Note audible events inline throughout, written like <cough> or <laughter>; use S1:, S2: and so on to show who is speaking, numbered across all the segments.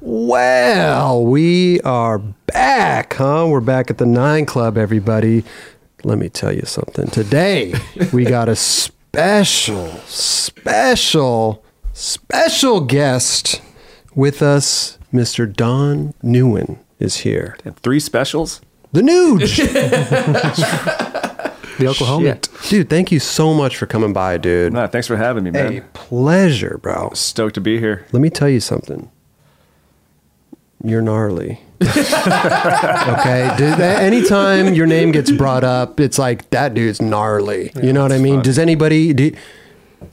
S1: Well, we are back, huh? We're back at the Nine Club, everybody. Let me tell you something. Today, we got a special, special, special guest with us. Mr. Don Newen is here.
S2: Three specials?
S1: The Nuge!
S3: The Oklahoma.
S1: Dude, thank you so much for coming by, dude.
S2: No, thanks for having me, man.
S1: A pleasure, bro.
S2: Stoked to be here.
S1: Let me tell you something. You're gnarly. <laughs> okay. Dude, a- anytime your name gets brought up, it's like that dude's gnarly. you know what I mean? Does anybody do?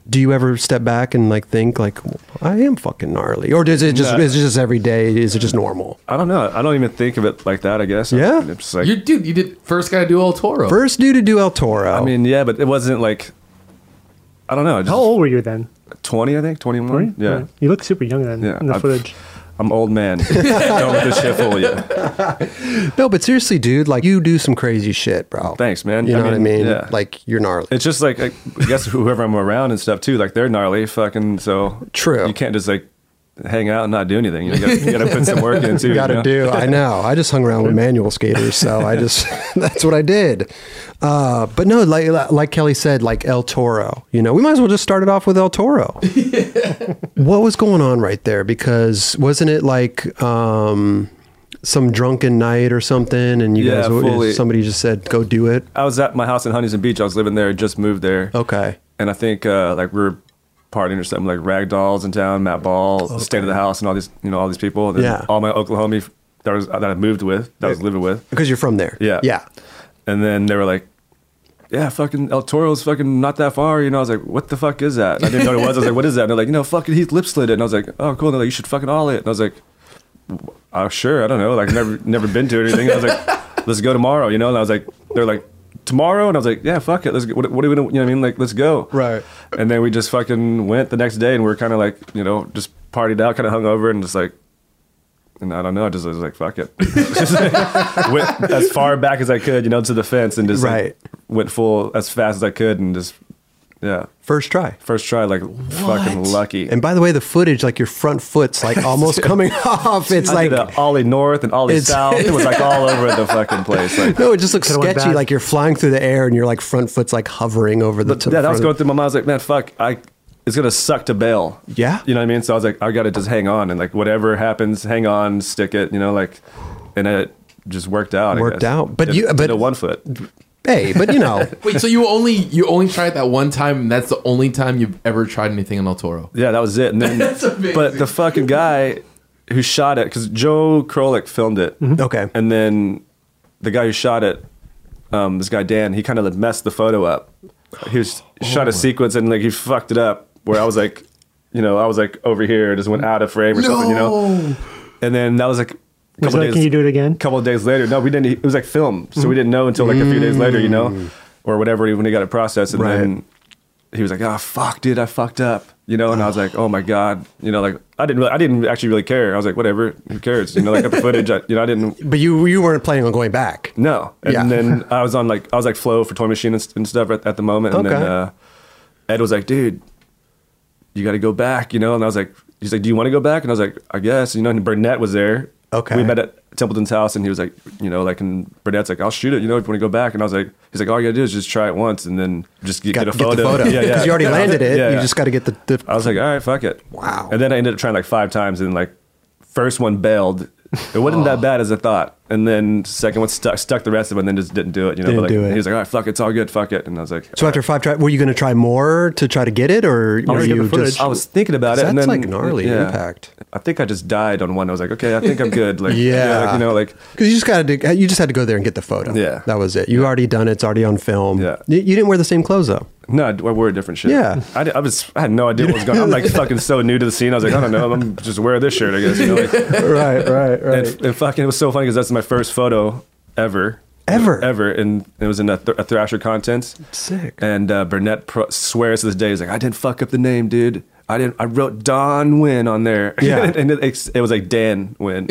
S1: Do you ever step back and like think like I am fucking gnarly, or does it just
S2: No.
S1: is it just every day? Is it just normal?
S2: I don't know. I don't even think of it like that, I guess.
S1: Yeah.
S2: It's just like,
S3: You dude, you did first gotta do El Toro.
S1: First dude to do El Toro.
S2: I mean, yeah, but it wasn't like, I don't know. Just
S4: How old were you then?
S2: 20, I think, 21. Yeah.
S4: You look super young then
S2: Yeah,
S4: in the
S2: I've- <laughs>
S4: footage.
S2: I'm old
S1: <laughs>
S2: man. don't let this shit fool you.
S1: no, but seriously, dude, like you do some crazy shit, bro.
S2: Thanks, man.
S1: You
S2: I
S1: know what I
S2: mean,
S1: mean?
S2: yeah.
S1: Like you're gnarly.
S2: It's just like, I I guess whoever I'm around and stuff too, like they're gnarly fucking. So
S1: True.
S2: You can't just like hang out and not do anything. You, know, you gotta, you gotta put some work in
S1: <laughs>
S2: too.
S1: you got to
S2: know?
S1: do. I know. I just hung around with manual skaters, so I just
S2: <laughs>
S1: <laughs> that's what I did. Uh, but no, like like Kelly said, like El Toro. You know, we might as well just start it off with El
S2: <laughs>
S1: Toro. what was going on right there? Because wasn't it like um, some drunken night or something? And you
S2: Yeah,
S1: guys,
S2: fully.
S1: somebody just said, "Go do it."
S2: I was at my house in Huntington Beach. I was living there, just moved there.
S1: Okay.
S2: and I think uh, like we were partying or something like Rag Dolls in town, Matt Ball, State of the House, and all these you know all these people. And then
S1: Yeah.
S2: all my Oklahoma f- that was that I moved with, that I was living with,
S1: Because you're from there.
S2: Yeah.
S1: Yeah.
S2: and then they were like. Yeah, fucking El Toro's fucking not that far, you know. I was like, "What the fuck is that?" I didn't know what it was. I was like, "What is that?" And they're like, "You know, fucking Heath lip slid it." And I was like, "Oh, cool." And they're like, "You should fucking all it." And I was like, "Oh, sure, I don't know. Like, never, never been to it or anything." And I was like, <laughs> "Let's go tomorrow," you know. And I was like, "They're like tomorrow," and I was like, "Yeah, fuck it. Let's go. What, what do we? know- You know what I mean? Like, let's go."
S1: Right.
S2: And then we just fucking went the next day, and we are kind of like, you know, just partied out, kind of hungover, and just like, and I don't know, just was like, fuck it. Just <laughs> went as far back as I could, you know, to the fence, and just like,
S1: Right.
S2: went full as fast as I could, and just yeah,
S1: First try.
S2: first try, like fucking lucky.
S1: And by the way, the footage, like your front foot's
S2: <laughs>
S1: like almost coming off. It's
S2: I
S1: like
S2: did a ollie north and ollie
S1: It's-
S2: south. It was like all
S1: <laughs>
S2: over the fucking place. Like,
S1: No, it just looks
S4: Could've went
S1: sketchy.
S4: bad.
S1: Like you're flying through the air and your like front foot's like hovering over the. top.
S2: yeah, that was going through my mind. I was like, man, fuck, I it's gonna suck to bail.
S1: Yeah.
S2: you know what I mean. So I was like, I gotta just hang on and like whatever happens, hang on, stick it. You know, like, and it just worked out. I
S1: Worked
S2: guess.
S1: out. But
S2: Did-
S1: you-
S2: did
S1: but-
S2: a one foot.
S1: Hey, but you know, <laughs>
S3: Wait, so you only you only tried that one time and that's the only time you've ever tried anything in El Toro.
S2: Yeah, that was it. And then,
S3: <laughs> That's amazing.
S2: But the fucking guy who shot it, because Joe Krolik filmed it.
S4: Mm-hmm.
S1: okay.
S2: And then the guy who shot it, um, this guy Dan, he kind of like messed the photo up. He was,
S4: Oh.
S2: shot a sequence and like he fucked it up where I was like, you know, I was like over here, just went out of frame or something, you know. And then that was like. a
S4: Was
S2: couple
S4: like,
S2: days-
S4: can you do it again?
S2: couple of days later. No, we didn't. It was like film, so we didn't know until like a few days later, you know, or whatever. When he got it processed, and then he was like, "Oh fuck, dude, I fucked up," you know. And I was like, "Oh my god," you know, like I didn't, really, I didn't actually really care. I was like, "Whatever, who cares?" You know, like at the footage, I, you know, I didn't.
S1: But you you weren't planning on going back.
S2: No, and
S1: Yeah. <laughs>
S2: then I was on like I was like flow for toy machine and, st- and stuff at, at the moment, and then
S1: Okay.
S2: uh, Ed was like, "Dude, you got to go back," you know, and I was like, "He's like, do you want to go back?" And I was like, "I guess," you know. And Burnett was there.
S1: Okay.
S2: We met at Templeton's house, and he was like, you know, like, and Burnett's like, "I'll shoot it," you know, if you want to go back, and I was like, he's like, "All you gotta do is just try it once, and then just get,
S1: Got
S2: get a photo." <laughs> yeah, yeah.
S1: Because you already
S2: And I was
S1: landed
S2: like,
S1: it.
S2: yeah,
S1: you
S2: yeah. Uh,
S1: just got to get the.
S2: I
S1: the
S2: was like, all right, fuck it.
S1: Wow.
S2: And then I ended up trying like five times, and like first one bailed. It wasn't
S1: Oh.
S2: that bad as I thought. And then second one stuck, stuck the rest of it, and then just didn't do it. You know,
S1: Didn't
S2: like,
S1: do it.
S2: he was like, all right, fuck it, it's all good, fuck it. And I was like,
S1: so after five try, were you going to try more to try to get it, or were
S4: already got
S1: you
S4: the footage.
S1: just?
S2: I was thinking about it.
S1: That's
S2: and then,
S1: like gnarly
S2: yeah.
S1: impact.
S2: I think I just died on one. I was like, okay, I think I'm good. Like,
S1: <laughs> Yeah.
S2: like, you know, like
S1: Because you just got to, you just had to go there and get the photo.
S2: Yeah.
S1: that was it. You already done it. It's already on film.
S2: Yeah.
S1: you, you didn't wear the same clothes though.
S2: No, I I wore a different shit.
S1: Yeah.
S2: I, di- I was. I had no idea what was going. on.
S1: <laughs>
S2: I'm like fucking so new to the scene. I was like, I don't know. I'm just wearing this shirt, I guess. You know, like,
S1: right, right,
S2: and, and fucking, it was so funny because that's my first photo ever,
S1: Ever?
S2: ever, and it was in a, th- a Thrasher contest.
S1: Sick.
S2: And uh, Burnett pro- swears to this day, he's like, I didn't fuck up the name, dude. I didn't. I wrote Don Win on there. <laughs>
S1: Yeah.
S2: and it, it's- it was like Dan
S1: <laughs>
S2: Win.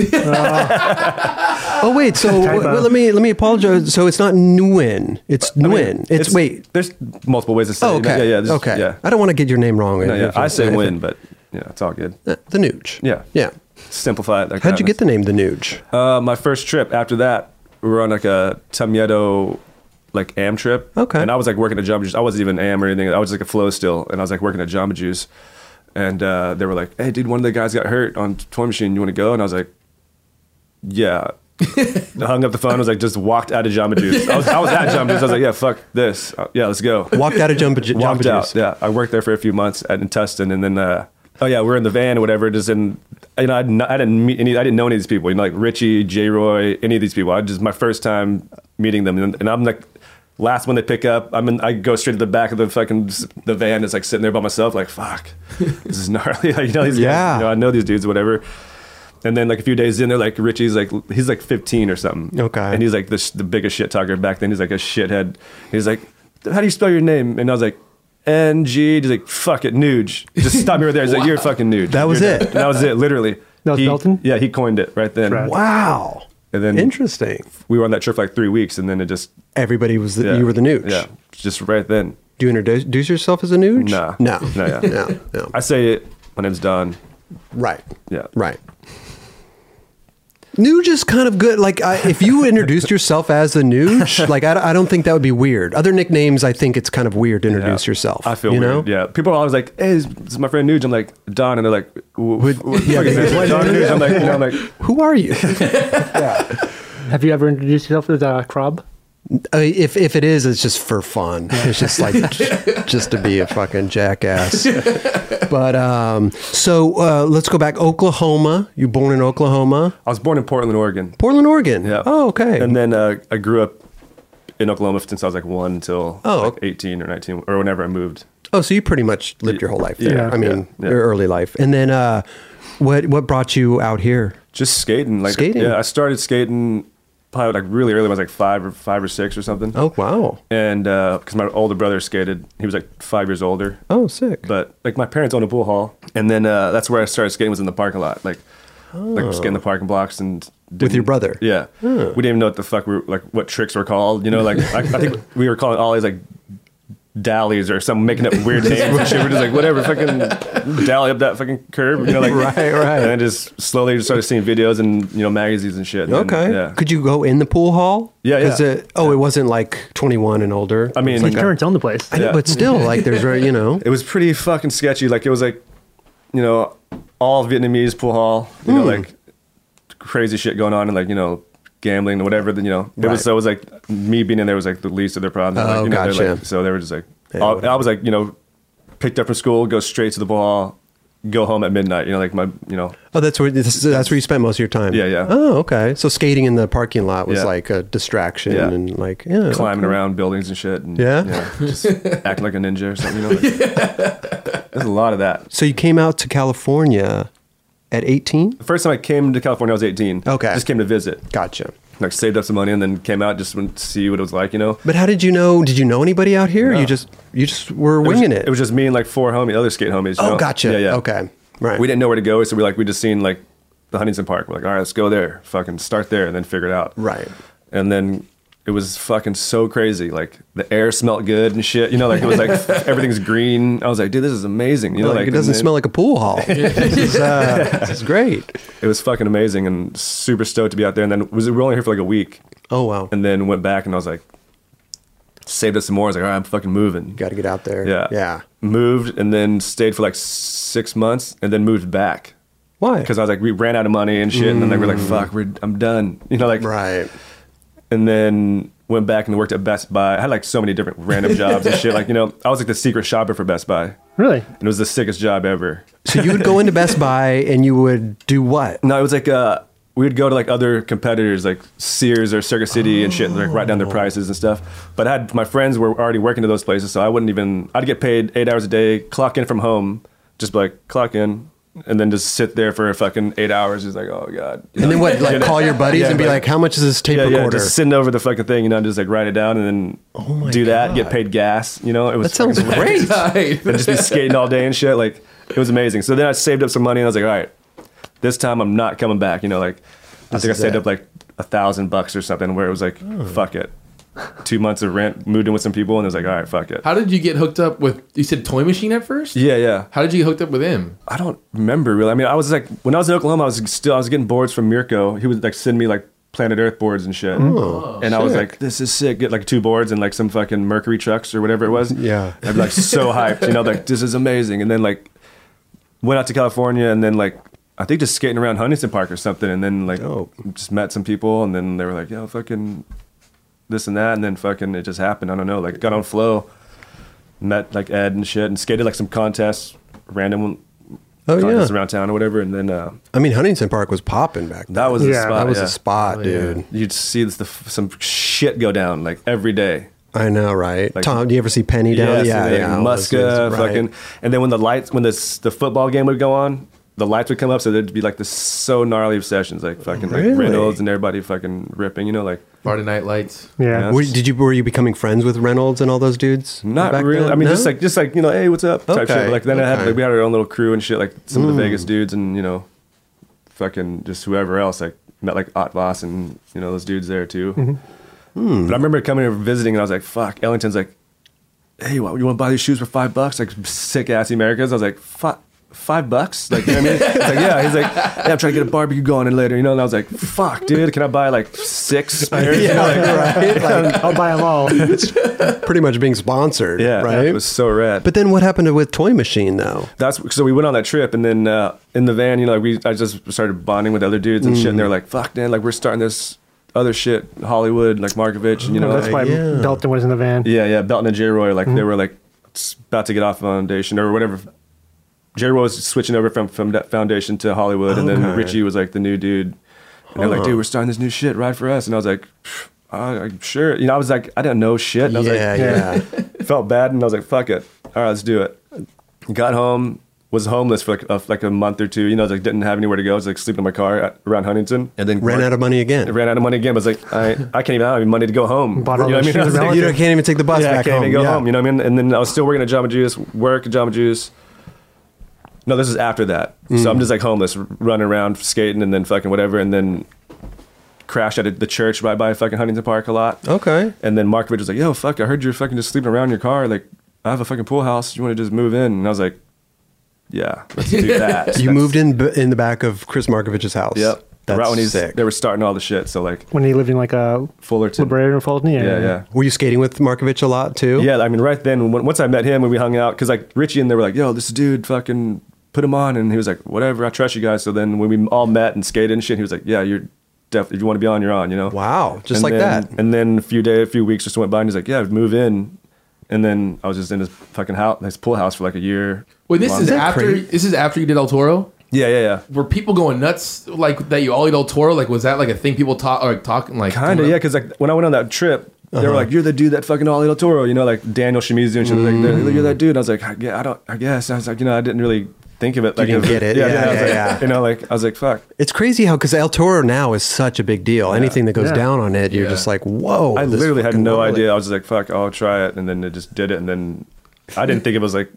S1: Oh wait, so w-
S4: Typo.
S1: let me let me apologize. So it's not Nguyen. It's Nguyen. it's, wait.
S2: There's multiple ways to say. it.
S1: Oh, okay.
S2: Yeah, yeah. this-
S1: okay.
S2: Yeah.
S1: I don't want to get your name wrong.
S2: No, yeah.
S1: If-
S2: I say
S1: if-
S2: Win, but yeah, it's all good.
S1: the Nooch.
S2: Yeah.
S1: Yeah.
S2: simplify it. that
S1: How'd
S2: kind
S1: you
S2: of-
S1: get the name The Nuge?
S2: Uh, my first trip after that, we were on like a Tumyedo like am trip.
S1: Okay.
S2: And I was like working at Jamba Juice. I wasn't even am or anything. I was like a flow still, and I was like working at Jamba Juice. And uh, they were like, "Hey, dude, one of the guys got hurt on toy machine. You want to go?" And I was like,
S1: <laughs>
S2: "Yeah." I hung up the phone. I was like, just walked out of Jamba Juice. I was, I was at Jamba Juice. I was like, "Yeah, fuck this. Uh, yeah, let's go."
S1: Walked out of Jump Jamba
S2: <laughs> Walked
S1: Juice.
S2: out. Yeah, I worked there for a few months at Intestine, and then uh, oh yeah, we were in the van or whatever. Just in, you know, I didn't, I didn't meet any, I didn't know any of these people. You know, like Richie, J. Roy, any of these people. I just my first time meeting them, and, and I'm like last one they pick up. I'm in, I go straight to the back of the fucking s- the van. It's like sitting there by myself, like fuck, <laughs> this is gnarly. <laughs> Like, you know these
S1: Yeah.
S2: guys. You know, I know these dudes, whatever. And then like a few days in, they're like Richie's like he's like 15 or something.
S1: Okay.
S2: and he's like the, sh- the biggest shit talker back then. He's like a shithead. He's like, how do you spell your name? And I was like, N G. He's like, fuck it, Nuge. Just stop me right
S1: <laughs>
S2: there. He's like, you're fucking Nuge.
S1: That was
S2: You're
S1: it.
S2: done. That was it. Literally.
S4: That was
S2: He-
S4: Belton?
S2: Yeah, he coined it right then.
S4: Right.
S1: Wow.
S2: And then
S1: Interesting.
S2: we were on that trip for like three weeks, and then it just
S1: Everybody was the,
S2: yeah.
S1: you were the Nuge.
S2: Yeah, just right then.
S1: Do you introduce yourself as a Nuge?
S2: Nah.
S1: No.
S2: No, yeah.
S1: <laughs> No. No.
S2: I say it. My name's Don.
S1: Right.
S2: Yeah.
S1: Right. Nuge is kind of good. Like, I, if you introduced yourself as the
S2: <laughs>
S1: Nuge, like, I, I don't think that would be weird. Other nicknames, I think it's kind of weird to introduce
S2: Yeah.
S1: yourself.
S2: I feel
S1: you
S2: weird.
S1: Know?
S2: Yeah, people are always like, "Hey, this this is my friend Nuge." I'm like Don, and they're like, "Wh- "What? what the
S1: yeah,
S2: fuck is
S1: they-
S2: that? Don Nuge." I'm like, you
S1: <laughs>
S2: know, I'm like,
S1: Who are you?
S4: Have you ever introduced yourself as a crab?
S1: I mean, if if it is, it's just for fun. It's just like just to be a fucking jackass. But um, so uh, let's go back. Oklahoma. You born in Oklahoma,
S2: I was born in Portland, Oregon.
S1: Portland, Oregon.
S2: Yeah.
S1: Oh, okay.
S2: And then uh, I grew up in Oklahoma since I was like one until
S1: Oh,
S2: like,
S1: okay.
S2: 18 or 19 or whenever I moved.
S1: oh, so you pretty much lived your whole life there.
S2: Yeah,
S1: I mean,
S2: yeah, yeah.
S1: your early life. And then uh, what what brought you out here?
S2: Just skating, like
S1: Skating.
S2: yeah. I started skating probably like really early. When I was like five or five or six or something.
S1: Oh, wow.
S2: And because my older brother skated, he was like five years older.
S1: Oh, sick.
S2: But like my parents owned a pool hall, and then uh, that's where I started skating was in the parking lot, like like skating the parking blocks and didn't-
S1: your brother?
S2: Yeah, we didn't even know what the fuck we were, like what tricks were called. You know, like I, I think we were calling ollies like dallies or some making up
S1: <laughs>
S2: weird names and shit. We're just like whatever, fucking dally up that fucking curb. You know,
S1: <laughs>
S2: like
S1: Right, right.
S2: And then just slowly just started seeing videos and you know magazines and shit. and then,
S1: Okay.
S2: yeah.
S1: Could you go in the pool hall?
S2: Yeah, yeah.
S1: 'Cause It, oh, it wasn't like 21 and older.
S2: I mean,
S1: It's like
S4: His
S1: a-
S4: parents own the place.
S1: I know,
S2: yeah.
S1: but still, like, there's, very- you know.
S2: it was pretty fucking sketchy. Like it was like, you know, all Vietnamese pool hall, you
S1: Hmm.
S2: know, like crazy shit going on and like, you know, gambling and whatever, then, you know, it
S1: Right.
S2: was, so it was like me being in there was like the least of their problems.
S1: Oh,
S2: like, you know, they're,
S1: gotcha.
S2: like- so they were just like,
S1: Yeah,
S2: all-
S1: whatever.
S2: I was like, you know, picked up from school, go straight to the pool hall, go home at midnight, you know, like my, you know,
S1: Oh, that's where this, that's where you spent most of your time.
S2: Yeah, yeah.
S1: Oh, okay. So skating in the parking lot was
S2: Yeah.
S1: like a distraction
S2: Yeah.
S1: and like yeah,
S2: climbing around buildings and shit. And,
S1: Oh, Yeah?
S2: you know,
S1: <laughs>
S2: just acting like a ninja or something, you know, like, there's a lot of that.
S1: So you came out to California at eighteen.
S2: The first time I came to California, I was 18.
S1: Okay.
S2: Just came to visit.
S1: Gotcha.
S2: like saved up some money and then came out just went to see what it was like, you know.
S1: But how did you know? Did you know anybody out here?
S2: No.
S1: You just you just were
S2: was-
S1: winging it.
S2: was just me and like four homie other skate homies. you
S1: oh,
S2: know?
S1: gotcha.
S2: Yeah, yeah.
S1: Okay. Right.
S2: We didn't know where to go, so we like we just seen like the Huntington Park. We're like, all right, let's go there, fucking start there, and then figure it out.
S1: Right.
S2: And then it was fucking so crazy. Like the air smelt good and shit. You know, like
S1: <laughs>
S2: it was like everything's green. I was like, dude, this is amazing. You know,
S1: Like,
S2: like,
S1: it doesn't
S2: and then-
S1: smell like a pool
S2: <laughs>
S1: hall. this, is, uh, this is great.
S2: It was fucking amazing and super stoked to be out there. And then was we were only here for like a week,
S1: Oh wow.
S2: and then went back and I was like, saved us some more. I was like, all right, I'm fucking moving.
S1: Got to get out there.
S2: Yeah.
S1: Yeah.
S2: Moved and then stayed for like six months and then moved back.
S1: Why?
S2: Because I was like, we ran out of money and shit. And then they were like, fuck, we're, I'm done. You know, like,
S1: Mm. right.
S2: and then went back and worked at Best Buy. I had like so many different
S1: <laughs>
S2: random jobs and shit. Like, you know, I was like the secret shopper for Best Buy. And
S4: Really?
S2: it was the sickest job ever.
S1: So you would go into Best Buy and you would do what?
S2: No, it was like, uh, we would go to like other competitors like Sears or Circuit City and shit, and like write down
S1: Oh.
S2: their prices and stuff. But I had my friends were already working to those places, so I wouldn't even. I'd get paid eight hours a day, clock in from home, just be like clock in, and then just sit there for a fucking eight hours. It's like, oh god.
S1: And then what? Like
S2: <laughs> Yeah.
S1: call your buddies
S2: Yeah,
S1: and be
S2: like-
S1: like, how much is this tape
S2: Yeah, yeah,
S1: recorder?
S2: just sitting over the fucking thing, you know, and just like write it down, and then
S1: Oh my
S2: do that,
S1: God.
S2: get paid gas. You know, it was
S1: That sounds
S2: fucking-
S1: great.
S3: <laughs> Right.
S2: I'd just be skating all day and shit. Like it was amazing. So then I saved up some money and I was like, all right, this time I'm not coming back. You know, like I
S1: This
S2: think I
S1: is
S2: saved
S1: it.
S2: up like a thousand bucks or something where it was like, fuck it. two months of rent, moved in with some people, and it was like, all right, fuck it.
S3: How did you get hooked up with? You said toy machine at first.
S2: Yeah, yeah.
S3: How did you get hooked up with him?
S2: I don't remember really. I mean, I was like when I was in Oklahoma, I was still I was getting boards from Mirko. He would like send me like Planet Earth boards and shit.
S1: Oh,
S2: and I was like, this is sick. Get like two boards and like some fucking Mercury trucks or whatever it was.
S1: Yeah.
S2: I'd be like
S1: <laughs>
S2: so hyped, you know, like this is amazing. And then like went out to California and then like I think just skating around Huntington Park or something. And then like
S1: Dope.
S2: just met some people and then they were like, yo, fucking this and that. And then fucking it just happened. I don't know. Like got on flow, met like Ed and shit and skated like some contests, random
S1: Oh,
S2: contests
S1: yeah.
S2: around town or whatever. And then uh,
S1: I mean, Huntington Park was popping back then.
S2: that was
S4: Yeah,
S2: a spot.
S1: That was
S2: Oh, yeah.
S1: a spot, dude.
S2: You'd see this, the, f- some shit go down like every day.
S1: I know, right?
S2: Like-
S1: Tom, do you ever see Penny down?
S2: Yes, and then
S1: I was-
S2: Muska,
S1: right.
S2: fucking, and then when the lights, when this the football game would go on, the lights would come up, so there'd be like this so gnarly obsessions, like fucking
S1: Really?
S2: like Reynolds and everybody fucking ripping, you know, like
S3: Friday Night Lights.
S4: Yeah.
S1: Were, did you were you becoming friends with Reynolds and all those dudes?
S2: not
S1: back
S2: really.
S1: then?
S2: I mean,
S1: No? <laughs>
S2: just like just like you know, hey, what's up? Type
S1: Okay,
S2: shit. But, like then I had
S1: okay. Hmm.
S2: like we had our own little crew and shit, like some of the Vegas dudes and you know, fucking just whoever else, like met like Ott Voss and you know those dudes there too.
S1: Mm-hmm.
S2: Hmm. But
S1: Hmm.
S2: I remember coming and visiting, and I was like, "Fuck!" Ellington's like, "Hey, what, you want to buy these shoes for five bucks?" Like sick ass Americans. I was like, "Fuck." Five bucks, like you know what I mean? It's like, yeah, he's like, yeah, I'm trying to get a barbecue going in later, you know. And I was like, fuck, dude, can I buy
S1: <laughs>
S2: like six? pairs?" You know, <laughs> like,
S1: right?
S2: <laughs>
S1: Like,
S4: I'll buy them all.
S1: it's pretty much being sponsored,
S2: yeah,
S1: right?
S2: It was so rad.
S1: but then what happened to with Toy Machine though?
S2: that's so we went on that trip and then uh, in the van you know like we i just started bonding with other dudes and shit and they were like fuck man like we're starting this other shit hollywood like markovich and you know
S4: Oh, That's
S2: like,
S4: why
S1: yeah.
S4: Belton was in the van.
S2: yeah yeah belton and j roy like they were like s- about to get off foundation or whatever j roy was switching over from, from that foundation to hollywood and then
S1: Okay.
S2: richie was like the new dude and they're like dude we're starting this new shit ride for us and i was like I, I'm sure you know I was like I didn't know shit and I was
S1: yeah,
S2: like
S1: yeah.
S2: <laughs> felt bad and I was like, fuck it. All right, let's do it. Got home, was homeless for like a, like a month or two. You know, I was like, didn't have anywhere to go. I was like sleeping in my car at, around Huntington and then
S1: Ran out of money again.
S2: ran out of money again. I was like, I, I can't even I don't have any money to go home.
S4: Bought all
S2: you know
S4: those
S2: what I mean? I
S4: shoes
S2: was like,
S4: around
S1: You don't- can't even take the bus
S2: yeah, I
S1: back
S2: can't
S1: home.
S2: even go
S1: yeah.
S2: home. You know what I mean? And then I was still working at Jamba Juice, work at Jamba Juice. No, this is after that. So
S1: Mm.
S2: I'm just like homeless, running around, skating, and then fucking whatever, and then crashed at the church by by fucking Huntington Park a lot.
S1: Okay.
S2: And then Markovich was like, "Yo, fuck! I heard you're fucking just sleeping around in your car. Like, I have a fucking pool house. You want to just move in?" And I was like, "Yeah, let's do
S1: <laughs>
S2: that."
S1: You moved in b- in the back of Chris Markovich's house.
S2: Yep.
S1: That's
S2: right when he's
S1: sick.
S2: they were starting all the shit. So like
S4: When he lived in like a
S2: Fullerton.
S4: Liberator Fulton. Yeah.
S2: yeah, yeah.
S1: Were you skating with Markovich a lot too?
S2: Yeah, I mean, right then, when, once I met him and we hung out, because like Richie and they were like, "Yo, this dude, fucking put him on," and he was like, "Whatever, I trust you guys." So then when we all met and skated and shit, he was like, "Yeah, you're definitely if you want to be on, you're on," you know.
S1: Wow, just
S2: And
S1: like
S2: then-
S1: that.
S2: And then a few day, a few weeks just went by, and he's like, "Yeah, move in." And then I was just in his fucking house, his pool house for like a year.
S3: Wait, this
S2: Long-
S3: is
S1: that
S3: after.
S1: crazy?
S3: This is after you did El Toro.
S2: yeah, yeah, yeah.
S3: Were people going nuts like that? You all eat El Toro? Like was that like a thing people talk or talking like?
S2: Kind of, yeah, because like when I went on that trip, they were
S1: Uh-huh.
S2: like, "You're the dude that fucking Ollie Del Toro," you know, like Daniel Shimizu and shit. Like, they're, you're that dude. And I was like, I, gue- I don't, I guess. And I was like, you know, I didn't really think of it. Like,
S1: didn't
S2: as-
S1: get
S2: <laughs>
S1: it. Yeah,
S2: I was
S1: yeah,
S2: like,
S1: yeah.
S2: You know, like I was like, fuck.
S1: It's crazy how because El Toro now is such a big deal. Anything that goes
S4: Yeah.
S1: down on it, you're
S3: Yeah.
S1: just like, whoa.
S2: I
S1: this
S2: literally had
S1: fucking
S2: no
S1: wallet.
S2: idea. I was just like, fuck, I'll try it, and then it just did it, and then I didn't think it was like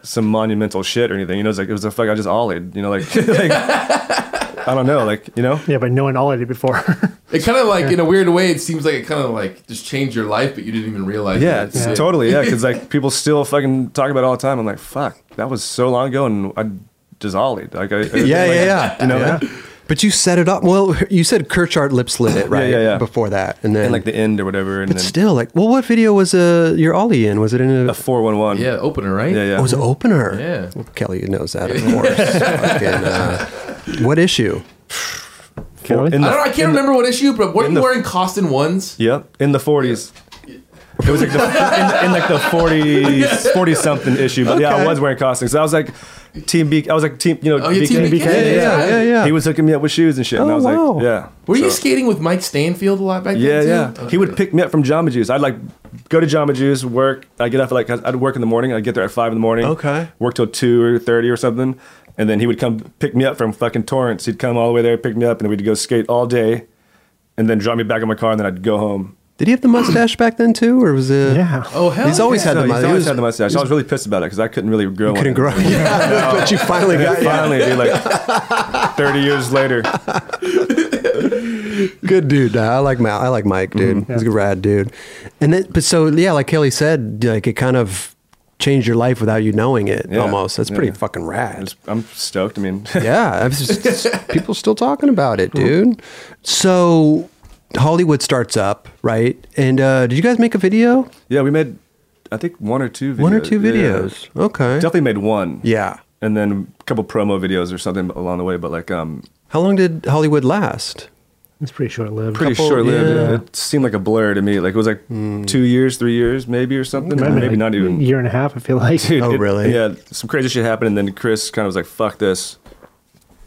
S2: some monumental shit or anything. You know, it's like it was a fuck. I just ollied. You know, like, <laughs> like I don't know, like you know.
S4: Yeah, but no one all did it before. <laughs>
S3: It kind of like in a weird way. It seems like it kind of like just changed your life, but you didn't even realize.
S2: Yeah,
S3: it.
S2: it's totally. Yeah, because like people still fucking talk about it all the time. I'm like, fuck, that was so long ago, and I just ollied. Like, I,
S1: Yeah,
S2: like,
S1: yeah, yeah.
S2: You know,
S1: Yeah. But you set it up. Well, <laughs> you said Kirchart lip slid it right
S2: yeah, yeah.
S1: before that, and then
S2: and like the end or whatever, and
S1: but
S2: then
S1: still, like, well, what video was uh, your ollie in? Was it in a?
S2: a four one one.
S3: Yeah, opener, right?
S2: yeah, yeah.
S1: oh, it was an opener.
S3: Yeah.
S1: Well, Kelly knows that,
S3: <laughs>
S1: of course. Fucking, uh, what issue?
S2: Four- in
S3: I
S2: the-
S3: don't. know, I can't remember what issue, but weren't you wearing Costin ones?
S2: Yep, in the forties. It was like
S3: <laughs>
S2: the, in, in like the <laughs> 40s, 40 something issue. But yeah, I
S1: Okay.
S2: was wearing costumes. I was like Team B. I was like Team, you know,
S3: Oh, yeah,
S2: BK.
S3: Team BK. Yeah,
S1: yeah, yeah, yeah.
S2: He was hooking me up with shoes and shit. and I
S1: Oh,
S2: was
S1: wow.
S2: like, yeah.
S3: Were you
S2: So-
S3: skating with Mike Stanfield a lot back
S2: Yeah,
S3: then? too?
S2: yeah. He would pick me up from Jamba Juice. I'd like go to Jamba Juice, work. I get up at like I'd work in the morning. I'd get there at five in the morning.
S1: Okay.
S2: Work till two or thirty or something, and then he would come pick me up from fucking Torrance. He'd come all the way there, pick me up, and we'd go skate all day, and then drop me back in my car, and then I'd go home.
S1: Did he have the mustache back then too, or was it?
S4: yeah.
S3: Oh hell.
S1: He's always
S3: yeah.
S1: had the
S2: So he's
S1: mustache.
S2: always had the mustache. I was really pissed about it because I couldn't really grow.
S1: Couldn't
S2: one.
S1: grow. <laughs> Yeah, but you finally got.
S2: Finally, dude, like thirty years later.
S1: good dude. nah, I like Mal. I like Mike, dude. He's a rad dude. And then, but so yeah, like Kelly said, like it kind of changed your life without you knowing it.
S2: Yeah,
S1: Almost, that's pretty
S2: yeah.
S1: fucking rad.
S2: I'm stoked. I mean,
S1: <laughs>
S2: <laughs>
S1: yeah, I'm just- <laughs> people still talking about it, dude. So Hollywood starts up, right? And uh, did you guys make a video?
S2: yeah, we made I think one or two videos.
S1: One or two
S2: Yeah.
S1: videos. Okay.
S2: Definitely made one.
S1: Yeah.
S2: And then a couple promo videos or something along the way, but like um
S1: How long did Hollywood last?
S4: It's pretty short lived.
S2: pretty
S1: Couple-
S2: short lived.
S1: yeah. Hmm.
S2: It seemed like a blur to me. Like it was like two years, three years, maybe or something. Maybe not even.
S4: year and a half. I feel like.
S2: Dude,
S1: Oh,
S2: it-
S1: really?
S2: yeah, some crazy shit happened, and then Chris kind of was like, "Fuck this,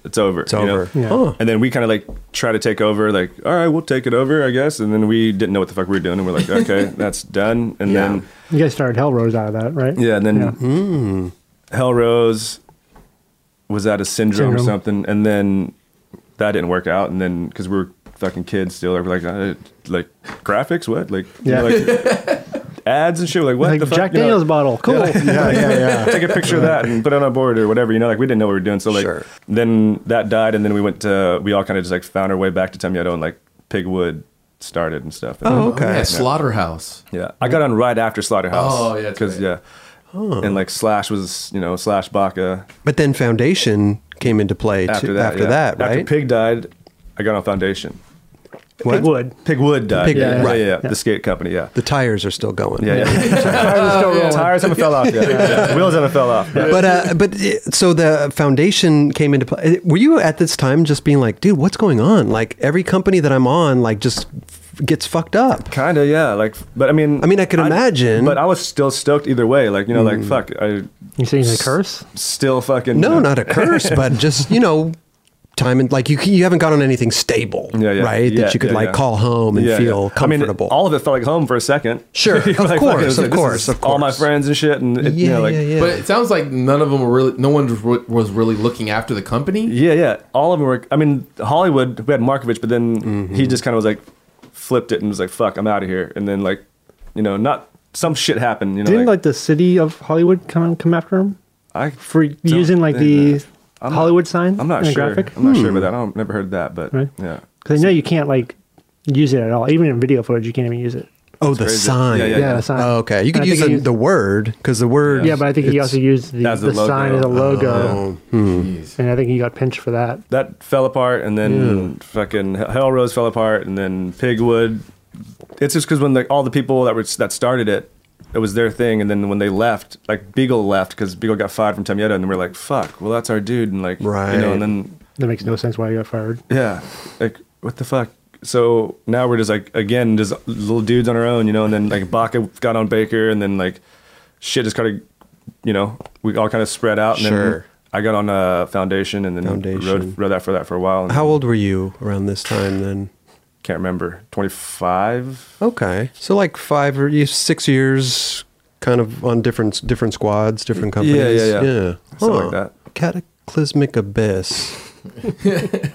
S2: it's over."
S1: It's over.
S4: Yeah.
S1: Huh.
S2: And then we kind of like try to take over, like, all right, we'll take it over, I guess. And then we didn't know what the fuck we were doing, and we're like, okay, <laughs> that's done. And then
S4: <laughs> You guys started Hell Rose out of that, right?
S2: yeah, and then Hmm.
S4: Yeah.
S2: Hell Rose was at a syndrome, or
S4: Syndrome.
S2: something, and then that didn't work out. And then because we were fucking kids still, like, we're like, uh, like graphics, what, like, you know, like, ads and shit, like what
S4: Like
S2: the fuck?
S4: Jack
S2: you know? <laughs>
S4: Daniels bottle. Cool.
S1: Yeah, yeah, yeah.
S2: take a picture of that and put it on a board or whatever. You know, like we didn't know what we were doing. So like
S1: Sure.
S2: then that died, and then we went to we all kind of just like found our way back to Temyado and like Pigwood started and stuff. And
S1: Oh,
S2: then-
S1: okay.
S3: yeah, Slaughterhouse.
S2: yeah, I got on right after Slaughterhouse.
S3: Oh, yeah, that's
S2: because yeah,
S3: right.
S2: and like Slash was you know Slash Baca
S1: But then Foundation came into play after,
S2: after
S1: too,
S2: that.
S1: after
S2: yeah.
S1: that, right?
S2: After Pig died, I got on Foundation.
S1: What?
S4: Pigwood.
S2: Pigwood died.
S1: Pigwood,
S2: yeah,
S1: right.
S2: yeah, yeah, the skate company. Yeah,
S1: The tires are still going. <laughs>
S2: yeah, yeah. Tires haven't fell off yet. Yeah. Wheels haven't fell off. Yeah.
S1: But
S2: <laughs>
S1: uh, but it, so the foundation came into play. Were you at this time just being like, dude, what's going on? Like every company that I'm on, like just f- gets fucked up.
S2: Kind of, yeah. Like, but I mean,
S1: I mean, I could imagine. Mm.
S2: But I was still stoked either way. Like, you know, like fuck, I
S4: You saying the curse?
S2: still fucking
S1: No, not a
S2: <laughs>
S1: curse, but just you know, time and like you you haven't got on anything stable,
S2: Yeah, yeah.
S1: right?
S2: Yeah,
S1: that you could
S2: yeah,
S1: like
S2: yeah.
S1: call home and
S2: Yeah,
S1: feel
S2: yeah.
S1: comfortable.
S2: I mean, all of it felt like home for a second. <laughs>
S1: Sure,
S2: Like,
S1: of
S2: fuck, it
S1: course,
S2: was
S1: of
S2: this
S1: course,
S2: is
S1: of
S2: All my
S1: course.
S2: friends and shit, and it,
S1: yeah,
S2: you know, like,
S1: yeah, yeah.
S3: But it sounds like none of them were really. No one was- was really looking after the company.
S2: yeah, yeah. All of them were. I mean, Hollywood. We had Markovich, but then
S1: Mm-hmm.
S2: he just kind of was like, flipped it and was like, "Fuck, I'm out of here." And then like, you know, not some shit happened. You know,
S4: Didn't like the city of Hollywood come come after him
S2: I
S4: for using like
S2: think
S4: the
S2: that. I'm not-
S4: Hollywood sign?
S2: I'm not
S4: and the
S2: sure.
S4: graphic?
S2: I'm not
S1: Hmm.
S2: sure about that. I don't, never heard that, but
S4: Right.
S2: yeah.
S4: Because I know you can't like use it at all. Even in video footage, you can't even use it.
S1: oh, the
S2: crazy.
S1: sign.
S2: Yeah, yeah,
S4: Yeah, the sign.
S1: Oh, okay. You could
S4: I
S1: use
S4: think
S1: the,
S4: he used-
S1: the word because the word.
S4: Yeah, but I think he also used the,
S2: As a
S4: the
S2: logo.
S4: sign as a logo,
S2: Mm-hmm.
S3: Jeez.
S4: and I think he got pinched for that.
S2: that fell apart, and then fucking Hell Rose fell apart, and then Pigwood. It's just because when like all the people that were that started it, it was their thing, and then when they left, like Beagle left because Beagle got fired from Tamieta, and we are like, "Fuck, well that's our dude," and like, you
S1: Right.
S2: know, and then
S4: That makes no sense why he got fired.
S2: yeah, like what the fuck. So now we're just like again, just little dudes on our own, you know. And then like Baca got on Baker, and then like shit just kind of, you know, we all kind of spread out. And then
S1: Sure.
S2: I got on uh, Foundation, and then
S1: Foundation.
S2: Rode, rode that for that for a while. and-
S1: How old were you around this time then?
S2: can't remember 25
S1: Okay, so like five or you- six years, kind of on different different squads, different companies.
S2: yeah, yeah. Something like that.
S1: Cataclysmic
S2: <laughs>
S1: abyss.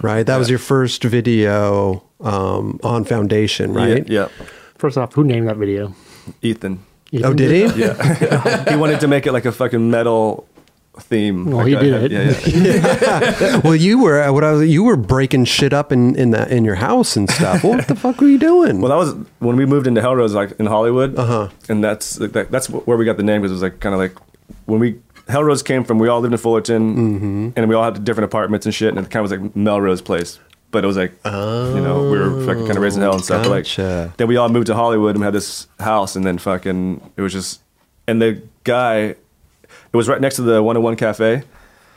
S1: right, that was your first video um, on Foundation, right?
S2: yeah,
S4: First off, who named that video?
S2: yeah. ethan
S1: Oh,
S4: Ethan
S1: did he?
S2: yeah he wanted to make it like a fucking metal theme
S4: Well,
S2: Like
S4: he
S2: a-
S4: did it.
S2: yeah, yeah.
S1: <laughs> well, you were uh, what I was. You were breaking shit up in in that in your house and stuff. what the fuck were you doing?
S2: well that was when we moved into hellrose like in hollywood uh-huh and that's like, that, that's where we got the name because it was like kind of like when we hellrose came from we all lived in fullerton and we all had different apartments and shit and it kind of was like melrose place but it was like you know we were fucking kind of raising hell and stuff but,
S1: Gotcha.
S2: like then we all moved to hollywood and we had this house and then fucking it was just and the guy it was right next to the 101 cafe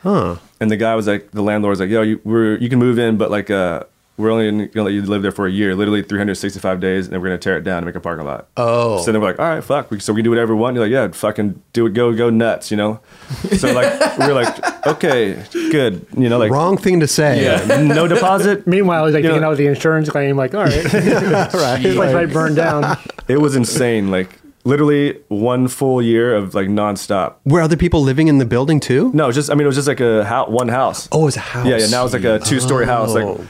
S1: huh?
S2: and the guy was like, the landlord was like, yo, you, we're, you can move in, but like, uh, we're only gonna let you live there for a year, literally 365 days, and then we're gonna tear it down and make a parking lot.
S1: Oh.
S2: So then we're like, all right, fuck. We, so we can do whatever we want. You're like, yeah, fucking do it, go, go nuts, you know? So like, we're like, okay, good, you know, like,
S1: Wrong thing to say.
S2: yeah, no deposit.
S4: Meanwhile, he's like
S2: You know-
S4: taking out the insurance claim. Like,
S2: <laughs>
S4: all right, <laughs> this place might burn down.
S2: It was insane. Like, literally one full year of like nonstop.
S1: Were other people living in the building too?
S2: No, it was just, I mean, it was just like a hou- one house.
S1: Oh, it was a house.
S2: Yeah, yeah. Now it's like a two-story house, like
S1: Oh.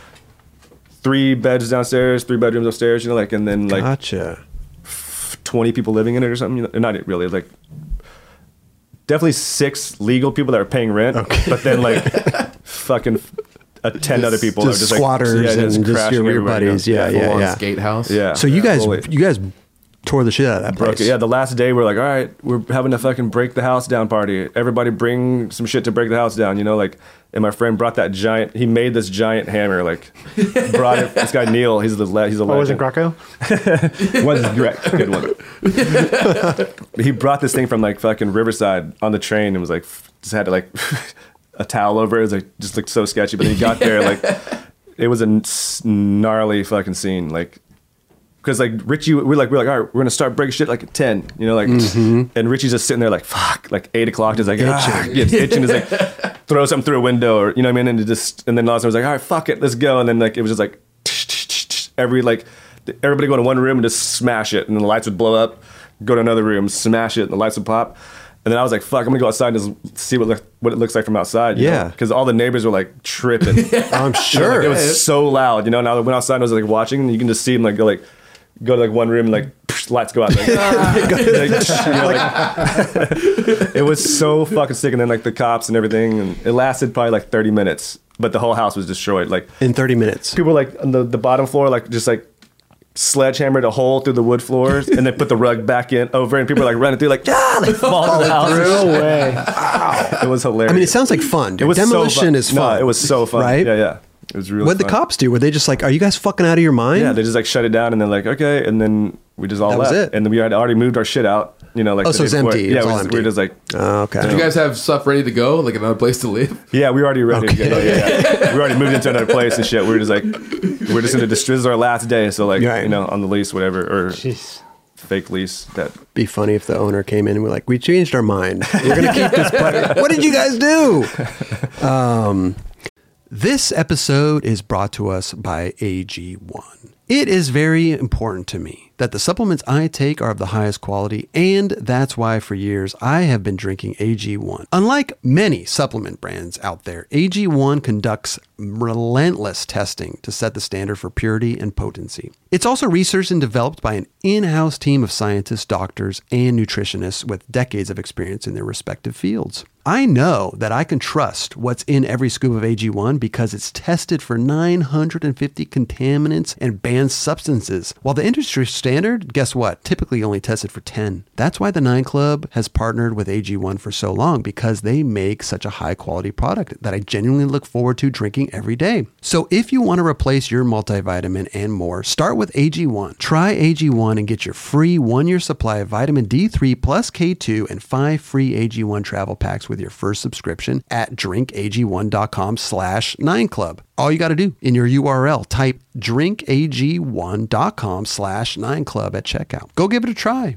S2: three beds downstairs, three bedrooms upstairs. You know, like and then like
S1: Oh, Gotcha.
S2: 20 people living in it or something. You know, not really, like
S1: <laughs>
S2: definitely six legal people that are paying rent, but then like fucking a ten other people
S1: just
S2: are like-
S1: squatters
S2: yeah,
S1: and just
S2: crashing
S1: your
S2: everybody down.
S1: buddies, yeah, yeah.
S3: full-on skate house.
S2: yeah.
S1: So you guys,
S2: Totally.
S1: you guys tore the shit out of that
S2: Broke
S1: place.
S2: it. Yeah, the last day we're like, all right, we're having a fucking break the house down party. Everybody bring some shit to break the house down, you know, like and my friend brought that giant he made this giant hammer, like brought it this guy Neil, he's the le- he's a
S4: Oh, was
S2: legend.
S4: it Greco?
S2: One's Greg. Good one.
S4: <laughs>
S2: he brought this thing from like fucking Riverside on the train and was like, f- just had to like <laughs> a towel over it. It was like, just looked so sketchy. But then he got there, like, it was a n- s- gnarly fucking scene. Like, because like Richie, we're like, we're like, all right, we're gonna start breaking shit like at 10, you know, like, and Richie's just sitting there like, fuck, like eight o'clock. And he's like, ah, gets itching. He's like, throw something through a window or, you know what I mean? And it just, and then Lawson was like, all right, fuck it, let's go. And then like, it was just like, every like th- everybody go to one room and just smash it and the lights would blow up go to another room smash it and the lights would pop and then i was like fuck i'm gonna go outside and just see what, look, what it looks like from outside
S1: Yeah.
S2: because all the neighbors were like tripping
S1: I'm sure.
S2: <laughs> it was so loud you know and i went outside and i was like watching and you can just see them like go like go to like one room and like psh, lights go out like, <laughs> like, you know, like- <laughs> it was so fucking sick and then like the cops and everything and it lasted probably like 30 minutes but the whole house was destroyed like
S1: <laughs> in 30 minutes.
S2: people like on the, the bottom floor like just like sledgehammered a hole through the wood floors and then put the rug back in over and people like running through like yeah
S1: <laughs>
S2: like fall to the house
S4: No way.
S2: it was hilarious
S1: I mean, it sounds like fun. dude.
S2: was so
S1: Demolition
S2: fun.
S1: is fun.
S2: no, it was so fun
S1: Right?
S2: yeah yeah it was really
S1: What the
S2: fun.
S1: cops do? Were they just like, "Are you guys fucking out of your mind?"
S2: yeah they just like shut it down and they're like okay and then we just all
S1: That was
S2: left
S1: it.
S2: and then we had already moved our shit out you know like
S1: Oh,
S2: the
S1: so it's
S2: day before.
S1: empty.
S2: yeah
S1: It's
S2: we
S1: all
S2: just-
S1: empty.
S2: we were just like
S1: Oh, okay.
S3: Did you guys have stuff ready to go, like another place to live? <laughs>
S2: Yeah, we already ready.
S1: Okay.
S2: Yeah, yeah, yeah. we already moved into another place and shit. We were just like, we're just in the This is our last day, so like,
S1: Right.
S2: you know, on the lease, whatever, or
S4: Jeez.
S2: fake lease that
S1: Be funny if the owner came in and we're like, "We changed our mind. We're
S2: <laughs>
S1: gonna keep this." But what did you guys do? Um, this episode is brought to us by AG1. It is very important to me that the supplements I take are of the highest quality, and that's why for years I have been drinking AG1. Unlike many supplement brands out there, AG1 conducts relentless testing to set the standard for purity and potency. It's also researched and developed by an in house team of scientists, doctors, and nutritionists with decades of experience in their respective fields. I know that I can trust what's in every scoop of AG1 because it's tested for 950 contaminants and banned substances. While the industry standard, guess what, typically only tested for 10. That's why the 9 Club has partnered with AG1 for so long because they make such a high quality product that I genuinely look forward to drinking every day. So if you want to replace your multivitamin and more, start with AG1. Try AG1 and get your free one year supply of vitamin D3 plus K2 and five free AG1 travel packs with your first subscription at drinkag1.com slash 9club. All you got to do in your URL, type drinkag1.com slash 9club at checkout. Go give it a try.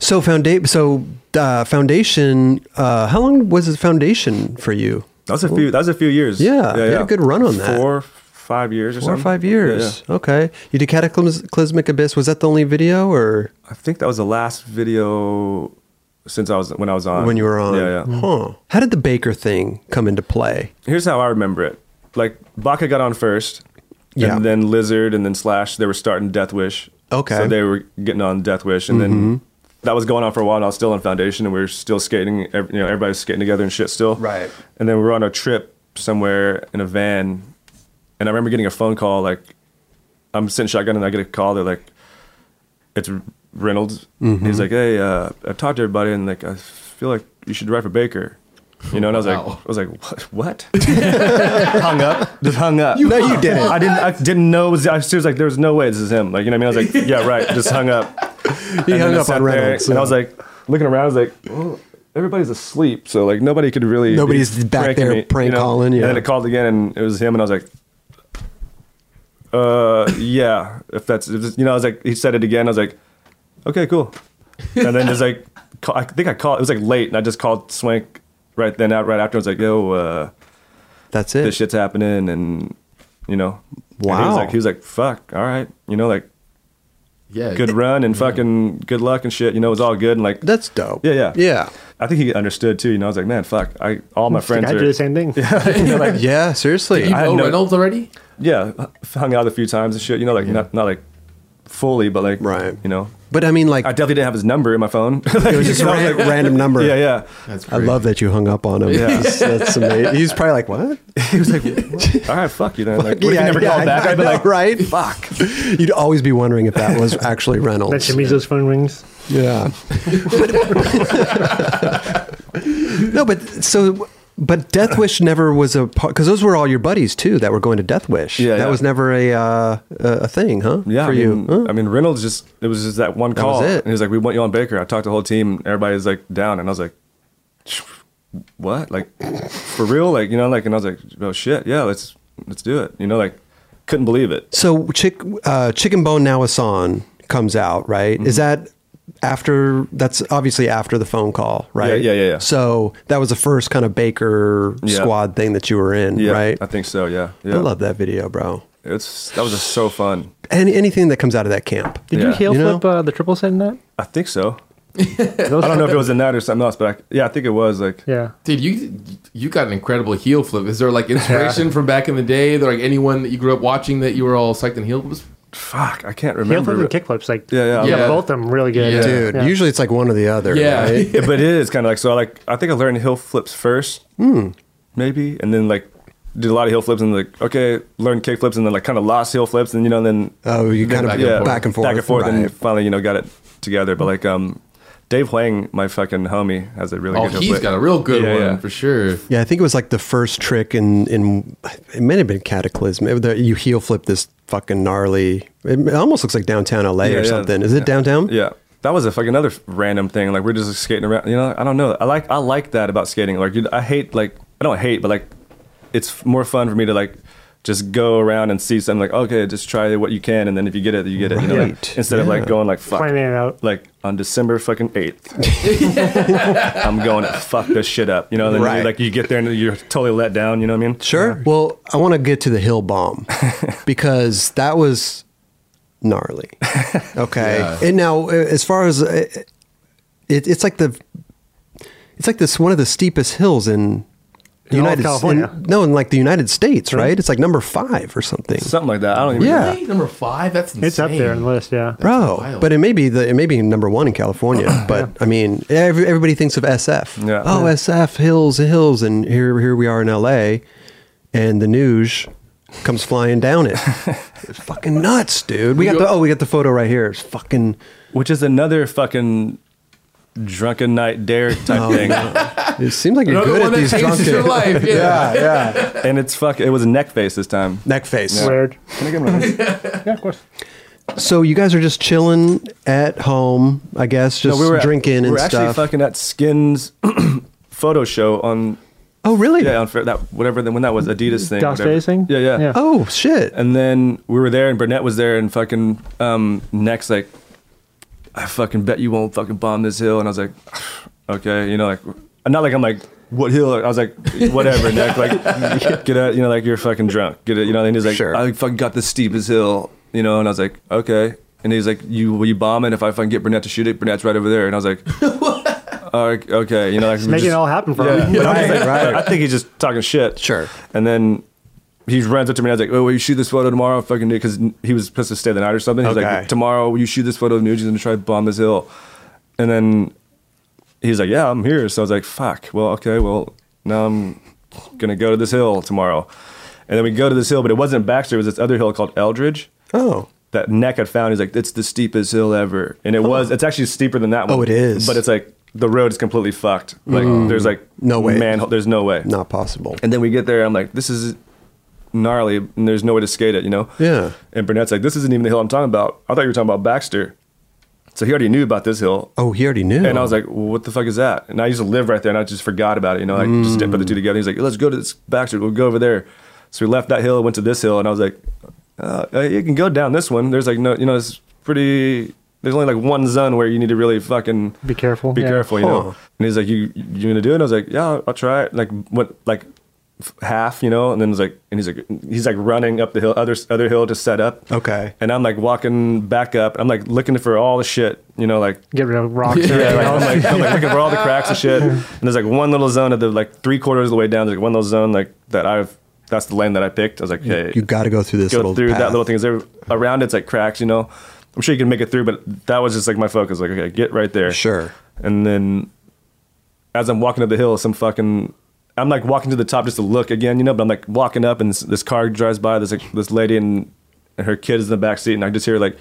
S1: So foundation. So uh, foundation. Uh, how long was the foundation for you?
S2: That was a few. That was a few years.
S1: Yeah, you had a good run on that.
S2: Four, five years or
S1: Four or
S2: something.
S1: five
S2: Yeah,
S1: years.
S2: yeah.
S1: Okay. You did Cataclysmic Abyss. Was that the only video, or
S2: I think that was the last video since I was when I was on.
S1: when you were on?
S2: Uh, Yeah, yeah.
S1: Huh. How did the Baker thing come into play?
S2: Here's how I remember it. Like Baka got on first.
S1: Yeah.
S2: And then Lizard and then Slash. They were starting Death Wish.
S1: Okay. Mm-hmm.
S2: So they were getting on Death Wish, and then that was going on for a while. And I was still on Foundation, and we were still skating. ev- You know, everybody's skating together and shit still.
S1: Right.
S2: And then we were on a trip somewhere in a van, and I remember getting a phone call. Like, I'm sitting shotgun, and I get a call. They're like, "It's Reynolds."
S1: Mm-hmm.
S2: He's like, "Hey, uh, I've talked to everybody, and like, I feel like you should write for Baker." You know, and I was
S3: Wow.
S2: like, I was like, what? what? hung up, just hung up.
S1: No, you didn't.
S2: I didn't. I didn't know. It was, I was like, "There's no way this is him." Like, you know what I mean? I
S1: <laughs>
S2: was like, "Yeah, right." Just hung up.
S1: He
S2: And
S1: hung
S2: then I
S1: up
S2: sat
S1: on
S2: there,
S1: Reynolds.
S2: And
S1: yeah.
S2: I was like, looking around, I was like, well, everybody's asleep. So, like, nobody could really. be
S1: Nobody's back
S2: pranking
S1: there prank calling,
S2: And then
S1: yeah.
S2: it called again, and it was him, and I was like, uh, yeah, if that's, if this- you know, I was like, he said it again. I was like, okay, cool. And then just like, ca- I think I called, it was like late, and I just called Swank right then out, right after. I was like, yo, uh,
S1: That's it.
S2: this shit's happening and you know and he
S1: Wow.
S2: was like he was like fuck all right you know like
S3: Uh, Yeah.
S2: good run and fucking good luck and shit you know it was all good and like
S1: That's dope.
S2: Yeah, yeah.
S1: Yeah.
S2: I think he understood too you know I was like man fuck I all my friends
S4: I
S2: are
S4: do the same
S2: <laughs>
S4: <laughs> thing.
S1: Yeah, seriously.
S3: You
S1: I-
S2: had
S3: know
S2: no-
S3: Reynolds already?
S2: <laughs> yeah h- hung out a few times and shit you know like not not like fully but like
S1: Right.
S2: you know
S1: but I mean, like,
S2: I definitely didn't have his number in my phone
S1: it
S2: <laughs>
S1: was just a ran- random number.
S2: yeah yeah
S3: That's
S1: I love that you hung up on him.
S2: Yeah.
S1: <laughs> That's, that's amazing. He's probably like,
S2: <laughs>
S1: what?
S2: he was like "What? all right fuck you then like what if you never
S1: yeah,
S2: called
S1: I-
S2: back
S1: I
S2: I'd be
S1: know,
S2: like
S1: right? Fuck. <laughs> You'd always be wondering if that was actually
S4: That
S1: Reynolds.
S4: should means those phone rings.
S1: Yeah. no, but so, but Death Wish never was a part because those were all your buddies too that were going to Death Wish.
S2: Yeah,
S1: that
S2: yeah.
S1: was never a uh, a a thing, huh?
S2: Yeah,
S1: for
S2: I
S1: you.
S2: mean,
S1: Huh?
S2: I mean, Reynolds just it was just that one call,
S1: was it.
S2: and he was like, "We want you on Baker." I talked to the whole team. Everybody's like down, and I was like, "What? Like for real? Like you know? Like?" And I was like, "Oh shit, yeah, let's let's do it." You know, like couldn't believe it.
S1: So chick uh, chicken bone now Asan comes out, right? Is
S2: Mm-hmm.
S1: that after that's obviously after the phone call, right?
S2: Yeah, yeah, yeah, yeah.
S1: So that was the first kind of Baker
S2: Yeah.
S1: squad thing that you were in,
S2: Yeah,
S1: right?
S2: I think so. Yeah, yeah.
S1: I love that video, bro.
S2: It's that was just so fun.
S1: Any anything that comes out of that camp.
S4: Did
S2: Yeah.
S4: you heel
S1: You know?
S4: flip uh, the triple set in that?
S2: I
S1: <laughs>
S2: think so. I don't know if it was in that or something else, but I, yeah, I think it was like
S4: Yeah.
S3: Dude, you you got an incredible heel flip. Is there like inspiration from back in the day? There like anyone that you grew up watching that you were all psyched and heel flips?
S2: fuck, I can't
S4: Heel flip
S2: remember.
S4: and kick flips, like
S2: Yeah, yeah,
S4: you got
S3: yeah.
S4: both of them really good.
S3: Yeah.
S1: Dude,
S4: Yeah.
S1: usually it's like one or the other.
S3: Yeah. <laughs>
S1: right?
S2: <laughs> Yeah, but it is kind of like so. I like I think I learned hill flips first, maybe, and then like did a lot of hill flips and like okay, learned kick flips and then like kind of lost hill flips and you know and then
S1: Oh, you kind of
S3: back
S1: back,
S3: and
S1: yeah,
S3: forth.
S1: back and forth.
S2: back and forth,
S1: right.
S2: and finally you know got it together. But like um, Dave Huang, my fucking homie, has a really
S3: Oh,
S2: good. heel
S3: he's
S2: flip.
S3: got a real good
S2: Yeah,
S3: one
S2: yeah.
S3: for sure.
S1: yeah, I think it was like the first trick in in it may have been Cataclysm. It- the- you heel flip this fucking gnarly. It almost looks like downtown LA
S2: Yeah,
S1: or
S2: yeah.
S1: something. Is it downtown?
S2: Yeah. That was a fucking another random thing. Like we're just like, skating around. You know, I don't know. I like I like that about skating. Like you, I hate like I don't hate, but like it's f- more fun for me to like just go around and see something. Like okay, just try what you can, and then if you get it, you get it. You know, like,
S1: Right.
S2: instead of like going like fuck.
S4: Planning it out.
S2: Like on December fucking
S1: <laughs>
S2: eighth, I'm going to fuck this shit up. You know, then you-
S1: Right.
S2: like you get there and you're totally let down. You know what I mean?
S1: Sure. Well, I want to get to the hill
S4: <laughs>
S1: bomb because that was
S4: <laughs>
S1: gnarly. Okay. And now, uh, as far as uh, it, it's like the it's like this one of the steepest hills in the
S4: In all of
S1: United
S4: California.
S1: in- no, in like the United States, right? It's like number five or something.
S2: Something like that. I don't even.
S1: Yeah.
S3: Really? Number five? That's insane.
S4: It's up there in the list, yeah.
S1: Bro,
S3: wild.
S1: but it may be the it may be number one in California.
S2: <clears throat>
S1: But I mean, every, everybody thinks of SF.
S2: Yeah.
S1: Oh, SF hills, hills, and here here we are in LA, and the news comes flying down
S2: <laughs>
S1: it. it's fucking nuts, dude. We got the oh, we got the photo right here. It's fucking
S2: Which is another fucking drunken night dare type
S1: Oh,
S2: thing.
S1: It seems like you're
S3: Another
S1: good
S3: one
S1: at
S3: that
S1: these drunk
S3: changes
S2: <laughs>
S3: your life. Yeah.
S2: and it's fuck. It was a neck face this time.
S1: <laughs> neck face.
S4: Weird. yeah, of course.
S1: So you guys are just chilling at home, I guess, just drinking
S2: we
S1: and
S2: were actually
S1: stuff.
S2: fucking at Skins <clears throat> photo show on
S1: oh, really?
S2: yeah on Fri- that whatever then when that was Adidas thing.
S4: Dallas
S2: whatever.
S4: Days thing?
S2: Yeah, yeah,
S4: Yeah.
S1: Oh shit.
S2: And then we were there, and Burnett was there, and fucking um, next like, I fucking bet you won't fucking bomb this hill, and I was like, <sighs> okay, you know, like not like I'm like. What hill? I was like, whatever, Nick.
S4: <laughs>
S2: Like, get out. You know, like you're fucking drunk. Get it. You know. And he's like,
S1: Sure.
S2: I fucking got the steepest hill. You know. And I was like, okay. And he's like, you will you bomb it if I fucking get Burnett to shoot it? Burnett's right over there. And I was
S4: <laughs>
S2: like, uh, okay. You know, like we
S4: Making it
S2: just-
S4: all happen for
S2: yeah.
S4: him.
S2: But I'm just like, I think he's just talking shit.
S1: Sure.
S2: And then he runs up to me and I was like, oh, will you shoot this photo tomorrow? Fucking because he was supposed to stay the night or something. He's
S1: Okay.
S2: like, tomorrow will you shoot this photo of Nugent's and try to bomb this hill. And then he's like, yeah, I'm here. So I was like, fuck. Well, okay. Well, now I'm going to go to this hill tomorrow. And then we go to this hill, but it wasn't Baxter. It was this other hill called Eldridge.
S1: Oh.
S2: That neck had found. He's like, it's the steepest hill ever. And it was, it's actually steeper than that one.
S1: Oh, it is. Mm.
S2: But it's like, the road is completely fucked. Like, there's like,
S1: No way.
S2: Manhole, there's no way.
S1: Not possible.
S2: And then we get there, I'm like, this is gnarly, and there's no way to skate it, you know?
S1: Yeah.
S2: And Burnett's like, this isn't even the hill I'm talking about. I thought you were talking about Baxter. So he already knew about this hill.
S1: Oh, he already knew.
S2: And I was like, well, what the fuck is that? And I used to live right there, and I just forgot about it, you know? I just didn't put the two together. He's like, let's go to this Baxter. We'll go over there. So we left that hill, went to this hill, and I was like, uh, uh, you can go down this one. There's like no, you know, it's pretty. There's only like one zone where you need to really fucking
S4: Be careful,
S2: Be
S4: yeah.
S2: careful, you
S1: Huh.
S2: know. And he's like, you you gonna do it? And I was like, yeah, I'll try it. Like what? Like f- half, you know, and then it's like, and he's like, he's like running up the hill, other other hill to set up.
S1: Okay.
S2: And I'm like walking back up. I'm like looking for all the shit, you know, like
S4: Get rid of rocks.
S3: Yeah,
S2: <laughs>
S4: or
S2: yeah,
S4: anything
S2: like,
S4: else.
S2: I'm like, I'm like looking for all the cracks and shit. And there's like one little zone at the like three quarters of the way down. There's like one little zone like that I've that's the lane that I picked. I was like, hey,
S1: You got to go through this
S2: go
S1: little
S2: through
S1: path.
S2: that little thing. Is there around it's like cracks, you know? I'm sure you can make it through, but that was just like my focus. Like, okay, get right there.
S1: Sure.
S2: And then as I'm walking up the hill, some fucking I'm like walking to the top just to look again, you know, but I'm like walking up and this, this car drives by, this like, this lady and, and her kid is in the back seat and I just hear like,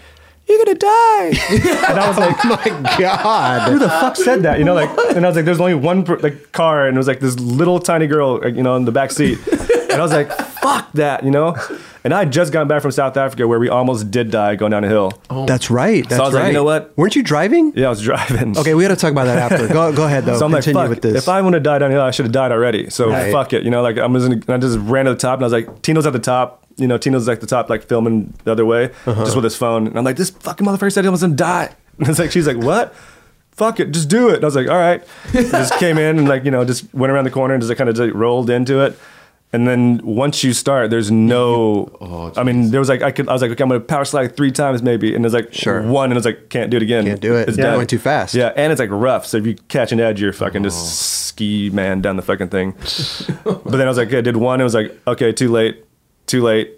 S2: You're gonna die <laughs> And I
S1: <laughs>
S2: was like,
S1: Oh My God.
S2: who the fuck said that? You know, like, and I was like, there's only one per, like car, and it was like this little tiny girl, like, you know, in the back seat, and I was like, fuck that, you know. And I had just gotten back from South Africa where we almost did die going down a hill.
S1: That's right. That's
S2: I was
S1: right.
S2: like, you know what?
S1: Weren't you driving?
S2: Yeah, I was driving.
S1: Okay, we got to talk about that after. Go, go ahead though.
S2: So I'm like,
S1: Continue
S2: fuck,
S1: with this.
S2: if I want to die down here, I should have died already. So
S1: Right.
S2: fuck it. You know, like I'm just, and I just ran to the top and I was like, Tino's at the top. You know, Tino's like the top, like filming the other way,
S1: Uh-huh.
S2: just with his phone. And I'm like, this fucking motherfucker said he was gonna die. <laughs> And it's like, she's like, what? Fuck it, just do it. And I was like,
S1: <laughs>
S2: all right. And just came in and like, you know, just went around the corner and just like, kind of just rolled into it. And then once you start, there's no.
S1: oh,
S2: I mean, there was like I could. I was like, okay, I'm gonna power slide three times maybe, and there's like
S1: Sure.
S2: one, and it's like can't do it again.
S1: Can't do it.
S2: It's
S1: Yeah.
S2: done.
S1: Going too fast. Oh.
S2: Yeah, and it's like rough. So if you catch an edge, you're fucking just ski man down the fucking thing.
S1: <laughs>
S2: but then I was like, I did one. It was like, okay, too late, too late.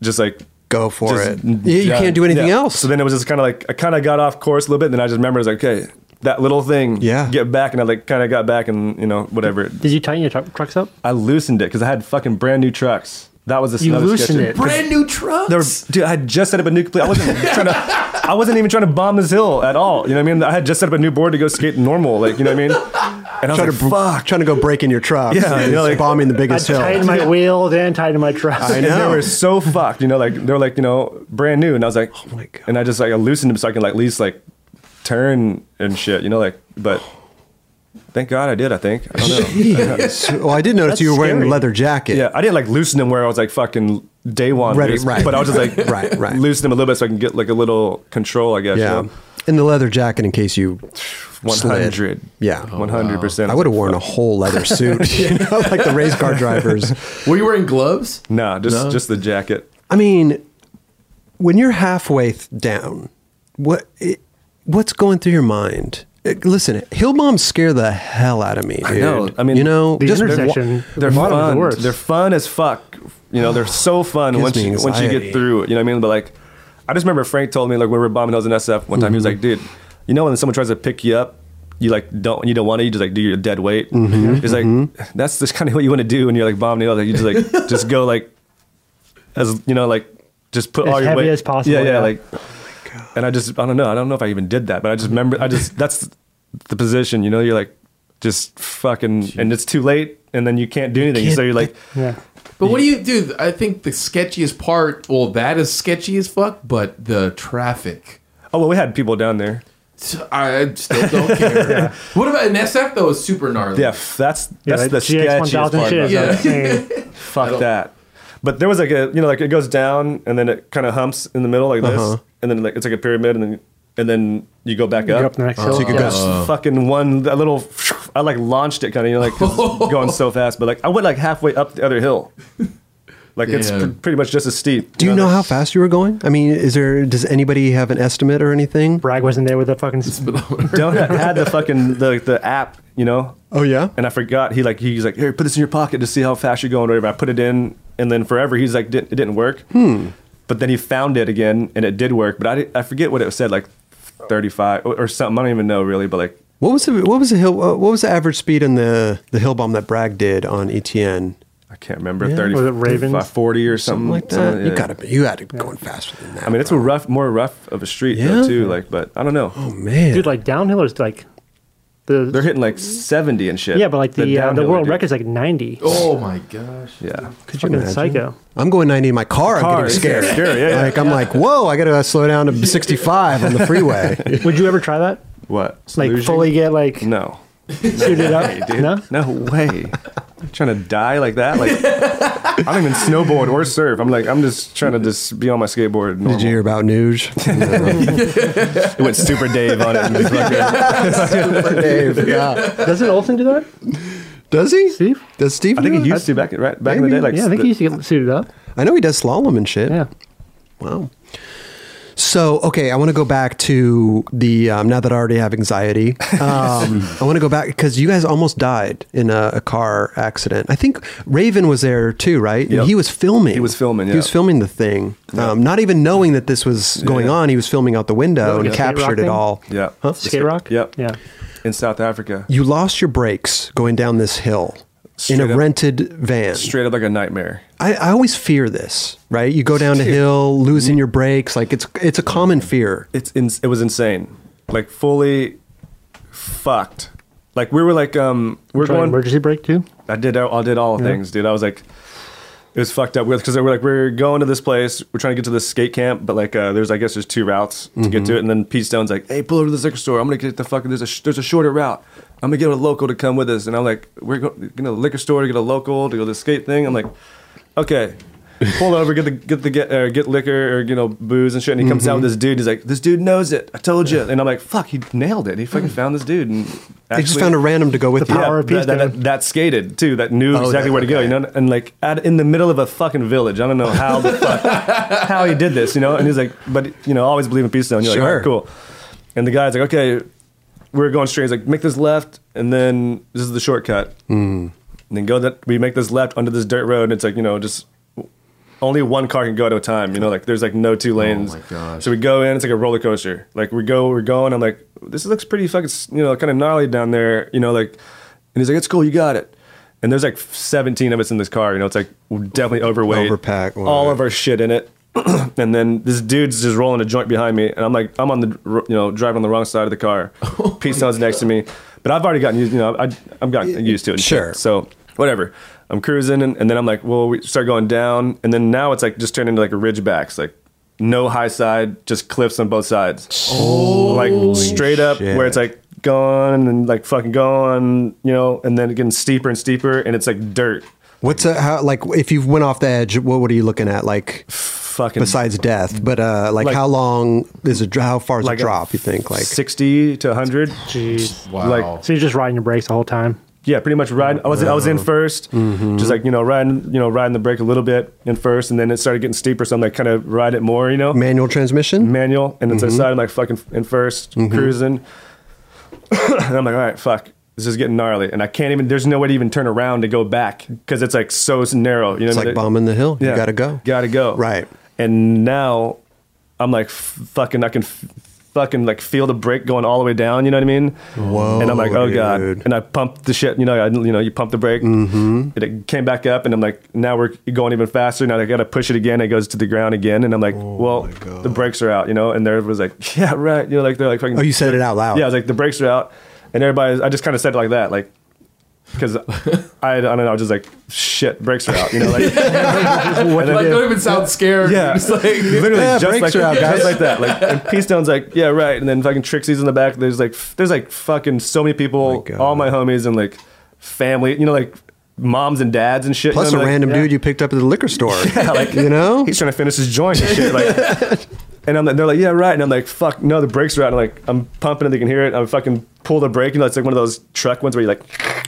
S2: Just like
S1: go for
S2: just-
S1: it. Yeah, you
S2: yeah,
S1: can't do anything
S2: yeah.
S1: else.
S2: So then it was just kind of like I kind of got off course a little bit. And then I just remember it was like, okay, that little thing.
S1: Yeah.
S2: Get back, and I like kind of got back, and you know whatever.
S4: Did you tighten your tru- trucks up?
S2: I loosened it because I had fucking brand new trucks. That was the
S4: You
S2: another
S4: loosened
S2: sketchy-
S4: it.
S3: Brand new trucks.
S2: there were- dude, I had just set up a new. pla- I wasn't trying to.
S1: <laughs>
S2: I wasn't even trying to bomb this hill at all. You know what I mean? I had just set up a new board to go skate normal. Like you know what I mean? And I was
S1: trying
S2: like,
S1: to br-
S2: fuck.
S1: trying to go break in your truck.
S2: Yeah,
S1: It's
S2: you know, like-
S1: bombing
S2: <laughs>
S1: the
S4: I
S1: biggest hill. <laughs>
S4: tightened my wheels and tightened my trucks.
S1: I
S2: And
S1: know.
S2: they were so fucked. You know, like they were like you know brand new, and I was like, oh
S1: my God.
S2: And I just like I loosened them so I can like at least like turn and shit. You know, like but. Thank God I did. I think I don't know.
S1: <laughs> Jeez. well, I did notice
S4: That's
S1: you were wearing a
S4: scary.
S1: leather jacket.
S2: Yeah, I didn't like loosen them where I was like fucking day one.
S1: Right,
S2: loose,
S1: right.
S2: But I was just like
S1: <laughs> Right, right.
S2: loosen them a little bit so I can get like a little control. I guess. you
S1: yeah.
S2: know?
S1: And the leather jacket in case you
S2: One hundred.
S1: Yeah.
S2: One hundred percent.
S1: I would have worn a whole leather suit, <laughs> you know, like the race
S2: <laughs>
S1: car drivers.
S3: were you wearing gloves?
S2: Nah, just just the jacket.
S1: I mean, when you're halfway th- down, what it, what's going through your mind? Uh, Listen, hill bombs scare the hell out of me, dude.
S2: know. I mean,
S1: you know,
S4: the
S1: they're wa-
S4: intersection.
S2: They're
S4: Bottom is the
S2: fun.
S4: worst.
S2: they're fun as fuck. You know, they're so fun
S1: Gives
S2: once
S1: me
S2: you, once you
S1: anxiety.
S2: get through it. You know what I mean? But like, I just remember Frank told me like when we were bombing hills in SF one time. He was like, "Dude, you know when someone tries to pick you up." You like don't you don't want to you just like do your dead weight. It's like that's just kind of what you want to do when you're like bombing. You know, like you just like just go like as you know like just put
S4: As
S2: all your
S4: heavy
S2: weight
S4: as possible,
S2: Yeah, yeah.
S4: yeah.
S2: Like, and I just I don't know I don't know if I even did that, but I just remember I
S4: <laughs>
S2: just that's the position. You know, you're like just fucking and it's too late, and then you can't do anything. so
S1: can't-
S2: you're
S4: <laughs>
S2: like
S4: <laughs> Yeah.
S3: But what do you do? I think the sketchiest part. Well, that is sketchy as fuck. But the traffic.
S2: Oh well, we had people down there.
S3: I still <laughs> don't care. What about an SF though? Is super gnarly.
S2: Yeah, f- that's
S4: Yeah,
S2: that's
S4: like
S2: the sketchiest
S4: GX1000
S2: part.
S4: shit
S2: about it.
S4: is
S3: Yeah.
S4: <laughs> insane.
S2: Fuck that. But there was like a you know like it goes down and then it kind of humps in the middle like this,
S1: Uh-huh.
S2: and then like it's like a pyramid, and then and then you go back
S4: You're
S2: up.
S4: up the next hill.
S1: so you could go-
S4: yeah.
S2: Oh, Just fucking one that little. I like launched it kind of you know like
S1: <laughs>
S2: 'cause it's going so fast, but like I went like halfway up the other hill. Like it's
S3: Damn.
S2: pr- pretty much just as steep.
S1: Do you know
S2: like-
S1: how fast you were going? I mean, is there does anybody have an estimate or anything?
S4: Bragg wasn't there with a fucking.
S2: <laughs>
S4: s-
S2: Donut had the fucking the the app, you know.
S1: Oh yeah.
S2: And I forgot he like he's like here put this in your pocket to see how fast you're going or whatever. I put it in and then forever he's like didn't, it didn't work. Hmm. But then he found it again and it did work. But I di- I forget what it said like 35 or, or something. I don't even know really. But like
S1: What was the what was the hill uh, what was the average speed in the the hill bomb that Bragg did on E ETN?
S2: I can't remember 30
S4: Was it Ravens?
S2: 40 or something,
S1: Something like that.
S2: something,
S1: You
S2: yeah.
S1: got to be you had to be going faster than that.
S2: I mean it's a rough more rough of a street
S1: Yeah.
S2: though too. Like but I don't know.
S1: oh man,
S4: Dude, like downhill is like.
S2: They're
S4: The,
S2: hitting like 70 and shit.
S4: yeah, but like the uh, the
S2: downhill
S4: world
S2: they do.
S4: record's like 90.
S3: Oh my gosh.
S2: Yeah.
S1: could
S4: fucking psycho.
S1: I'm going 90 in my car. I'm
S2: Cars,
S1: getting scared.
S2: yeah, <laughs> sure, yeah,
S4: <laughs>
S2: yeah.
S1: Like I'm like, whoa, I got to slow down
S2: <laughs>
S1: to 65 on the freeway.
S4: Would you ever try that?
S2: What?
S4: Like
S2: Sluging?
S4: fully get like
S2: No.
S4: <laughs> suited
S2: <laughs>
S4: up?
S2: dude.
S4: No.
S2: No
S4: <laughs>
S2: way. I'm trying to die like that. Like I don't even snowboard or surf. I'm like I'm just trying to just be on my skateboard. Normal.
S1: Did you hear about Nuge?
S2: It went
S4: <laughs>
S2: Super Dave on it. And just fucking-
S1: <laughs> Dave, yeah.
S4: Doesn't Olsen do that?
S1: Does he?
S4: Steve?
S1: Does Steve?
S2: I think
S1: do
S2: he
S1: it?
S2: used to back right back in
S1: Maybe.
S2: the day. Like
S4: yeah, I
S2: the-
S4: think he used to get suited up.
S1: I know he does slalom and shit.
S4: Yeah.
S1: Wow. So, okay, I want to go back to the um, now that I already have
S2: <laughs>
S1: anxiety. Um, I want to go back because you guys almost died in a, a car accident. I think Raven was there too, right? And
S2: Yep.
S1: he was filming.
S2: He was filming,
S1: He was
S2: yeah.
S1: filming the thing, um, not even knowing that this was going
S2: Yeah.
S1: on. He was filming out the window and
S4: the skate rock
S1: captured it
S4: thing?
S1: all.
S2: yeah,
S1: Huh?
S4: Skate Rock?
S2: Yep.
S4: Yeah.
S2: in South Africa,
S1: You lost your brakes going down this hill in
S2: Straight
S1: a
S2: up-
S1: rented van.
S2: straight up like a nightmare.
S1: I, I always fear this, right? You go down a
S2: Dude.
S1: hill, losing your brakes. Like it's it's a common fear.
S2: It's in, it was insane, like fully fucked. Like we were like um we're
S4: Try
S2: going.
S4: emergency brake too.
S2: I did I did all things, dude. I was like, it was fucked up with because we're like we're going to this place. We're trying to get to this skate camp, but like uh, there's I guess there's two routes to get
S1: Mm-hmm.
S2: to it. And then Pete Stone's like, hey, pull over to the liquor store. I'm gonna get the fucking there's a sh- there's a shorter route. I'm gonna get a local to come with us. And I'm like, we're go- going to the liquor store to get a local to go to the skate thing. I'm like,
S1: <laughs>
S2: okay. Pull over, get the get the get, uh, get liquor or you know booze and shit. And he comes out
S1: Mm-hmm.
S2: with this dude. He's like, "This dude knows it. I told you." And I'm like, "Fuck, he nailed it. He fucking found this dude." And
S1: They just found a random to go with you.
S4: power of peace,
S2: that, that,
S4: dude.
S2: that, that skated too. That knew
S1: Oh,
S2: exactly
S1: that-
S2: where to go. You know, and like at, in the middle of a fucking village. I don't know how the fuck how he did this. You know, and he's like, but you know, always believe in peace. Zone. You're
S1: Sure.
S2: like, all right, cool. And the guy's like, okay, we're going straight. He's like, make this left, and then this is the shortcut. And then go that we make this left onto this dirt road. And it's like you know just. Only one car can go at a time, you know. Like there's like no two lanes.
S3: my gosh.
S2: So we go in. It's like a roller coaster. Like we go, we're going. I'm like, this looks pretty fucking, s- you know, kind of gnarly down there. You know, like, and he's like, it's cool, you got it. And there's like 17 of us in this car. You know, it's like we're definitely overweight,
S1: Overpack, wow.
S2: all of our shit in it. <clears throat> and then this dude's just rolling a joint behind me, and I'm like, I'm on the, r- you know, driving on the wrong side of the car. Peace Stone's next to me, but I've already gotten used, you know, I, I'm gotten used to it. and shit.
S1: Sure.
S2: So whatever. I'm cruising, and, and then I'm like, well, we start going down, and then now it's like just turned into like a ridgebacks, like no high side, just cliffs on both sides. Oh, like straight up
S1: shit.
S2: where it's like going and like fucking going, you know, and then getting steeper and steeper, and it's like dirt,
S1: What's a, how like if you went off the edge? What what are you looking at? Like
S2: fucking
S1: besides death, but uh, like,
S2: Like-
S1: how long is a dr- how far is
S2: like
S1: a
S2: a
S1: drop? You think like
S2: sixty to hundred.
S4: Jeez.
S3: Wow.
S2: Like-
S4: So you're just riding your brakes the whole time.
S2: Yeah, pretty much riding. I was I was in 1st
S1: Mm-hmm.
S2: just like you know riding you know riding the brake a little bit in first, and then it started getting steeper, so I'm like kind of ride it more, you know.
S1: manual transmission?
S2: manual and it's
S1: Mm-hmm.
S2: inside. I'm like fucking in 1st cruising. <coughs> and I'm like, all right, fuck. This is getting gnarly. And I can't even, there's no way to even turn around to go back because it's like so narrow. You know
S1: it's
S2: what I
S1: like
S2: mean?
S1: bombing the hill. You
S2: Yeah.
S1: gotta go.
S2: Gotta go.
S1: Right.
S2: And now I'm like, f- fucking, I can f- fucking like feel the brake going all the way down. You know what I mean? Whoa. And I'm like, oh God.
S1: dude. Mm-hmm.
S2: And I pumped the shit, you know, I, you know, you pump the brake and it came back up and I'm like, now we're going even faster. Now I got to push it again. It goes to the ground again. And I'm like,
S1: Oh
S2: well, the brakes are out, you know? And there was like, <laughs> yeah, right. You know, like they're like fucking.
S1: Oh, you said it out loud.
S2: Yeah, I was like, the brakes are out. And everybody, I just kind of said it like that, like, because I, I don't know, I was just like, shit, brakes are out, you
S1: <laughs>
S2: know? Like, <laughs> what
S3: Like, don't even sound scared.
S2: yeah,
S3: It's like,
S2: <laughs> literally
S1: Yeah,
S2: just
S1: brakes
S2: like
S1: are out, guys.
S2: just like that. Like and P Stone's like, yeah, right. And then fucking Trixie's in the back. There's like, f- there's like fucking so many people,
S1: God.
S2: all my homies and like family, you know, like moms and dads and shit.
S1: Plus
S2: you know,
S1: a
S2: like,
S1: random
S2: yeah.
S1: dude you picked up at the liquor store.
S2: <laughs> Yeah, like
S1: You know?
S2: he's trying to finish his joint and shit. Like,
S1: <laughs>
S2: and I'm like, they're like, yeah, right. And I'm like, fuck, no, the brakes are out. And like, I'm pumping and they can hear it. I fucking pull the brake, you know, it's like one of those truck ones where you like,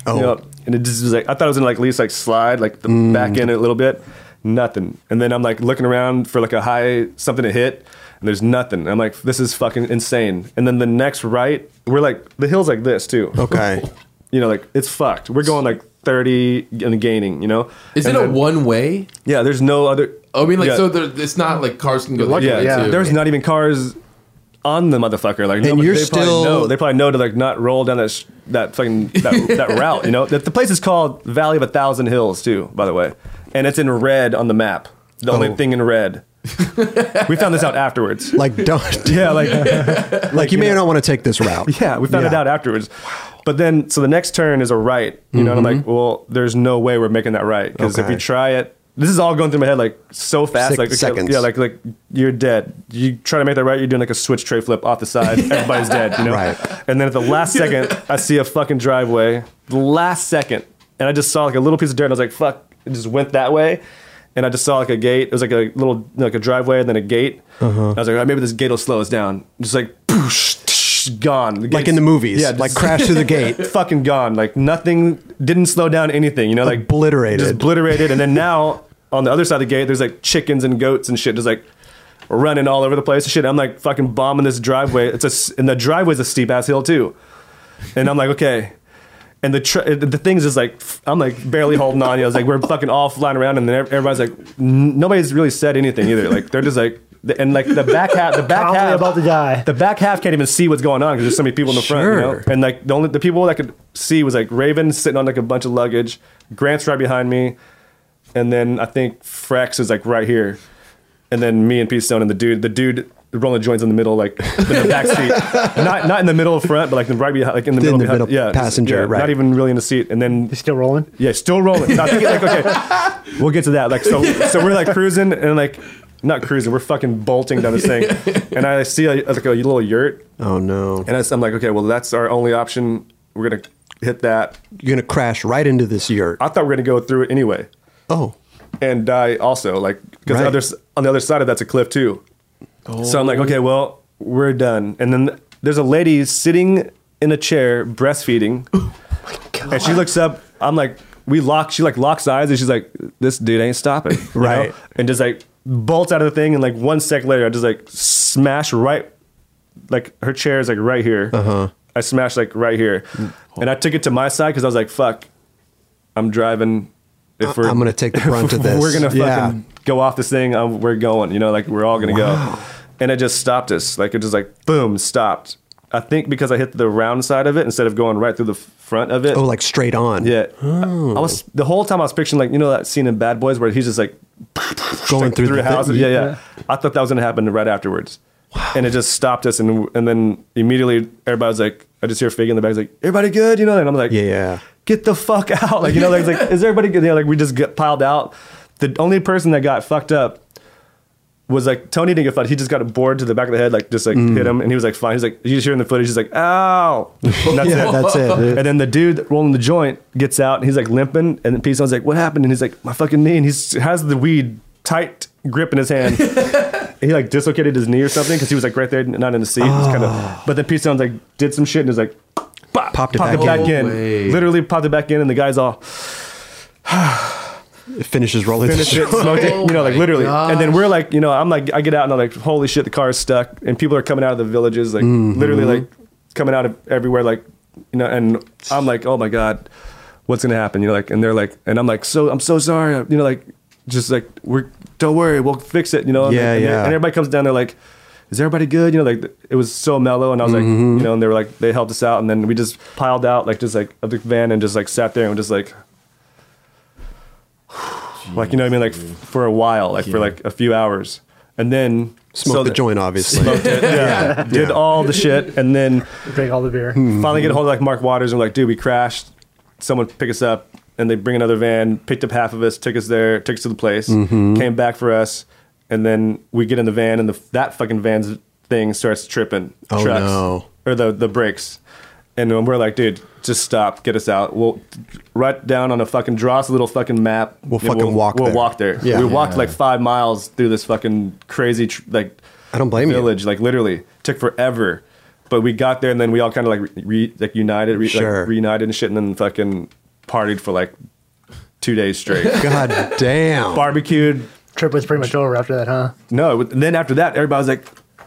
S1: Oh. Mm.
S2: you know, and it just was like, I thought it was gonna like at least like slide like the back end a little bit, nothing. And then I'm like looking around for like a high something to hit. And there's nothing. And I'm like, this is fucking insane. And then the next right, we're like, the hill's like this too. <laughs>
S1: Okay.
S2: You know, like it's fucked. We're going like 30 and gaining. You know,
S3: is it
S2: And
S3: a
S2: then-
S3: one way?
S2: Yeah, there's no other.
S3: I mean, like,
S2: Yeah.
S3: so there, it's not like cars can go. the
S2: Yeah,
S3: other way,
S4: yeah.
S3: too.
S2: There's not even cars on the motherfucker. Like,
S1: And
S2: no,
S1: you're
S2: they
S1: still-
S2: probably know, they probably know to like not roll down that sh- that
S1: <laughs>
S2: fucking that, that route. You know, the, the place is called Valley of a Thousand Hills too, by the way, and it's in red on the map. The
S1: Oh.
S2: only thing in
S1: <laughs>
S2: red. we found this out afterwards.
S1: Like don't
S2: <laughs> Yeah, like
S1: like you may not want to take this route.
S2: <laughs> yeah, we found it
S1: Yeah.
S2: out afterwards. But then, so the next turn is a right. You know, and I'm like, well, there's no way we're making that right because if
S1: Mm-hmm. Okay.
S2: we try it, this is all going through my head like so fast,
S1: Sec-
S2: like okay,
S1: seconds.
S2: Yeah, like like you're dead. You try to make that right, you're doing like a switch tray flip off
S1: <laughs>
S2: the side. Everybody's dead. You know.
S1: Right.
S2: And then at the last second, I see a fucking driveway. The last second, and I just saw like a little piece of dirt. and I was like, fuck. It just went that way. And I just saw like a gate. It was like a
S1: Uh-huh.
S2: <laughs> little like a driveway and then a gate. I was like, all right, maybe this gate will slow us down. Just like gone. The
S1: Like
S2: gate's-
S1: in the movies,
S2: Yeah,
S1: like
S2: just-
S1: Crash
S2: <laughs>
S1: Through the Gate.
S2: fucking gone. Like nothing didn't slow down anything. You know, like
S1: Obliterated.
S2: just obliterated. And then now on the other side of the gate, there's like chickens and goats and shit, just like running all over the place and shit. I'm like fucking bombing this driveway. It's a s- and the driveway's a steep ass hill too. And I'm like, okay. And the tr- the thing's just like f- I'm like barely holding on. You know, it's like we're fucking all flying around, and then ev- everybody's like, n- nobody's really said anything either. Like they're just like, the- and like the back half, the back
S4: Probably
S2: half
S4: about to die.
S2: the back half can't even see what's going on because there's so many people in the
S1: Sure.
S2: front. You know? And like the only the people that could see was like Raven sitting on like a bunch of luggage. Grant's right behind me, and then I think Frax is like right here, and then me and Peace Stone and the dude. The dude rolling joints in the middle, like in the back
S1: <laughs>
S2: seat, not not in the middle front, but like the right behind, like in the
S1: In
S2: middle,
S1: the
S2: behind,
S1: middle
S2: yeah, just-
S1: passenger,
S2: yeah,
S1: right.
S2: Not even really in the seat, and then
S4: He's still rolling.
S2: yeah, still rolling. No, I think, like, okay, we'll get to that. Like, so, so we're like cruising and like not cruising. We're fucking bolting down this thing, and I see a, like a little yurt,
S1: Oh no!
S2: and I, am like, okay, well, that's our only option. We're gonna hit that.
S1: You're gonna crash right into this yurt.
S2: I thought we were gonna go through it anyway
S1: Oh,
S2: and die also, like because
S1: Right. Oh.
S2: other s on the other side of that's a cliff too. So I'm like, okay, well, we're done. And then there's a lady sitting in a
S1: <gasps>
S2: chair breastfeeding.
S1: Oh
S2: And she looks up. I'm like, we lock. She like locks eyes, and she's like, this dude ain't stopping, you
S1: Right.
S2: know? And just like bolts out of the thing, and like one sec later, I just like smash right, like her chair is like right here. Uh
S1: Uh-huh.
S2: huh. I smashed like right here,
S1: Mm.
S2: and I took it to my side because I was like, fuck, I'm driving. If
S1: I'm gonna take the brunt of this.
S2: <laughs> we're gonna fucking
S1: Yeah.
S2: go off this thing. Um, we're going. You know, like we're all gonna go. And it just stopped us. Like it just like boom stopped. I think because I hit the round side of it instead of going right through the f- front of it.
S1: oh, like oh. straight on.
S2: yeah. I was the whole time I was picturing like you know that scene in Bad Boys where he's just like
S1: going
S2: like,
S1: through, the
S2: houses.
S1: thing.
S2: Yeah, yeah, I thought that was gonna happen right afterwards. And it just stopped us, and and then immediately everybody was like, I just hear Fig in the back, he's like, everybody good, you know? And I'm like,
S1: Yeah, yeah.
S2: <laughs> get the fuck out. Like, you know, like, it's like is everybody good? You know, like, we just get piled out. The only person that got fucked up was like, Tony didn't get fucked. He just got bored to the back of the head, like, just like
S1: Mm.
S2: hit him. And he was like, fine. He's like, you just hearing the footage. He's like, ow. And
S1: <laughs>
S2: that's
S1: Yeah,
S2: it.
S1: that's it. dude.
S2: And then the dude rolling the joint gets out and he's like limping. And then Peace Stone's like, what happened? And he's like, my fucking knee. And he has the weed tight grip in
S1: <laughs>
S2: his hand. he like dislocated his knee or something because he was like right there, not in the seat. It was kinda, but then Peace Stone like did some shit and was like, pop,
S1: Oh. Popped it back
S3: in.
S2: in.
S3: No way.
S2: Literally popped it back in. And the guy's all,
S1: It finishes rolling.
S2: finished
S1: the <laughs>
S2: it, smoked it, you know, like
S3: my
S2: literally. And then
S3: gosh.
S2: we're like, you know, I'm like, I get out and I'm like, holy shit, the car is stuck. And people are coming out of the villages, like literally like coming out of everywhere, like, you know, and I'm like, oh my God, what's going to happen? You know, like, and they're like, and I'm like, so, I'm so sorry. You know, like, just like, we're, don't worry, we'll fix it, you know?
S1: Yeah,
S2: and, they-
S1: yeah.
S2: And everybody comes down, they're like, is everybody good? You know, like it was so mellow, and I was like, you know, and they were like, they helped us out, and then we just piled out, like just like of the van, and just like sat there and just like like you know what I mean, like f- for a while, like for like a few hours, and then
S1: Smoked the joint, obviously.
S2: smoked
S1: <laughs>
S2: it, yeah, did all the shit, and then
S4: Drink all the beer.
S2: finally get a hold of like Mark Waters and we're like, dude, we crashed. Someone pick us up, and they bring another van, picked up half of us, took us there, took us to the place,
S1: Mm-hmm.
S2: came back for us, and then we get in the van, and the that fucking van's thing starts tripping.
S1: Oh, no.
S2: Or the the brakes. And then we're like, dude, just stop, get us out. We'll write down on a fucking draw us a little fucking map.
S1: We'll
S2: and
S1: fucking walk
S2: We'll
S1: there.
S2: walk there.
S1: Yeah.
S2: We walked
S3: Yeah.
S2: like five miles through this fucking crazy tr- like
S1: I don't blame you.
S2: village. Like literally, took forever. But we got there, and then we all kind of like re, like united, re,
S1: Sure.
S2: like reunited and shit, and then fucking partied for like two
S1: <laughs>
S2: days straight.
S1: God damn.
S2: Barbecued.
S4: Trip was pretty much over after that, huh?
S2: No, it was- and then after that, everybody was like,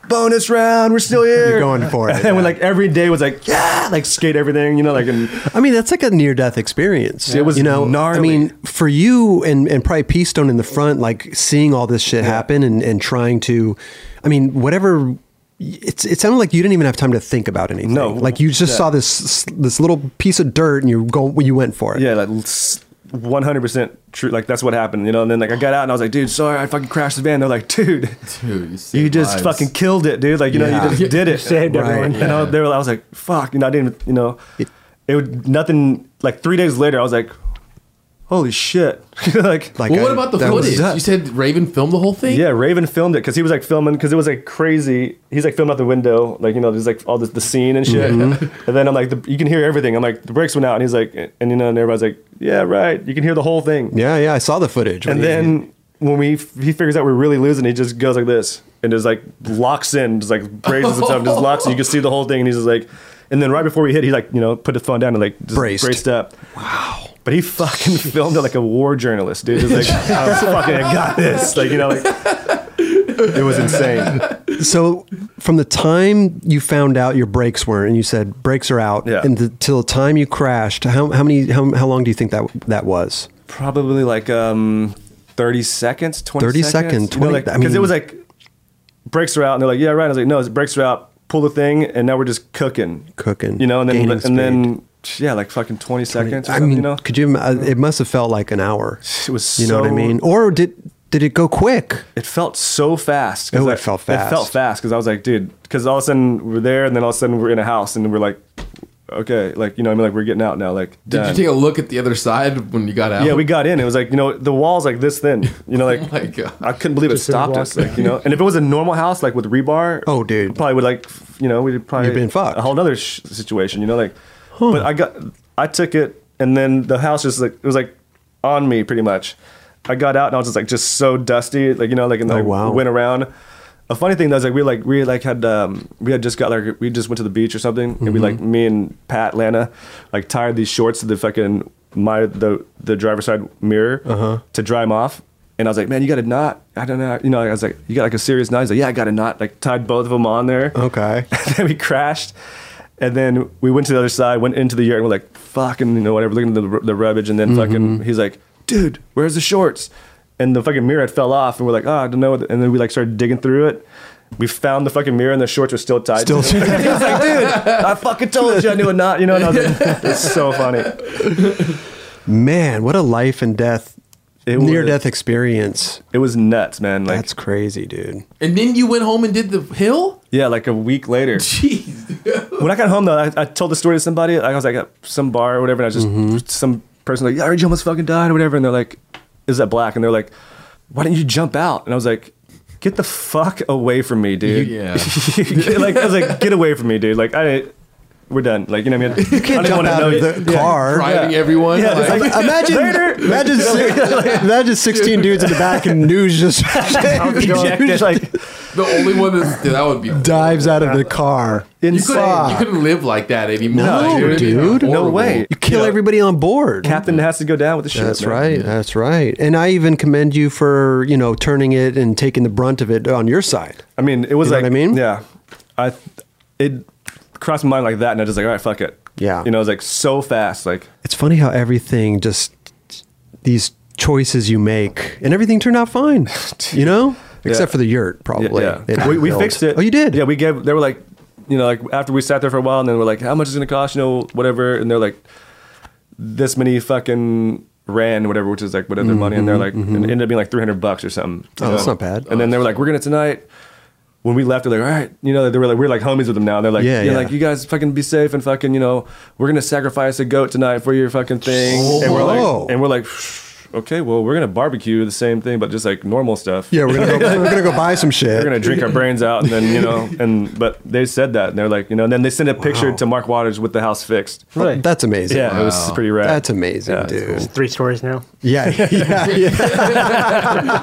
S2: "Bonus round, we're still here."
S1: You're going for it,
S2: <laughs> and when
S1: yeah.
S2: like every day was like, "Yeah," like skate everything, you know, like
S1: <laughs>
S2: and
S1: I mean, that's like a near death experience.
S2: It was
S1: you know, I
S2: gnarly.
S1: mean, for you and and probably P Stone in the front, like seeing all this shit happen and and trying to, I mean, whatever. It's it sounded like you didn't even have time to think about anything.
S2: No.
S1: like you just
S2: Yeah.
S1: saw this this little piece of dirt and you go you went for it.
S2: Yeah, like one hundred percent true. Like that's what happened, you know. And then like I got out and I was like, dude, sorry, I fucking crashed the van. They're like, dude,
S3: Dude, you, saved
S2: you just
S3: lives.
S2: fucking killed it, dude. Like you
S1: Yeah.
S2: know, you just did it.
S4: saved Right, everyone.
S2: You know, they were. I was like, fuck. You know, I didn't. even- You know, it would nothing. Like three days later, I was like, holy shit. <laughs> like,
S1: Like,
S3: Well, what
S1: I-
S3: about the
S1: that was-
S3: footage? You said Raven filmed the whole thing.
S2: yeah, Raven filmed it because he was like filming because it was like crazy. He's like filming out the window, like you know, there's like all this the scene and shit. <laughs> And then I'm like, the, you can hear everything. I'm like, the brakes went out, and he's like, and you know, and everybody's like, yeah, right. You can hear the whole thing.
S1: Yeah, yeah, I saw the footage.
S2: and
S1: when you-
S2: then when we he figures out we're really losing, he just goes like this and just like locks in, just like braces himself, and just locks. And you can see the whole thing, and he's just like, and then right before we hit, he like you know put his phone down and like just
S1: Braced.
S2: braced up. Wow. But he fucking filmed it like a war journalist, dude. He's like, I fucking got this. Like, you know, like, it was insane.
S1: So from the time you found out your brakes weren't, and you said brakes are out,
S2: Yeah.
S1: and the, till the time you crashed, how, how many how, how long do you think that that was?
S2: probably like um 30 seconds 20
S1: 30
S2: seconds,
S1: seconds,
S2: you know,
S1: 20
S2: like,
S1: I
S2: 'cause it
S1: mean-
S2: was like brakes are out and they're like yeah right i was like no it's brakes are out pull the thing and now we're just cooking
S1: Cooking.
S2: you know and then
S1: Gaining
S2: and then yeah like fucking 20 seconds or
S1: I
S2: something,
S1: mean,
S2: you know
S1: could you? uh, It must have felt like an hour.
S2: it was
S1: You know what I
S2: so-
S1: mean? Or did did it go quick?
S2: it felt so fast 'cause
S1: Oh, it
S2: I-
S1: felt
S2: it felt
S1: fast.
S2: fast because i was like dude because all of a sudden we're there and then all of a sudden we're in a house and we're like okay like you know what i mean like we're getting out now like
S3: Did you
S2: done.
S3: take a look at the other side when you got out?
S2: yeah, we got in. It was like you know the walls like this thin. You
S1: <laughs>
S2: know,
S1: Oh
S2: like
S3: my God.
S2: I couldn't believe it
S4: Just didn't
S2: stopped
S4: walk
S2: us. Like you know, and if it was a normal house like with rebar,
S1: Oh, dude.
S2: probably would like f- you know we'd probably
S1: You'd been fucked.
S2: a whole other sh- situation. You know, like but I got I took it and then the house just like it was like on me pretty much. I got out and I was just like just so dusty, like you know, like and
S1: Oh,
S2: like
S1: wow.
S2: went around. A funny thing though is like we like we like had um we had just got like we just went to the beach or something and we like me and Pat Lana like tied these shorts to the fucking my the the driver's side mirror to dry them off and I was like man you got a knot I don't know you know I was like you got like a serious knot he's like yeah I got a knot like tied both of them on there
S1: Okay.
S2: <laughs> then we crashed. And then we went to the other side, went into the yard, and we're like, fucking, you know, whatever, looking at the, the rubbish. And then
S1: Mm-hmm.
S2: fucking, he's like, dude, where's the shorts? And the fucking mirror had fell off, and we're like, oh, I don't know. And then we like started digging through it. We found the fucking mirror, and the shorts were still tied.
S1: Still-
S2: to it. <laughs> he was like, dude, I fucking told you I knew it not, you know? And I was like, <laughs> it's so funny.
S1: Man, what a life and death,
S2: It
S1: near
S2: was-
S1: death experience.
S2: It was nuts, man. Like,
S1: That's crazy, dude.
S3: and then you went home and did the hill.
S2: yeah, like a week later.
S3: Jeez,
S2: <laughs> when I got home though, I, I told the story to somebody. Like, I was like at some bar or whatever, and I just
S1: Mm-hmm.
S2: some person like, "Yeah, I heard you almost fucking died or whatever," and they're like, "Is that black?" And they're like, "Why didn't you jump out?" And I was like, "Get the fuck away from me, dude!"
S3: yeah.
S2: <laughs> like I was like, "Get away from me, dude!" Like I, we're done. Like you know
S1: <laughs>
S2: what I mean? You
S1: Can't jump out of the car.
S3: bribing everyone.
S2: Yeah, it's
S3: like-
S2: like-
S1: Imagine,
S2: Later.
S1: imagine,
S2: <laughs>
S1: si- <laughs> imagine sixteen dudes in the back and news
S2: <laughs>
S1: just <laughs>
S2: Ejected, like
S3: the only one that's, dude, that would
S2: <laughs>
S3: be.
S1: dives out of the car.
S3: You couldn't, you
S1: Inside,
S3: couldn't live like that anymore.
S1: No,
S3: Like, it would've been
S1: dude.
S2: no
S3: horrible.
S2: way.
S1: you kill
S2: know,
S1: everybody on board.
S2: Captain has to go down with the ship.
S1: That's
S2: man.
S1: right. That's right. And I even commend you for you know turning it and taking the brunt of it on your side.
S2: I mean, it was
S1: You know
S2: like
S1: what I mean?
S2: Yeah, I th- it crossed my mind like that, and I just like, all right, fuck it.
S1: Yeah.
S2: you know, it was like so fast, like
S1: It's funny how everything just these choices you make and everything turned out <laughs> fine. You know, except for the yurt, probably.
S2: yeah.
S1: It
S2: We, we
S1: built.
S2: fixed it.
S1: Oh, you did.
S2: Yeah, we gave. They were like, you know, like after we sat there for a while, and then we're like, how much is it gonna cost? You know, whatever. And they're like, this many fucking rand, whatever, which is like whatever money, and they're like, and it ended up being like three hundred bucks or something. you
S1: Mm-hmm, Oh, that's not bad.
S2: And then they were like, we're gonna tonight. When we left, they're like, all right, you know, they were like, we're like homies with them now. They're like,
S1: Yeah,
S2: yeah,
S1: yeah.
S2: like you guys fucking be safe and fucking, you know, we're gonna sacrifice a goat tonight for your fucking thing. And we're
S1: Whoa.
S2: like, and we're like, okay, well, we're gonna barbecue the same thing, but just like normal stuff
S1: Yeah, we're gonna go, <laughs> we're gonna go buy some shit.
S2: we're gonna drink our brains out and then you
S1: <laughs>
S2: know and but they said that and they're like you know and then they sent a picture
S1: Wow.
S2: to mark waters with the house fixed
S4: Really?
S1: Oh, That's amazing.
S2: yeah it was pretty rad
S1: That's amazing,
S2: Yeah, it's
S1: dude.
S2: cool.
S4: Three stories now.
S1: Yeah, <laughs> yeah, yeah.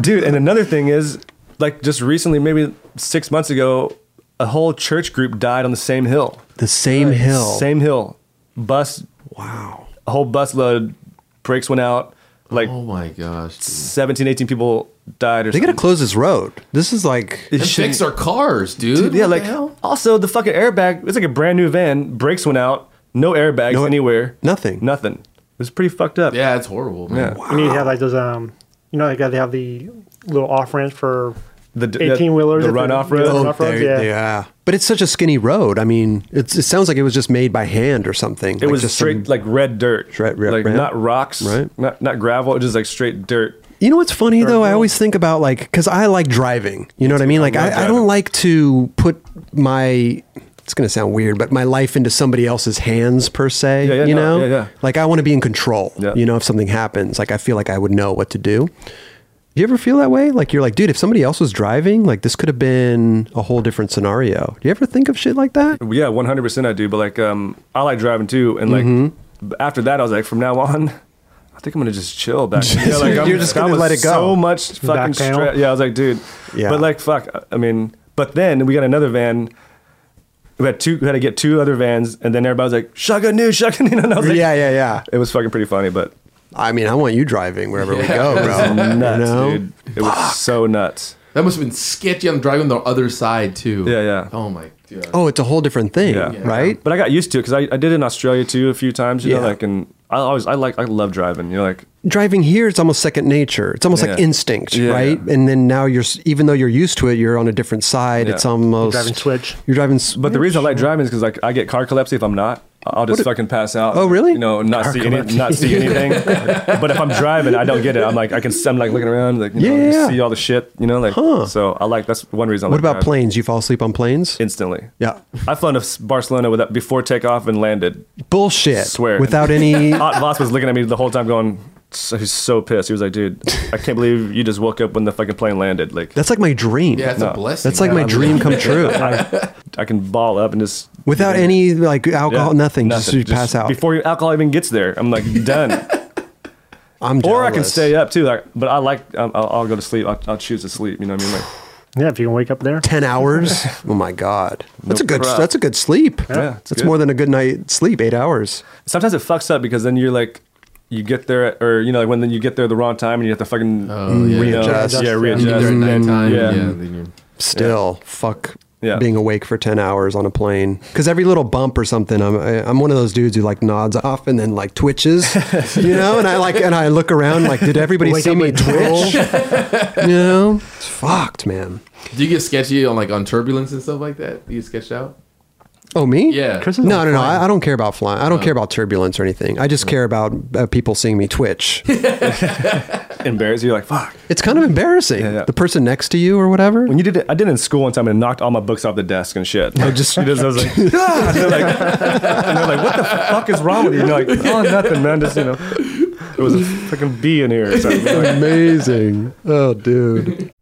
S2: dude and another thing is like just recently maybe six months ago a whole church group died on the same hill
S1: The same hill.
S2: same hill bus
S1: Wow.
S2: a whole bus load brakes went out like
S3: Oh my gosh. dude.
S2: 17 18 people died or
S1: They gotta
S2: something
S1: close this road. This is like
S2: It
S3: And
S2: shouldn't-
S3: fix our cars, dude.
S2: yeah
S3: What the
S2: like
S3: hell?
S2: also the fucking airbag it's like a brand new van brakes went out no airbags
S1: No-
S2: anywhere
S1: nothing.
S2: nothing it was pretty fucked up
S3: Yeah, it's horrible, man.
S4: And you have like those, um, you know, like they have the little off ramps for
S2: the
S4: 18 wheelers.
S2: the runoff road.
S1: Oh,
S4: runoff roads.
S1: there-
S4: Yeah.
S1: yeah. But it's such a skinny road. I mean, it's, it sounds like it was just made by hand or something.
S2: It was
S1: Oh, just
S2: straight like red dirt,
S1: Straight red-
S2: like
S1: red.
S2: not rocks,
S1: Right.
S2: Not not gravel, just like straight dirt.
S1: You know what's funny though? I
S4: hill.
S1: always think about like because I like driving. You know what I mean? Like
S2: love
S1: I, I don't
S2: driving.
S1: like to put my it's gonna sound weird, but my life into somebody else's hands per se.
S2: Yeah, yeah,
S1: you
S2: no,
S1: know,
S2: yeah, yeah.
S1: like I want to be in control.
S2: Yeah.
S1: You know, if something happens, like I feel like I would know what to do. Do you ever feel that way? Like you're like, dude, if somebody else was driving, like this could have been a whole different scenario. Do you ever think of shit like that?
S2: Yeah, one hundred
S1: Mm-hmm.
S2: percent I do. But like, um, I like driving too, and like after that, I was like, from now on, I I think I'm gonna just
S1: <laughs>
S2: chill back. yeah, like I'm,
S1: You're just
S2: that
S1: gonna
S2: was
S1: let it go.
S2: So much fucking
S4: Back panel.
S2: stress. Yeah, I was like, dude.
S1: Yeah.
S2: But like, fuck. I mean, but then we got another van. We had two. We had to get two other vans, and then everybody was like, "Shaka new, shaka new." <laughs> And I was like,
S1: yeah, yeah, yeah.
S2: It was fucking pretty funny, but
S1: I mean, I want you driving wherever we go, bro.
S2: nuts,
S1: you know?
S2: dude. It was so nuts.
S3: That must have been sketchy. I'm driving the other side too.
S2: Yeah, yeah.
S3: Oh my god.
S1: Oh, it's a whole different thing,
S2: Yeah.
S1: right?
S2: But I got used to it because I, I did it in Australia too a few times. You know,
S1: Yeah.
S2: like and I always I like I love driving. You know, like
S1: Driving here, it's almost second nature. It's almost like
S2: Yeah.
S1: instinct,
S2: Yeah,
S1: right?
S2: yeah.
S1: And then now you're, s- even though you're used to it, you're on a different side.
S2: Yeah.
S1: It's almost
S4: Driving switch.
S1: You're driving, s-
S2: But the reason I like driving is because like I get car catalepsy if I'm not. I'll just fucking pass out.
S1: Oh, really?
S2: You know, not see any, not
S1: <laughs>
S2: see anything. but if I'm driving, I don't get it. I'm like, I can. I'm like looking around, like you know,
S1: Yeah,
S2: you
S1: yeah.
S2: see all the shit. You know, like
S1: Huh.
S2: so. I like that's one reason. I
S1: What
S2: like
S1: about
S2: driving.
S1: planes? You fall asleep on planes?
S2: Instantly.
S1: yeah.
S2: I flown to s- Barcelona without before takeoff and landed.
S1: Bullshit.
S2: Swear.
S1: Without any.
S2: <laughs> Hot Voss was looking at me the whole time, going, so, "He's so pissed." He was like, "Dude, I can't believe you just woke up when the fucking plane landed." Like,
S1: That's like my dream.
S3: Yeah, it's
S2: No.
S3: a blessing.
S1: That's like my
S3: man.
S1: dream
S3: <laughs>
S1: come true.
S2: <laughs> I, I can ball up and just
S1: Without any like alcohol,
S2: Yeah,
S1: nothing, Just you
S2: Just
S1: pass out.
S2: before your alcohol even gets there. I'm like
S1: <laughs>
S2: done.
S1: I'm
S2: or I can
S1: jealous.
S2: stay up too. Like, but I like um, I'll, I'll go to sleep. I'll, I'll choose to sleep. You know what I mean? Like,
S4: Yeah, if you can wake up there.
S1: ten
S2: <laughs>
S1: hours. oh my god, that's
S2: No
S1: a good.
S2: crap.
S1: That's a good sleep.
S2: Yeah, it's
S1: that's
S2: good.
S1: more than a good night sleep. Eight hours.
S2: sometimes it fucks up because then you're like, you get there at- or you know like when then you get there the wrong time and you have to fucking
S3: Oh, yeah.
S2: you know,
S1: Readjust.
S2: Yeah,
S3: When you're
S2: readjust.
S3: there at
S2: And then-
S3: nighttime.
S2: yeah.
S3: Yeah. then you're-
S1: Still, fuck.
S2: Yeah.
S1: Being awake for ten hours on a plane, because every little bump or something, I'm I, I'm one of those dudes who like nods off and then like
S2: <laughs>
S1: twitches, you know, and I like and I look around like, did everybody
S4: Wake
S1: see
S4: up
S1: me
S4: and
S1: twitch? <laughs> you know, it's fucked, man.
S3: Do you get sketchy on like on turbulence and stuff like that? Do you get sketched out?
S1: Oh me?
S3: Yeah.
S4: Chris is
S1: No,
S4: on
S1: no, no.
S4: fire.
S1: I, I don't care about flying. I don't care about turbulence or anything. I just care about uh, people seeing me
S4: <laughs>
S1: twitch.
S2: Embarrassed. You're like fuck.
S1: It's kind of embarrassing.
S2: Yeah, yeah.
S1: The person next to you or whatever.
S2: When you did it, I did it in school one time and knocked all my books off the desk and shit. I just, I was like, <laughs> "Ah!" And they're like, and they're like, what the fuck is wrong with you? And you're like, oh, nothing, man. Just, you know, there was a fucking bee in here. Or something.
S1: Amazing. Oh, dude.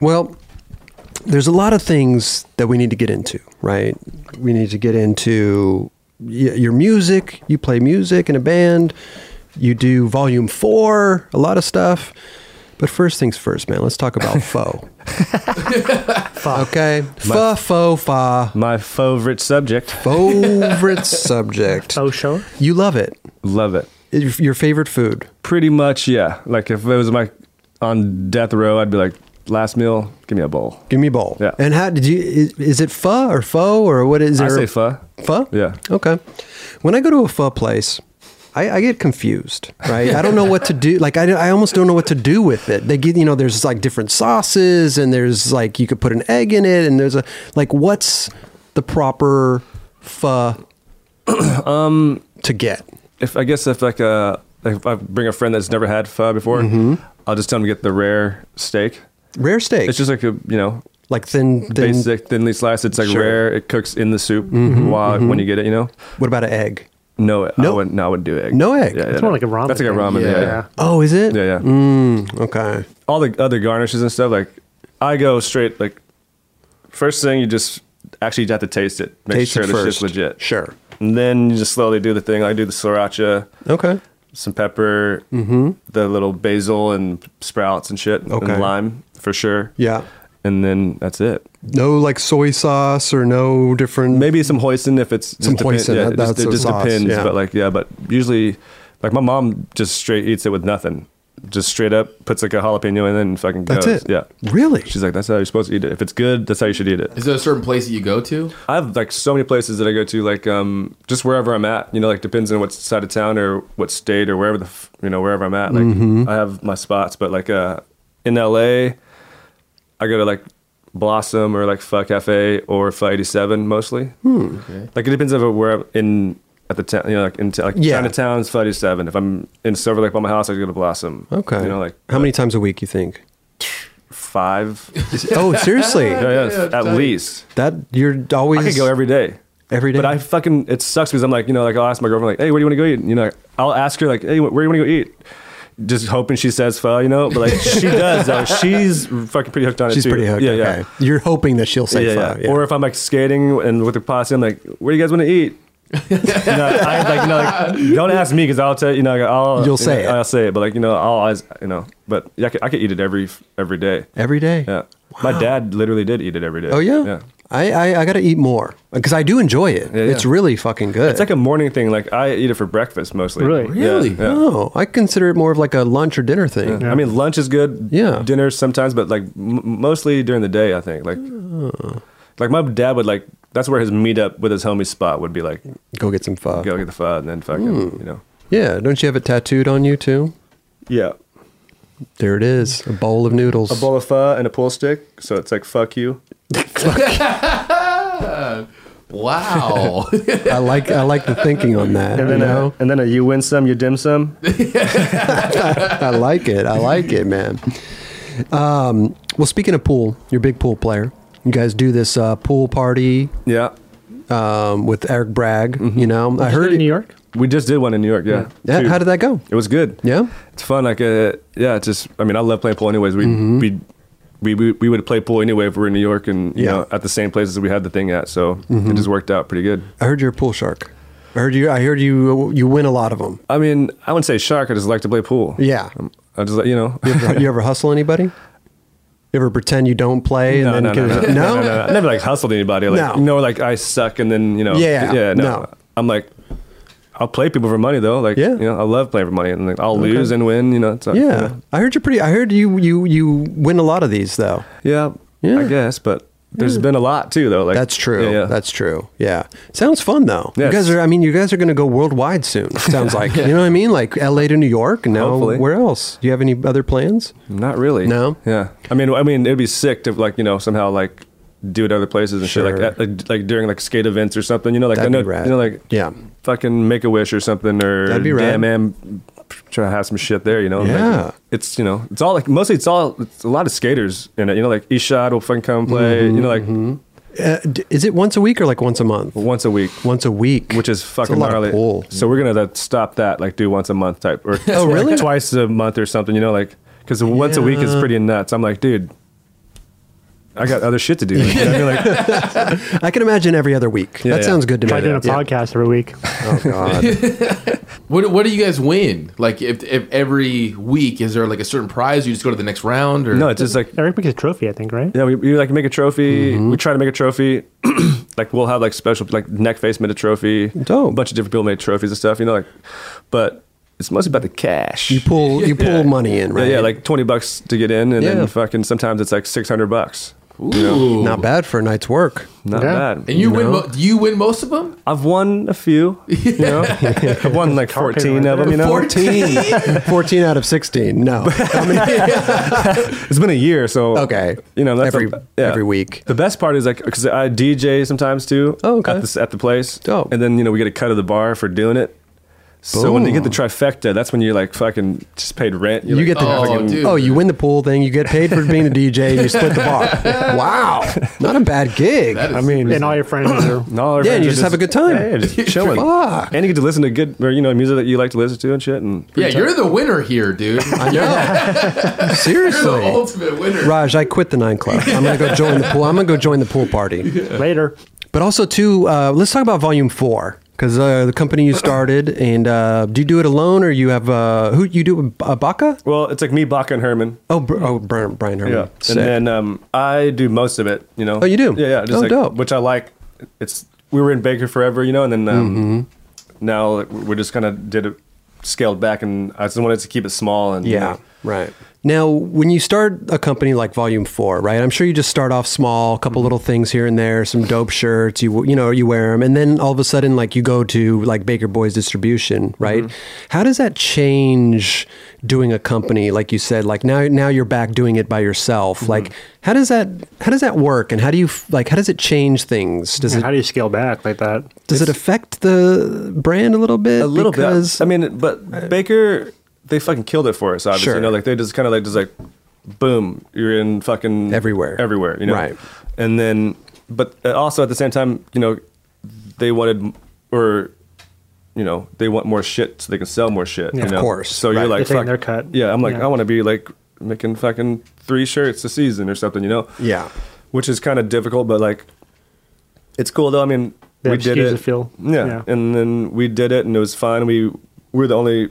S1: Well, there's a lot of things that we need to get into, right? We need to get into y- your music. You play music in a band. You do volume four, a lot of stuff. But first things first, man. Let's talk
S2: <laughs>
S1: about foe. <laughs> okay, fa fo fa.
S2: My favorite subject. <laughs>
S1: Favorite subject.
S4: Oh, show.
S1: You love it.
S2: Love it.
S1: Your your favorite food.
S2: Pretty much, yeah. Like if it was my on death row, I'd be like, last meal, give me a bowl.
S1: Give me a bowl.
S2: Yeah.
S1: And how did you? Is, is it pho or faux or what is
S2: I
S1: it?
S2: say pho.
S1: Pho?
S2: Yeah.
S1: Okay. When I go to a pho place, I, I get confused, right? I don't know what to do. Like, I, I almost don't know what to do with it. They get, you know, there's like different sauces and there's like, you could put an egg in it and there's a, like, what's the proper pho
S2: <clears throat>
S1: um,
S2: Um,
S1: to get?
S2: If I guess if like uh if I bring a friend that's never had pho before, I'll just tell them to get the rare steak.
S1: Rare steak.
S2: It's just like a you know
S1: like thin, thin.
S2: basic thinly sliced. It's like
S1: Sure.
S2: rare. It cooks in the soup while when you get it. You know.
S1: What about an egg?
S2: No, I
S1: No.
S2: wouldn't. No, I wouldn't do egg.
S1: No egg?
S4: It's more like a ramen
S2: That's like a
S4: thing.
S2: ramen. Yeah.
S3: Yeah.
S2: Yeah.
S1: Oh, is it? Hmm,
S2: yeah, yeah.
S1: Okay.
S2: All the other garnishes and stuff. Like I go straight. Like first thing, you just actually have to taste it. Make
S1: Taste
S2: sure
S1: it
S2: the
S1: first.
S2: shit's legit.
S1: Sure.
S2: And then you just slowly do the thing. I do the sriracha,
S1: Okay.
S2: some pepper, mm-hmm. the little basil and sprouts and shit,
S1: Okay.
S2: and lime for sure.
S1: Yeah.
S2: And then that's it.
S1: No like soy sauce or no different.
S2: Maybe some hoisin if it's
S1: Some
S2: just depen-
S1: hoisin,
S2: Yeah,
S1: that-
S2: it just,
S1: that's
S2: it
S1: a
S2: just
S1: sauce,
S2: depends.
S1: yeah.
S2: But like yeah, but usually Like my mom just straight eats it with nothing. Just straight up puts like a jalapeno in it and fucking
S1: That's
S2: goes.
S1: it.
S2: Yeah.
S1: Really?
S2: She's like, that's how you're supposed to eat it. If it's good, that's how you should eat it.
S3: Is there a certain place that you go to?
S2: I have like so many places that I go to, like um, just wherever I'm at. You know, like depends on what side of town or what state or wherever the f- you know wherever I'm at. Like
S1: Mm-hmm.
S2: I have my spots, but like uh, in LA, I go to like Blossom or like Pho Cafe or Pho 87 mostly.
S1: Hmm.
S2: Like it depends on where I'm in at the town. You know, like in t- like
S1: Yeah.
S2: Chinatown's Pho 87. If I'm in Silver Lake by my house, I go to Blossom.
S1: Okay.
S2: You know, like
S1: how many times a week you think?
S2: five?
S1: <laughs>
S2: yeah,
S1: Oh, seriously?
S2: <laughs> yeah, at
S3: tight.
S2: least.
S1: That you're always
S2: I could go every day.
S1: every day.
S2: But I fucking it sucks because I'm like, you know, like I'll ask my girlfriend like, hey, where do you want to go eat? And, You know, like, I'll ask her like, hey, wh- where do you want to go eat? Just hoping she says pho, you know. But
S1: <laughs>
S2: like she does though. She's fucking pretty hooked on it.
S1: She's
S2: too.
S1: pretty hooked.
S2: Yeah,
S1: okay.
S2: yeah.
S1: You're hoping that she'll say
S2: Yeah,
S1: fuck.
S2: yeah. Or if I'm like skating and with the posse, I'm like, where do you guys want to eat? no, I like, you know, like, don't ask me because I'll tell you know like, I'll
S1: You'll
S2: you know,
S1: say it.
S2: I'll say it, but like you know I'll always you know but yeah, I could, I could eat it every every day.
S1: every day.
S2: Yeah, my dad literally did eat it every day.
S1: Oh yeah.
S2: yeah.
S1: I, I I gotta eat more because I do enjoy it.
S2: Yeah, yeah.
S1: It's really fucking good.
S2: It's like a morning thing. Like I eat it for breakfast mostly.
S4: Really?
S2: Yeah,
S3: Really?
S2: yeah.
S1: oh, I consider it more of like a lunch or dinner thing.
S2: I mean, lunch is good.
S1: Yeah.
S2: Dinner sometimes, but like m- mostly during the day, I think. Like,
S1: Oh.
S2: like my dad would like. That's where his meetup with his homie spot would be like,
S1: Go get some fuck.
S2: go get the fud and then fucking,
S1: Hmm.
S2: you know.
S1: Yeah, don't you have it tattooed on you too?
S2: Yeah.
S1: There it is, a bowl of noodles.
S2: A bowl of pho and a pool stick. So it's like, fuck you.
S3: Wow.
S1: I like I like the thinking on that.
S2: And
S1: you
S2: then,
S1: know?
S2: a, and then a you win some, you dim some.
S1: I like it. I like it, man. Um, well, speaking of pool, you're a big pool player. You guys do this uh, pool party
S2: yeah.
S1: um, with Eric Bragg.
S2: Mm-hmm.
S1: You know, I
S4: Just
S1: heard
S4: in New York.
S2: We just did one in New York. Yeah.
S1: Yeah,
S2: Two.
S1: how did that go?
S2: It was good.
S1: Yeah?
S2: it's fun. Like, uh, yeah, it's just. I mean, I love playing pool. Anyways, we
S1: Mm-hmm.
S2: we we we we would play pool anyway if we were in New York and you
S1: Yeah. Mm-hmm.
S2: know at the same places we had the thing at. So it just worked out pretty good.
S1: I heard you're a pool shark. I heard you. I heard you. You win a lot of them.
S2: I mean, I wouldn't say shark. I just like to play pool. Um,
S1: Yeah.
S2: I just like you know. <laughs>
S1: You ever, you ever hustle anybody? You ever pretend you don't play and
S2: No,
S1: then
S2: no, no,
S1: can- <laughs>
S2: no, no, <laughs> no, no, no. I never like hustled anybody. Like,
S1: No.
S2: you know, like I suck, and then you know,
S1: Yeah,
S2: yeah, no.
S1: no.
S2: I'm like, I'll play people for money though. Like,
S1: Yeah.
S2: you know, I love playing for money, and like, I'll lose and win. You know, it's, you
S1: Yeah,
S2: know.
S1: I heard you're pretty. I heard you. You you win a lot of these though.
S2: yeah,
S1: Yeah.
S2: I guess, but there's been a lot too though. Like,
S1: That's true.
S2: Yeah, yeah.
S1: That's true. Yeah. Sounds fun though. You
S2: Yes.
S1: guys are I mean, you guys are gonna go worldwide soon.
S2: <laughs>
S1: Sounds like. You know what I mean? Like LA to New York and now
S2: Hopefully.
S1: where else? Do you have any other plans?
S2: Not really.
S1: No?
S2: Yeah. I mean, I mean, it'd be sick to like you know somehow like do it other places and shit
S1: Sure.
S2: like, at, like like during like skate events or something. You know, like
S1: That'd
S2: I know
S1: be rad.
S2: you know like
S1: Yeah.
S2: fucking make a wish or something or
S1: That'd be rad.
S2: damn man try to have some shit there. You know,
S1: Yeah.
S2: Like, it's you know it's all like mostly it's all it's a lot of skaters in it. You know, like Ishad will fucking come play. you know, like
S1: Uh, d- is it once a week or like once a month?
S2: once a week.
S1: Once a week.
S2: Which is
S1: It's
S2: fucking
S1: a lot
S2: gnarly.
S1: Of pool.
S2: So we're gonna like, stop that, like do once a month type, or
S1: <laughs> Oh,
S2: like,
S1: really?
S2: twice a month or something. You know, like because once a week is
S1: Yeah.
S2: pretty nuts. I'm like, dude, I got other shit to do.
S1: <laughs>
S2: You know what I mean? Like,
S1: I can imagine every other week.
S2: Yeah,
S1: that
S2: yeah.
S1: sounds good to
S4: Try
S1: me.
S4: doing a
S1: Yeah.
S4: podcast every week.
S1: Oh god.
S3: what What do you guys win? Like, if, if every week is there like a certain prize? You just go to the next round, or
S2: no, it's just like
S4: Eric makes a trophy, I think, right?
S2: yeah, we, we like make a trophy.
S1: Mm-hmm.
S2: We try to make a trophy. <clears throat> like we'll have like special like neck face made a trophy.
S1: Dope.
S2: A bunch of different people made trophies and stuff. You know, like, but it's mostly about the cash.
S1: You pull you pull money in,
S2: yeah,
S1: right?
S2: yeah, like twenty bucks to get in, and
S1: Yeah.
S2: then fucking sometimes it's like six hundred bucks.
S3: Ooh.
S1: not bad for a night's
S2: <laughs>
S1: work.
S2: Not
S4: Yeah.
S2: bad.
S3: And you win. Mo- do you win most of them?
S2: I've won
S1: <laughs>
S2: a few, you know. <laughs> I've won <laughs> like
S4: Tar pit
S2: 14
S4: right
S2: of them, you know.
S1: 14. 14 out of 16. No. I mean,
S2: <laughs> It's been a year, so
S1: Okay.
S2: You know, that's
S1: Every-
S2: a-
S1: every week.
S2: The best part is like because I DJ sometimes too.
S1: Oh, okay.
S2: At the, s- at the place,
S1: Dope.
S2: and then you know we get a cut of the bar for doing it. So when you get the
S1: Boom.
S2: trifecta, that's when you're like fucking just paid rent. You're
S1: You
S2: like,
S1: get the
S3: Oh,
S1: oh,
S3: dude.
S1: you win the pool thing. You get paid for being a DJ. and You split the
S3: <laughs>
S1: bar. wow, not a bad gig.
S3: That is
S2: I mean,
S4: And all your friends are <coughs> there.
S2: and all our
S1: Yeah, and
S2: friends
S1: you
S2: are
S1: just have a good time.
S2: Yeah, yeah,
S1: <laughs>
S2: just chilling.
S1: Fuck.
S2: And you get to listen to good, or, you know, music that you like to listen to and shit. And
S3: yeah, you're the winner
S2: <laughs>
S3: here, dude. You're <laughs> the
S1: Seriously,
S3: ultimate winner.
S1: Raj, I quit the nine club. I'm gonna go join the pool. I'm gonna go join the pool party.
S4: Later.
S1: But also, too, uh, let's talk about volume four because uh, the company you started. And uh, do you do it alone, or you have uh, who you do it with, uh, Baca?
S2: well, it's like me, Bach, and Herman.
S1: Oh, Br- oh, Brian, Brian Herman.
S2: Yeah,
S1: Sick.
S2: and then um, I do most of it. You know.
S1: Oh, you do?
S2: Yeah, yeah. Just
S1: Oh,
S2: like,
S1: dope.
S2: Which I like.
S1: Mm-hmm.
S2: It's we were in Baker forever, you know, and then um, now like, we're just kind of did it scaled back, and I just wanted to keep it small and you
S1: Yeah.
S2: know,
S1: Right. Now, when you start a company like Volume Four, right? I'm sure you just start off small, a couple little things here and there, some dope shirts. You you know you wear them, and then all of a sudden, like you go to like Baker Boys Distribution, right? How does that change doing a company? Like you said, like now now you're back doing it by yourself. Like how does that how does that work, and how do you f- like how does it change things? Does
S4: And how
S1: it
S4: do you scale back like that?
S1: does it affect the brand a little bit?
S2: a little
S1: Because-
S2: bit. I mean, but Baker, they fucking killed it for us. Obviously,
S1: Sure.
S2: you know, like they just kind of like just like, boom, you're in fucking
S1: Everywhere.
S2: everywhere, you know.
S1: Right.
S2: And then, but uh, also at the same time, you know, they wanted or. You know, they want more shit so they can sell more shit. you
S1: Of
S2: know?
S1: course.
S2: So
S1: Right.
S2: you're like,
S4: They're taking
S2: fuck.
S4: their cut.
S2: Yeah, I'm like,
S4: Yeah.
S2: I want to be like making fucking three shirts a season or something. You know.
S1: yeah.
S2: Which is kind of difficult, but like, it's cool though. I mean,
S4: They
S2: we
S4: have
S2: did
S4: SKUs
S2: it.
S4: to fill.
S2: Yeah.
S4: Yeah.
S2: and then we did it, and it was fun. We we're the only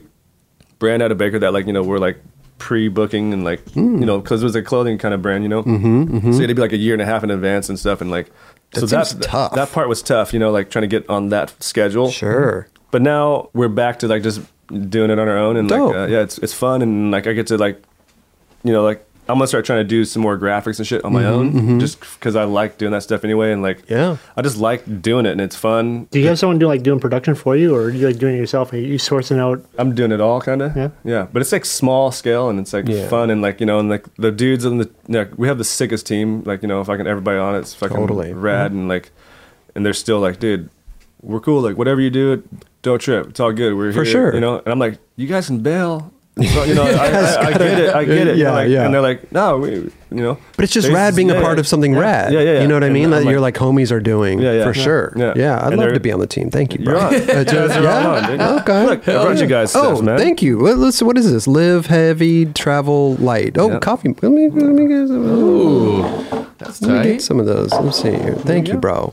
S2: brand out of Baker that like you know we're like pre-booking and like
S1: Hmm.
S2: you know because it was a clothing kind of brand, you know. Mm-hmm, So it'd be like a year and a half in advance and stuff, and like so
S1: That
S2: that's
S1: seems tough.
S2: That part was tough, you know, like trying to get on that schedule.
S1: Sure.
S2: But now we're back to like just doing it on our own, and
S1: Dope.
S2: like uh, yeah, it's it's fun, and like I get to like you know like. I'm gonna start trying to do some more graphics and shit on my own, just because I like doing that stuff anyway, and like,
S1: Mm-hmm, Yeah.
S2: I just like doing it and it's fun.
S4: Do you have someone doing like doing production for you, or are you like doing it yourself? Are you sourcing out?
S2: I'm doing it all kind of.
S4: Yeah.
S2: Yeah. But it's like small scale and it's like
S1: Yeah.
S2: fun and like, you know, and like the dudes on the, like, we have the sickest team. Like, you know, if I can, everybody on it's fucking
S1: Totally. Mm-hmm.
S2: rad and like, and they're still like, dude, we're cool. Like, whatever you do, don't trip. It's all good. We're
S1: For
S2: here,
S1: sure.
S2: You know, and I'm like, you guys can bail.
S1: <laughs>
S2: So, you know, I, I, I get it. I get it.
S1: Yeah,
S2: And, like-
S1: yeah.
S2: And they're like, no, we, you know.
S1: But it's just
S2: There's-
S1: rad being
S2: yeah,
S1: a part
S2: yeah.
S1: of something rad.
S2: Yeah, yeah, yeah.
S1: You know what I
S2: And
S1: mean?
S2: I'm
S1: That
S2: like-
S1: you're like homies are doing.
S2: Yeah, yeah.
S1: for
S2: Yeah.
S1: sure.
S2: Yeah.
S1: Yeah, I'd
S2: And
S1: love
S2: they're-
S1: to be on the team. Thank you,
S2: You're
S1: bro. <laughs>
S2: on.
S1: Uh, just-
S2: You're on, dude.
S1: Okay.
S2: Look, I brought you guys
S1: Oh,
S2: stuff, man.
S1: thank you. Let, us what is this? Live heavy, travel light. Oh,
S2: Yeah.
S1: coffee. Let me let me get, let
S3: Ooh, that's
S1: me get
S3: tight.
S1: some of those. Let's see here. Thank you, bro.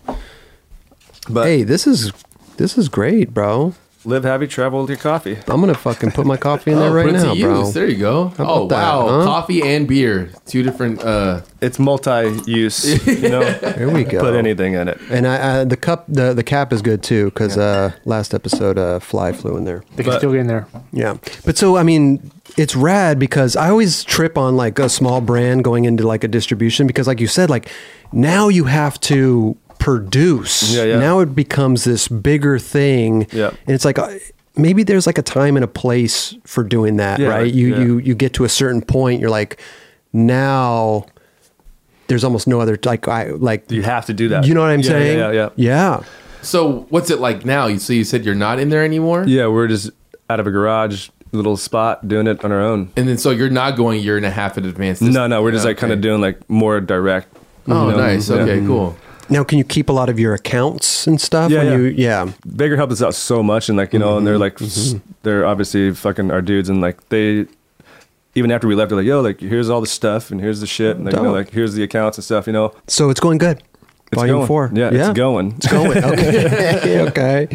S2: But
S1: hey, this is this is great, bro.
S2: live happy, travel with your coffee.
S1: I'm gonna fucking put my
S2: <laughs>
S1: coffee in there
S3: Oh,
S1: right
S3: put it to
S1: now,
S3: use.
S1: bro.
S3: There you go. oh wow,
S1: about that, huh?
S3: coffee and beer, two different. uh
S2: It's multi-use,
S1: <laughs>
S2: you know.
S1: Here we go.
S2: Put anything in it.
S1: And I, I the cup the the cap is good too because uh, last episode uh, fly flew in there.
S4: They can
S2: But-
S4: still get in there.
S1: Yeah. But so, I mean, it's rad because I always trip on like a small brand going into like a distribution because, like you said, like now you have to produce.
S2: Yeah, yeah.
S1: Now it becomes this bigger thing.
S2: Yeah.
S1: And it's like, uh, maybe there's like a time and a place for doing that,
S2: Yeah,
S1: right? You,
S2: yeah.
S1: you, you get to a certain point, you're like, now there's almost no other, like, I, like,
S2: You have to do that.
S1: you know what I'm
S2: Yeah,
S1: saying?
S2: Yeah, yeah, yeah.
S1: Yeah.
S3: So what's it like now? You so you said you're not in there anymore.
S2: Yeah, we're just out of a garage little spot doing it on our own.
S3: And then so you're not going a year and a half in advance.
S2: No, no, we're just like kind of doing like more direct. you
S3: Oh,
S2: know,
S3: nice.
S2: yeah. Mm-hmm.
S3: Okay, cool.
S1: Now, can you keep a lot of your accounts and stuff?
S2: Yeah,
S1: when
S2: yeah.
S1: You, yeah.
S2: Baker helped us out so much, and like you know,
S1: Mm-hmm.
S2: and they're like, s- they're obviously fucking our dudes, and like they, even after we left, they're like, yo, like here's all the stuff, and here's the shit, and like, you know,
S1: Dope.
S2: like here's the accounts and stuff, you know.
S1: So it's going good.
S2: It's
S1: Volume
S2: going.
S1: four.
S2: Yeah, it's going.
S1: It's going. <laughs>
S2: <laughs>
S1: Okay. okay.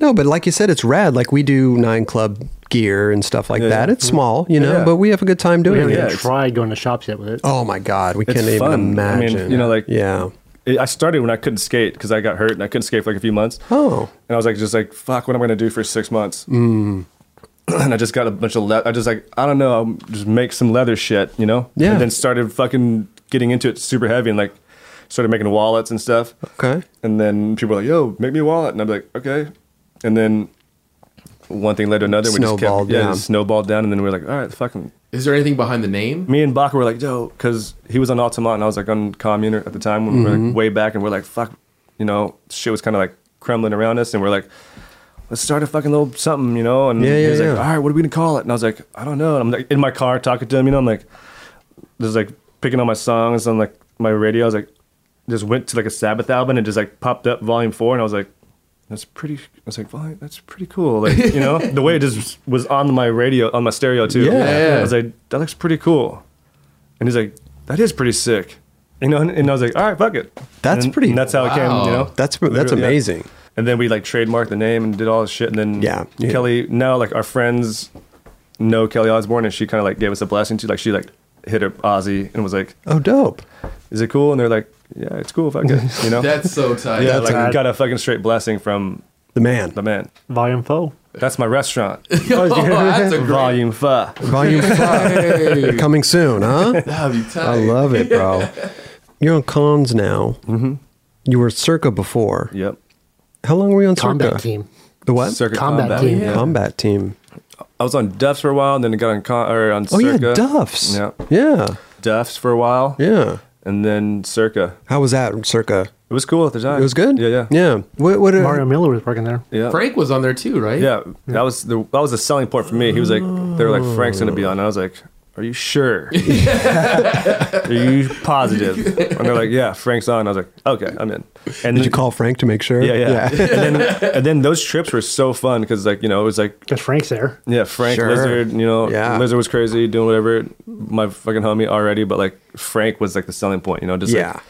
S1: No, but like you said, it's rad. Like we do nine club gear and stuff like
S2: Yeah,
S1: that.
S2: yeah.
S1: It's small, you know,
S2: Yeah.
S1: but we have a good time
S4: We
S1: doing
S4: haven't
S1: it.
S2: yeah,
S4: even
S2: it's-
S4: tried going to shops yet with it.
S1: Oh my God. We can't even
S2: fun. I mean,
S1: imagine.
S2: you know, like-
S1: yeah.
S2: It- <laughs> I started when I couldn't skate because I got hurt and I couldn't skate for like a few months.
S1: Oh,
S2: And I was like, just like, fuck, what am I gonna do for six months? <clears throat> and I just got a bunch of, le- I just like, I don't know, I'll just make some leather shit, you know?
S1: Yeah.
S2: And then started fucking getting into it super heavy and like started making wallets and stuff.
S1: okay.
S2: And then people were like, yo, make me a wallet. And I'm like, okay. And then one thing led to another.
S1: Snowballed
S2: yeah,
S1: down.
S2: just snowballed down. And then we were like, all right, fucking.
S3: Is there anything behind the name?
S2: Me and Baka were like, yo, because he was on Altamont and I was like on Commune at the time when
S1: Mm-hmm.
S2: we were like way back. And we're like, fuck, you know, shit was kind of like crumbling around us. And we're like, let's start a fucking little something, you know? And
S1: Yeah,
S2: he
S1: yeah,
S2: was like,
S1: yeah.
S2: all right, what are we going to call it? And I was like, I don't know. And I'm like in my car talking to him, you know, I'm like, just like picking on my songs on like my radio. I was like, just went to like a Sabbath album and just like popped up volume four. And I was like, that's pretty, I was like, volume, that's pretty
S1: <laughs>
S2: cool. Like, you know, the way it just was on my radio, on my stereo too.
S3: Yeah.
S2: I was like, that looks pretty cool. And he's like, that is pretty sick. You know, and, and I was like, all right, fuck it.
S1: That's
S2: And-
S1: pretty-
S2: And that's how it
S3: wow.
S2: came, you know?
S1: That's, that's
S2: Literally, yeah.
S1: amazing.
S2: And then we like trademarked the name and did all this shit. And then
S1: Yeah, yeah.
S2: Kelly now like our friends know Kelly Osborne and she kind of like gave us a blessing too. Like she like hit up Ozzy and was like,
S1: Oh, dope.
S2: "Is it cool?" And they're like, "Yeah, it's cool. Fuck it," you know. <laughs>
S3: <laughs> That's so tight.
S2: yeah, like
S4: tight.
S2: got a fucking straight blessing from
S1: The man.
S2: The man.
S4: Volume four.
S2: That's my restaurant.
S3: <laughs> oh, that's a great.
S2: Volume five. <laughs>
S1: Volume five. Coming soon, huh?
S3: That'd be tight.
S1: I love it, bro. You're on cons now. Mm-hmm. You were circa before.
S2: Yep.
S1: How long were you on
S5: Combat
S1: circa?
S5: team.
S1: The what?
S2: Circuit
S5: Combat team.
S2: yeah.
S1: Combat team.
S2: I was on Duff's for a while, and then I got on con- or on
S1: Oh
S2: Circa.
S1: yeah, Duff's.
S2: Yeah.
S1: Yeah.
S2: Duff's for a while,
S1: Yeah.
S2: and then Circa.
S1: How was that circa?
S2: It was cool at the time.
S1: It was good.
S2: Yeah, yeah,
S1: yeah. What? uh, What?
S4: Mario Miller was working there.
S2: yeah.
S3: Frank was on there too, right?
S2: Yeah, that was the that was the selling point for me. He was like, they were like, Frank's gonna be on. And I was like, Are you sure? Are you positive? And they're like, Yeah, Frank's on. I was like, Okay, I'm in. And
S1: Did you call Frank to make sure?
S2: Yeah, yeah. <laughs> and then and then those trips were so fun because like you know it was like
S4: Because Frank's there.
S2: yeah Frank
S1: Sure.
S2: Lizard you know
S1: Yeah.
S2: Lizard was crazy doing whatever my fucking homie already but like Frank was like the selling point you know just
S1: Yeah.
S2: like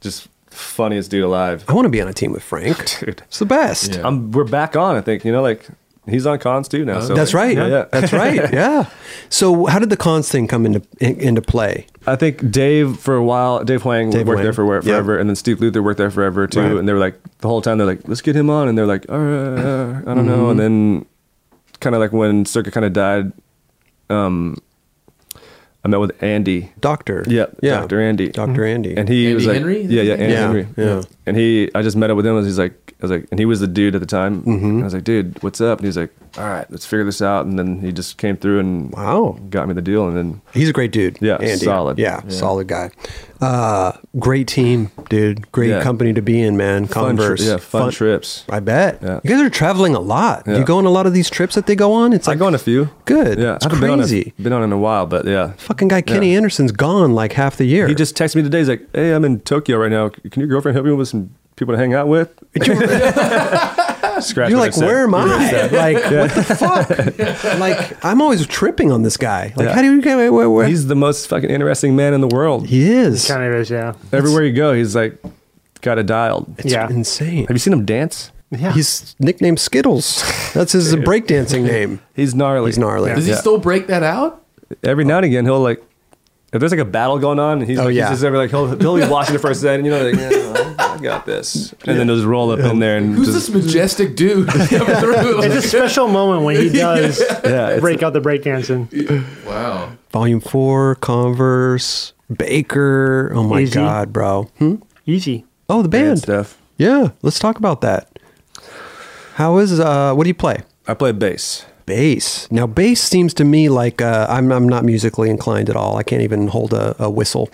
S2: just funniest dude alive
S1: I want to be on a team with Frank.
S2: <laughs> dude.
S1: It's the best.
S3: Yeah.
S2: I'm we're back on I think you know like he's on cons too now so
S1: That's right.
S2: like, yeah, yeah.
S1: That's
S2: <laughs>
S1: right. Yeah. So how did the cons thing come into in, into play?
S2: I think Dave for a while, Dave Huang
S1: Dave
S2: worked
S1: Huang.
S2: there for where-
S1: Yeah.
S2: forever, and then Steve Luther worked there forever too.
S1: Right.
S2: And they were like the whole time they're like, let's get him on, and they're like, uh, I don't know.
S1: Mm-hmm.
S2: And then kind of like when Circa kind of died, um, I met with Andy.
S1: Doctor.
S2: Yeah,
S1: Yeah.
S2: Dr. Andy.
S1: Doctor Andy.
S2: And he
S3: Andy
S2: was like,
S3: Henry?
S2: yeah, yeah, Andy
S1: Yeah,
S2: Henry,
S1: yeah.
S2: And he, I just met up with him, and he's like, I was like, and he was the dude at the time.
S1: Mm-hmm.
S2: I was like, dude, what's up? And he's like, all right, let's figure this out. And then he just came through and
S1: Wow.
S2: got me the deal, and then
S1: He's a great dude.
S2: Yeah,
S1: Andy.
S2: solid.
S1: Yeah, solid guy. Uh, great team, dude. Great
S2: Yeah.
S1: company to be in, man.
S2: fun, tri-
S1: Converse.
S2: yeah, fun, trips.
S1: I bet.
S2: Yeah.
S1: You guys are traveling a lot.
S2: Yeah.
S1: You go on a lot of these trips that they go on. It's
S2: I
S1: like oh,
S2: go on a few.
S1: Good.
S2: Yeah,
S1: It's
S2: I haven't been on a-
S1: crazy.
S2: Been on, in a while, but yeah.
S1: fucking guy Kenny
S2: Yeah.
S1: Anderson's gone like half the year.
S2: He just texted me today. He's like, "Hey, I'm in Tokyo right now. Can your girlfriend help me with some people to hang out with?" <laughs> Scratch
S1: You're
S2: what I
S1: like,
S2: said.
S1: where am
S2: You know what
S1: I?
S2: said. <laughs>
S1: Like, what the fuck? like, I'm always tripping on this guy. Like,
S2: Yeah.
S1: how do you get? Where, where, where?
S2: He's the most fucking interesting man in the world.
S1: he is.
S4: Kind of is, yeah.
S2: Everywhere you go, he's like got it dialed.
S1: It's
S4: Yeah.
S1: insane.
S2: Have you seen him dance?
S4: Yeah.
S1: He's nicknamed Skittles. That's
S4: <laughs>
S1: his breakdancing name.
S2: He's gnarly.
S1: He's gnarly.
S3: Does he
S2: Yeah.
S3: still break that out?
S2: Every now and again, he'll like. If there's like a battle going on, he's,
S1: Oh,
S2: like,
S1: yeah.
S2: he's just ever like he'll, he'll be watching the first set, and you know, like "Yeah, I got this, and then just roll up in there and
S3: Who's
S2: just
S3: this majestic dude? <laughs> coming
S2: <laughs>
S3: through?
S4: It's a special moment when he does
S2: yeah, it's-
S4: break out the breakdancing.
S3: wow.
S1: Volume four, Converse, Baker. Oh my
S4: Easy.
S1: god, bro. Hmm?
S4: Easy.
S1: Oh, the
S2: band
S1: band.
S2: stuff.
S1: Yeah, let's talk about that. How is uh what do you play?
S2: I play bass.
S1: Bass. Now bass seems to me like uh, I'm I'm not musically inclined at all. I can't even hold a, a <laughs> whistle.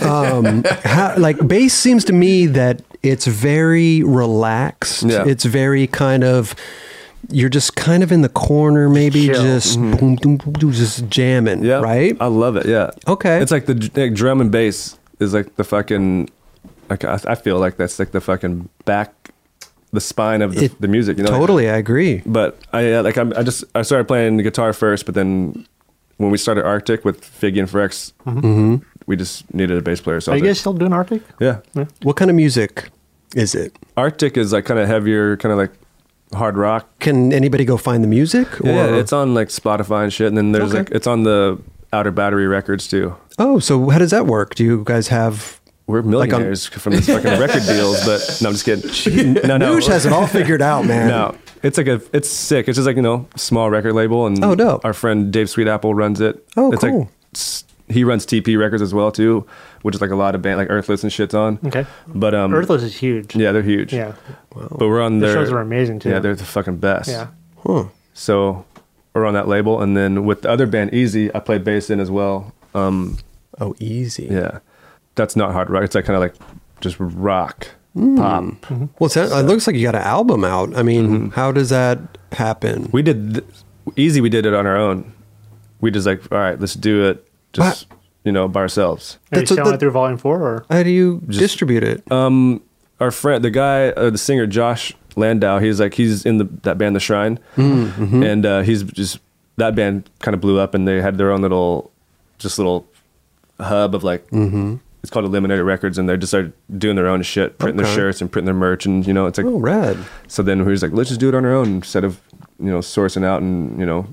S1: um, how, like bass seems to me that it's very relaxed.
S2: Yeah.
S1: It's very kind of you're just kind of in the corner, maybe
S4: Chill.
S1: just boom, boom, boom, boom, just jamming,
S2: Yeah.
S1: right?
S2: I love it. Yeah.
S1: Okay.
S2: It's like the d- like drum and bass is like the fucking like I, I feel like that's like the fucking back the spine of the,
S1: It-
S2: the music, you know.
S1: totally, I agree.
S2: But I uh, like I'm, I just I started playing the guitar first, but then when we started Arctic with Figgy and Frex,
S1: Mm-hmm.
S2: we just needed a bass player. So I
S4: Are
S2: was
S4: you guys still doing Arctic?
S2: like, yeah.
S1: What kind of music is it?
S2: Arctic is like kind of heavier, kind of like hard rock.
S1: Can anybody go find the music?
S2: Yeah, it's on like Spotify and shit, and then there's
S1: Okay.
S2: like it's on the Outer Battery Records too.
S1: Oh, so how does that work? Do you guys have?
S2: We're
S1: Like um, on-
S2: millionaires from
S1: <laughs>
S2: these fucking record deals, but no, I'm just kidding. <laughs> No, no,
S1: Noosh has it all figured
S2: <laughs>
S1: out, man.
S2: no. It's like a, it's sick. It's just like you know, small record label, and
S1: Oh, dope.
S2: Our friend Dave Sweetapple runs it.
S1: Oh,
S2: it's Like,
S1: cool.
S2: s- he runs TP Records as well too, which is like a lot of band like Earthless and shit's on.
S4: Okay.
S2: but
S1: Mm.
S2: um,
S4: Earthless is huge.
S2: yeah, they're huge.
S4: Yeah.
S2: but we're on
S4: Their
S2: their
S4: shows are amazing, too.
S2: Yeah, they're the fucking best.
S4: Yeah.
S1: Huh.
S2: So we're on that label, and then with the other band Easy, I play bass in as well. Um,
S1: Oh, easy.
S2: yeah, that's not hard rock. It's like kind of like just rock pop.
S1: Well, it, sounds, it looks like you got an album out. I mean, how does that happen?
S2: Mm-hmm. We did th- easy. We did it on our own. We just like, all right, let's do it. Just you know, by ourselves.
S4: Are you
S1: That's what
S4: selling
S1: the-
S4: it through Volume 4 or?
S1: How do you distribute it?
S2: Uh, Um, Our friend, the guy, uh, the singer Josh Landau. He's like, he's in the that band, The Shrine, and uh, he's just that band kind of blew up, and they had their own little, just little hub of like. It's called Eliminator Records, and they just started doing their own shit, printing
S1: Okay.
S2: their shirts and printing their merch, and you know, it's like
S1: oh, rad.
S2: So then we was like, let's just do it on our own instead of, you know, sourcing out and, you know,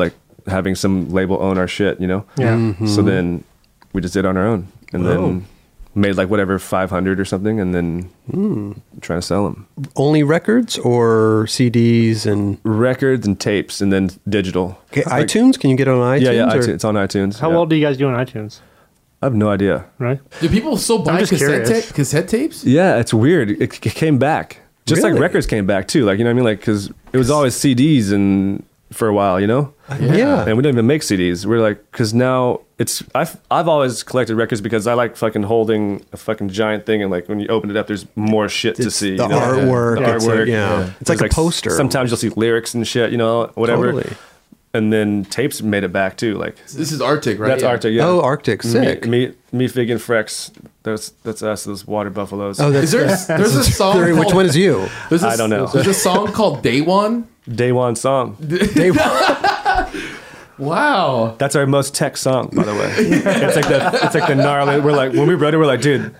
S2: like having some label own our shit, you know?
S1: Mm-hmm.
S4: Yeah.
S2: So then we just did it on our own. And
S1: Wow.
S2: then made like whatever 500 or something and then
S4: Hmm.
S2: trying to sell them
S1: Only records or CDs and
S2: records and tapes and then digital
S1: okay,
S2: Like-
S1: iTunes? Can you get it on iTunes?
S2: yeah yeah
S1: or-
S2: iTunes, it's on iTunes
S4: How
S2: yeah.
S4: well do you guys do on iTunes?
S2: I have no idea
S4: Right?
S3: Do people still buy
S4: just
S3: cassette,
S4: curious.
S3: ta- cassette tapes?
S2: yeah it's weird it, c- came back just
S1: Really?
S2: like records came back too like you know what I mean like because it was always CDs and for a while you know
S1: Yeah.
S2: and we don't even make CDs. We're like, because now it's I've I've always collected records because I like fucking holding a fucking giant thing and like when you open it up, there's more shit to
S1: It's
S2: see.
S1: the
S2: you know?
S1: artwork,
S2: the
S1: it's a-
S2: artwork.
S1: yeah. It's
S2: There's,
S1: like a poster.
S2: Sometimes you'll see lyrics and shit, you know, whatever.
S1: Totally.
S2: And then tapes made it back too. Like
S3: This is Arctic, right?
S2: that's
S3: Yeah.
S2: Arctic. Yeah.
S1: Oh, Arctic, sick.
S2: Me, me, me Fig and Frex. That's that's us. Those water buffaloes.
S1: Oh,
S3: Is
S1: that's
S3: there, there's a song.
S1: Sorry, which
S3: called-
S1: one is you?
S3: There's a-
S2: I don't know.
S3: There's
S2: <laughs>
S3: a song called Day One.
S2: Day one song.
S1: Dave,
S3: Wow.
S2: That's our most tech song, by the <laughs> way. it's like the it's like the gnarly. We're like when we wrote it, we're like, dude,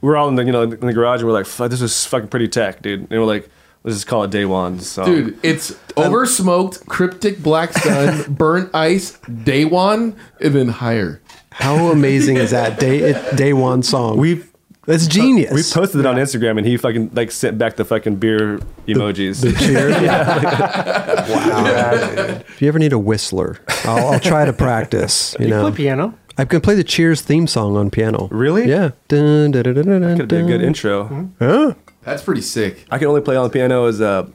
S2: we're all in the you know in the garage. We're like, fuck, this is fucking pretty tech, dude. And we're like, let's just call it Day One. So
S3: Dude,
S2: Um,
S3: it's over smoked, cryptic black
S2: <laughs>
S3: sun, burnt ice, day one, and then higher.
S1: how
S2: <laughs>
S1: amazing is that day? It, day one song.
S2: we
S1: that's genius.
S2: we posted it on Instagram, and he fucking like sent back the fucking beer emojis. <laughs>
S1: Cheers. wow. If you ever need a whistler, I'll, I'll try to practice. You
S4: You
S1: know,
S4: play piano.
S1: I can play the Cheers theme song on piano.
S2: Really?
S1: Yeah. Dun, dun, dun, dun, dun,
S2: Could be a good
S1: dun.
S2: intro.
S3: That's pretty sick.
S2: I can only play on the piano as uh,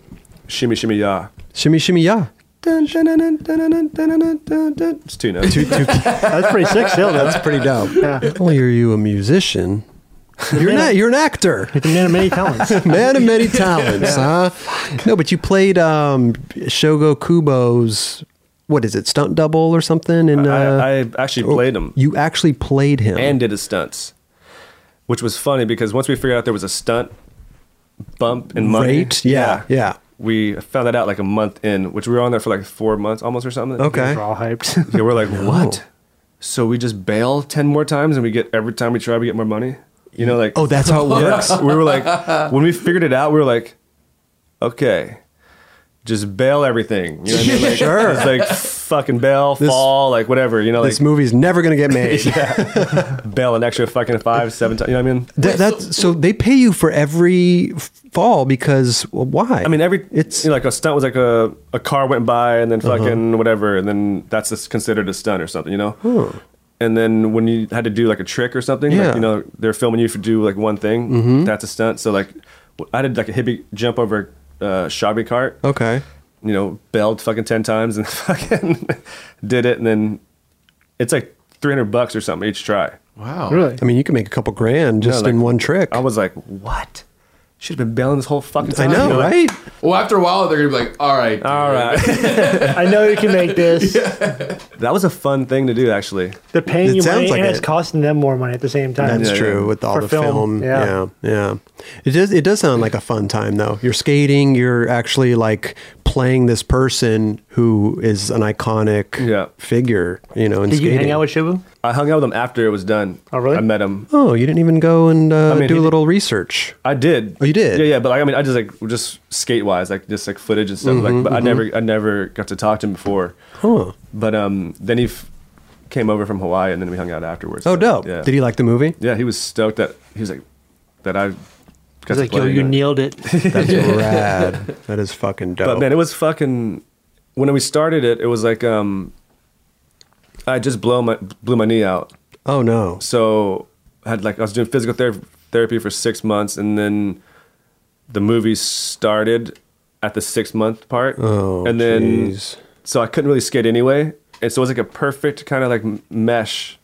S2: shimmy shimmy ya.
S1: Shimmy, shimmy, yeah.
S2: Dun, dun, dun, dun, dun, dun, dun, dun, dun, dun. It's two notes. <laughs>
S4: That's pretty sick still, though.
S1: That's pretty dope.
S4: Yeah.
S1: Not only are you a musician, you're not. You're an actor.
S4: It's a man of many
S1: <laughs>
S4: talents.
S1: Man of many talents, huh? No, but you played um, Shogo Kubo's. What is it? Stunt double or something? And uh,
S2: I, I actually played him.
S1: You actually played him.
S2: and did his stunts, which was funny because once we figured out there was a stunt bump in money,
S1: Rate? Yeah, yeah.
S2: we found that out like a month in, which we were on there for like four months almost or something.
S1: okay.
S4: We're all hyped. <laughs>
S2: yeah, we're like, what? So we just bail ten more times, and we get every time we try, we get more money. You know, like
S1: Oh, that's
S2: <laughs>
S1: how it works.
S2: we were like, when we figured it out, we were like, okay, just bail everything. You know what
S1: <laughs>
S2: I mean? Like,
S1: Sure.
S2: It's like fucking bail, fall, like whatever. You know, like
S1: this movie's never going to get made.
S2: <laughs> bail an extra fucking five, seven times. You know what I mean?
S1: That, that's so they pay you for every f- fall because well, why?
S2: I mean, every
S1: It's- Uh-huh.
S2: it's you know, like a stunt was like a, a car went by and then fucking whatever, and then that's just considered a stunt or something, you know. And then when you had to do like a trick or something,
S1: Yeah. Mm-hmm.
S2: like, you know, they're filming you for do like one thing. That's a stunt. So like, w- I did like a hippie jump over uh, shopping cart.
S1: okay,
S2: You know, bailed fucking ten times and <laughs> fucking did it, and then it's like three hundred bucks or something each try.
S3: Wow.
S4: really?
S1: I mean you can make a couple grand just
S2: like,
S1: in one trick.
S2: I was like, what? Should have been bailing this whole fucking
S1: I
S2: time.
S1: know,
S2: you like,
S1: right?
S3: Well, after a while, they're gonna be like, all right.
S2: All right. <laughs>
S4: I know you can make this.
S2: That was a fun thing to do, actually.
S4: They're paying
S1: It
S4: you
S1: sounds
S4: money
S1: like
S4: and it's
S1: it.
S4: costing them more money at the same time.
S1: That's
S2: yeah.
S1: true with all
S4: For
S1: the
S4: film,
S1: film. Yeah.
S4: yeah.
S1: yeah, It does. It does sound like a fun time though. You're skating. You're actually like playing this person who is an iconic
S2: Yeah.
S1: figure. You know, in
S4: Did you
S1: skating.
S4: hang out with Shibu?
S2: I hung out with him after it was done.
S4: Oh, really?
S2: I met him.
S1: oh, you didn't even go and uh,
S2: mean,
S1: do a
S2: he-
S1: little research.
S2: I did.
S1: Oh, you did?
S2: Yeah, yeah. But like, I mean, I just like just skate wise, like just like footage and stuff. like, but I never, I never got to talk to him before.
S1: Huh. Oh,
S2: But um, then he f- came over from Hawaii, and then we hung out afterwards.
S1: Oh,
S2: But,
S1: dope.
S2: Yeah.
S1: Did he like the movie?
S2: <laughs> Yeah, he was stoked that he was like that. I got
S4: He's
S2: to
S4: like,
S2: play,
S4: yo, you
S2: know.
S4: nailed it.
S1: That's rad. That is fucking dope.
S2: But Oh, man, it was fucking. When we started it, it was like um, I just blow my blew my knee out.
S1: oh no.
S2: so I had like I was doing physical ther- therapy for six months, and then the movie started at the six month part,
S1: Oh,
S2: and then
S1: jeez.
S2: so I couldn't really skate anyway, and so it was like a perfect kind of like m- mesh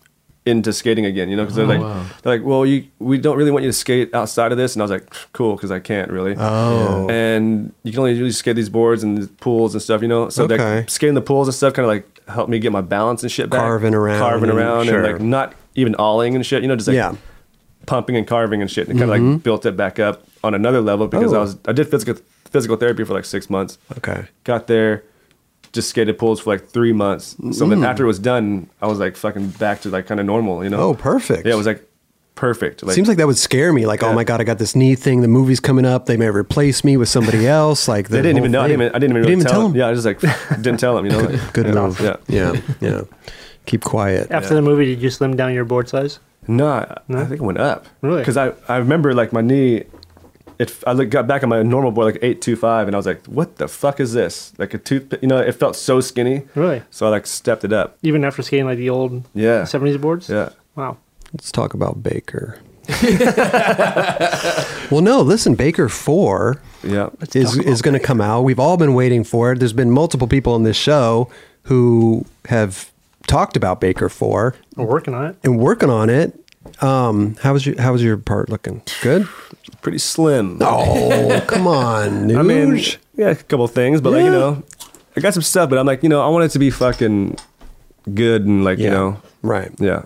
S2: into skating again, you know?
S1: Oh,
S2: Because they're like, they're like, well, you we don't really want you to skate outside of this, and I was like, cool, because I can't really.
S1: Oh.
S2: and you can only really skate these boards and these pools and stuff, you know? So
S1: Okay.
S2: like skating the pools and stuff kind of like helped me get my balance and shit back,
S1: Carving around
S2: carving
S1: and-
S2: around,
S1: sure.
S2: and like not even awling and shit, you know? Just like
S1: Yeah. Mm-hmm.
S2: pumping and carving and shit, and kind of like built it back up on another level because
S1: Oh.
S2: I was I did physical physical therapy for like six months.
S1: Okay.
S2: Got there, just skated pools for like three months. So
S1: Mm.
S2: then after it was done, I was like fucking back to like kind of normal, you know?
S1: Oh, perfect.
S2: Yeah, it was like perfect. Like,
S1: Seems like that would scare me. Like, oh
S2: Yeah.
S1: my god, I got this knee thing. The movie's coming up. They may replace me with somebody else. Like
S2: they didn't even know. I didn't even, I didn't even, really tell,
S1: them.
S2: him. Yeah, I just like <laughs> didn't tell him. You know, like,
S1: Good
S2: yeah.
S1: move.
S2: Yeah.
S1: Yeah. Yeah. Keep quiet.
S4: After the movie, did you slim down your board size?
S2: No, I- I think it went up.
S4: Really?
S2: Because I, I remember like my knee, it I look, got back on my normal board like eight two five, and I was like, what the fuck is this? Like a tooth, you know, it felt so skinny.
S4: Really?
S2: So I like stepped it up.
S4: Even after skating like the old
S2: Yeah.
S4: 70s boards?
S2: Yeah.
S4: Wow.
S1: Let's talk about Baker. well, no, listen, Baker 4
S2: Yeah.
S1: is, is going to come out. We've all been waiting for it. There's been multiple people on this show who have talked about Baker 4
S4: We're working on it.
S1: and working on it. Um, how was your how was your part looking? Good?
S2: Pretty slim. <laughs>
S1: Oh, come on. Nuge.
S2: I mean, yeah, a couple things, but like you
S1: Yeah.
S2: know, I got some stuff, but I'm like, you know, I want it to be fucking good and like
S1: yeah.
S2: you know,
S1: right.
S2: yeah,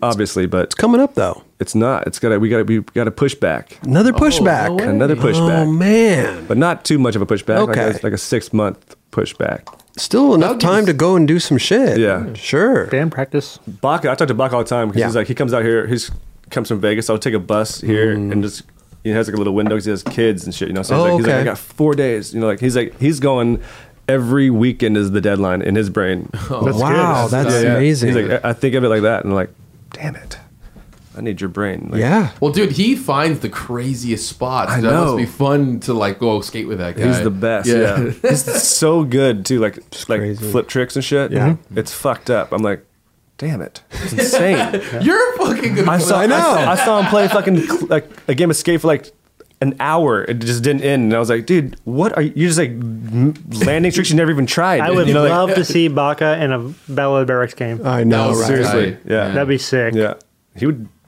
S2: obviously, but
S1: Coming up though,
S2: it's not. It's gotta we gotta we gotta push back,
S1: another pushback.
S3: way.
S2: another pushback,
S1: Oh man.
S2: but not too much of a pushback.
S1: Okay.
S2: like a, like a six month pushback.
S1: Still enough
S3: give
S1: time
S3: us-
S1: to go and do some shit.
S2: Yeah.
S1: Sure.
S4: Band practice.
S2: Bach, I talk to Bach all the time because
S1: Yeah.
S2: he's like he comes out here. He's comes from Vegas. I'll take a bus here and just he has like a little window because he has kids and shit. You know, so
S1: Mm. Oh,
S2: he's, like, he's like,
S1: okay.
S2: I got four days. You know, like he's like he's going every weekend is the deadline in his <laughs> brain.
S1: wow,
S4: good.
S1: that's
S2: Yeah, yeah.
S1: amazing.
S2: He's like, I I think of it like that, and I'm like, damn it, I need your brain. Like,
S1: yeah.
S3: Well, dude, he finds the craziest spots.
S2: I
S3: that
S2: know.
S3: must be fun to like go skate with that guy.
S2: he's the best. Yeah, <laughs> he's so good too. Like like
S1: crazy.
S2: flip tricks and shit.
S1: Yeah.
S2: it's fucked up. I'm like, damn it, it's <laughs> insane.
S3: <laughs> You're a fucking good.
S2: I saw.
S3: player.
S2: I know. I, saw him play fucking like a game of skate for like an hour. It just didn't end, and I was like, dude, what are you? You're just like m- landing tricks you never even tried.
S4: I would
S2: you know, like- Oh, <laughs>
S4: love to see Baca in a Battle of the Barracks game.
S1: I
S3: That
S1: know,
S3: was
S1: right?
S2: seriously.
S3: tight.
S2: Yeah.
S4: That'd be sick.
S2: yeah, he would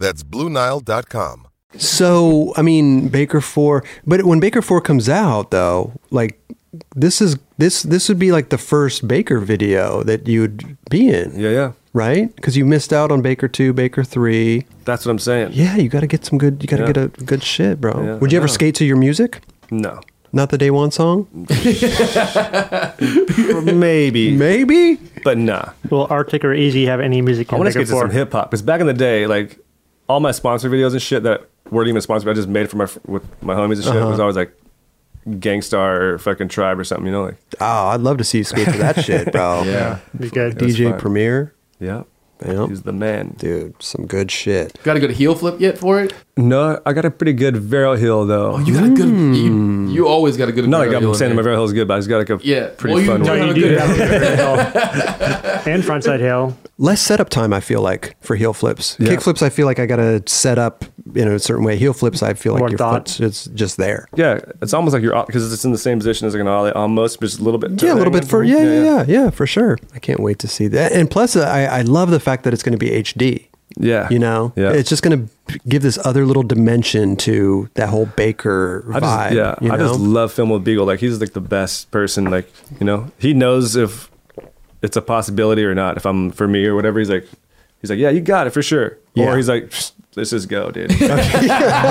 S5: That's BlueNile.com.
S1: So, I mean, Baker 4, but when Baker 4 comes out though, like this is this this would be like the first Baker video that you'd be in,
S2: yeah, yeah.
S1: right? Cuz you missed out on Baker 2, Baker 3.
S2: That's what I'm saying.
S1: Yeah, you got to get some good you got to
S2: Yeah.
S1: get a good shit, bro.
S2: Yeah.
S1: Would you ever
S2: Yeah.
S1: skate to your music?
S2: No.
S1: Not the day one song?
S2: Maybe,
S1: <laughs> Maybe?
S2: but nah.
S4: Will Arctic or Easy have any music?
S2: I
S4: in
S2: want to
S4: Baker
S2: skate to
S4: Four?
S2: some hip hop because back in the day, like all my sponsor videos and shit that weren't even sponsored, I just made for my fr- with my homies and shit.
S1: Uh-huh.
S2: It was always like gangstar or fucking tribe or something, you know? Like,
S1: Oh, I'd love to see you skate to that shit, bro.
S3: Yeah.
S4: Be good.
S1: DJ
S2: fine.
S1: Premier,
S2: yeah,
S1: Yeah.
S2: he's the man.
S1: dude, some good shit.
S3: Got a good heel flip yet for it?
S2: No, I got a pretty good Vero heel though.
S1: Oh,
S3: You got a good. You,
S2: Hmm.
S3: you always got a good.
S2: Not like
S3: heel
S2: I'm
S3: in
S2: saying my
S3: there.
S2: Vero heel is good, but I just got like a
S3: Yeah.
S2: pretty
S3: Well, you
S2: fun
S3: do
S2: one.
S3: have-
S4: You do have a Baker
S2: <laughs>
S4: Hill. and frontside hill.
S1: less setup time I feel like for heel flips. Kick flips I feel like I got to set up in a certain way. Heel flips I feel like
S4: More
S1: your
S4: thought.
S1: foot's it's just there.
S2: Yeah, it's almost like you're because it's in the same position as like an ollie, almost but just a little bit.
S1: Yeah, a little bit for yeah, yeah, yeah, yeah, for sure. I can't wait to see that. And plus uh, I I love the fact that it's going to be HD.
S2: Yeah.
S1: You know,
S2: Yeah.
S1: it's just going to give this other little dimension to that whole Baker vibe.
S2: I just, yeah,
S1: you know?
S2: I just love Film with Beagle. Like he's like the best person. Like you know, he knows if it's a possibility or not. If I'm for me or whatever, he's like, he's like, yeah, you got it for sure.
S1: Yeah.
S2: Or he's like, "Psst, let's just go,
S1: <laughs>
S2: dude. <laughs> you know,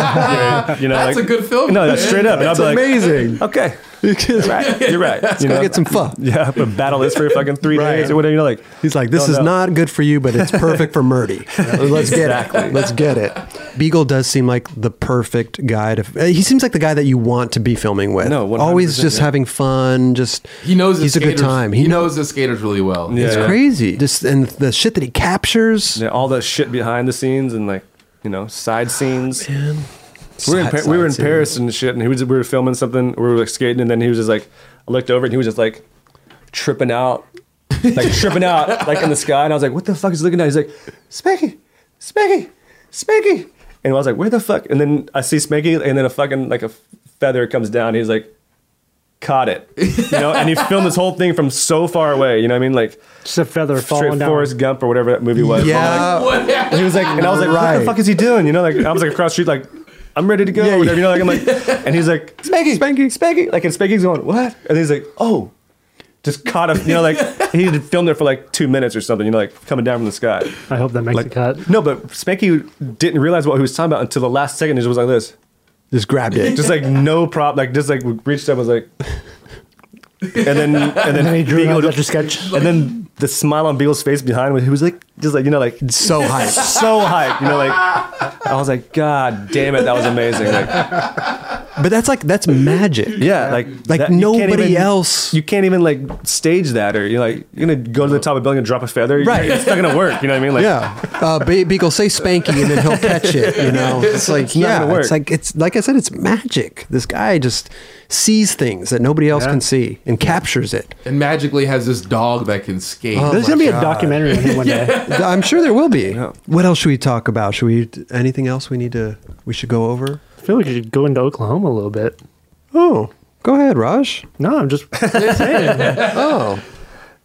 S2: that's
S3: a good film,
S2: No, that's straight up. And I'll be like,
S1: amazing. <laughs>
S2: okay, you're right. You're right. Let's
S1: Go get some fuck.
S2: <laughs> Yeah, but battle this for fucking three
S1: Right.
S2: days or whatever. You know, like
S1: He's like, this
S2: Don't
S1: is
S2: know.
S1: not good for you, but it's perfect for Murdy.
S2: <laughs>
S1: Let's get it. Let's get it. Beagle does seem like the perfect guy to. uh, He seems like the guy that you want to be filming with.
S2: No, 100%,
S1: always just
S2: yeah.
S1: having fun. Just
S3: He knows. the
S1: he's a good
S3: skaters-
S1: time.
S3: He,
S1: He, knows
S3: knows the skaters really well.
S2: Yeah.
S1: it's crazy. Just and the shit that he captures.
S2: yeah, all the shit behind the scenes and like you know side scenes. We were in,
S1: Side-
S2: pa- we were in
S1: side scene.
S2: Paris and shit, and he was we were filming something. We were like skating, and then he was just like, I looked over and he was just like tripping out,
S1: <laughs>
S2: like tripping out, like in the sky. And I was like, What the fuck is he looking at? He's like, Spanky, Spanky, Spanky. And I was like, Where the fuck? And then I see Spanky, and then a fucking like a feather comes down. And he's like, Caught it, you know. And he filmed this whole thing from so far away. You know what I mean? Like
S4: Just a feather falling
S2: straight
S4: down.
S2: Forrest Gump or whatever that movie was.
S1: Yeah.
S2: And he was like, and I was like, what
S1: Right.
S2: the fuck is he doing? You know, like I was like across the street, like I'm ready to go. or whatever, You know,
S4: <laughs>
S2: like I'm like, and he's like, Spanky, Spanky, Spanky. Like and Spanky's going, what? And he's like, oh, just caught a, you know, like <laughs> he filmed it for like two minutes or something, you know, like coming down from the sky.
S4: I hope that makes
S2: Like, Oh
S4: a cut.
S2: no, but Spanky didn't realize what he was talking about until the last second. He just was like this,
S1: Just grabbed it.
S2: <laughs> just like no prop, like just like reached up, was like, <laughs> and then and then,
S4: And then he drew
S2: Beagle-
S4: out such a sketch.
S2: and then the smile on Beagle's face behind him, he was like, just like you know, like
S1: so hyped.
S2: so hyped, you know, like I was like, God damn it, that was amazing. Like,
S1: But that's like that's magic.
S2: yeah, like
S1: Like
S2: that- you can't
S1: nobody
S2: even-
S1: else.
S2: You can't even like stage that, or you're like you're gonna go to the top of a building and drop a feather.
S1: Right.
S2: it's not gonna work. You know what I mean? Like,
S1: Yeah, uh, Be- Beagle say Spanky and then he'll catch it. You know, it's like
S2: not
S1: yeah,
S2: gonna work.
S1: it's like it's like I said, it's magic. This guy just sees things that nobody else
S4: Yeah.
S1: can see and captures it.
S3: <laughs> and magically has this dog that can skate.
S4: There's
S1: my
S4: gonna be
S1: God.
S4: a documentary on
S2: <laughs>
S4: him one day.
S1: I'm sure there will be. What else should we talk about? Should we anything else we need to we should go over?
S4: I feel like you should go into Oklahoma a little bit.
S1: Oh, go ahead, Raj.
S2: <laughs>
S4: No, I'm just saying.
S1: Oh,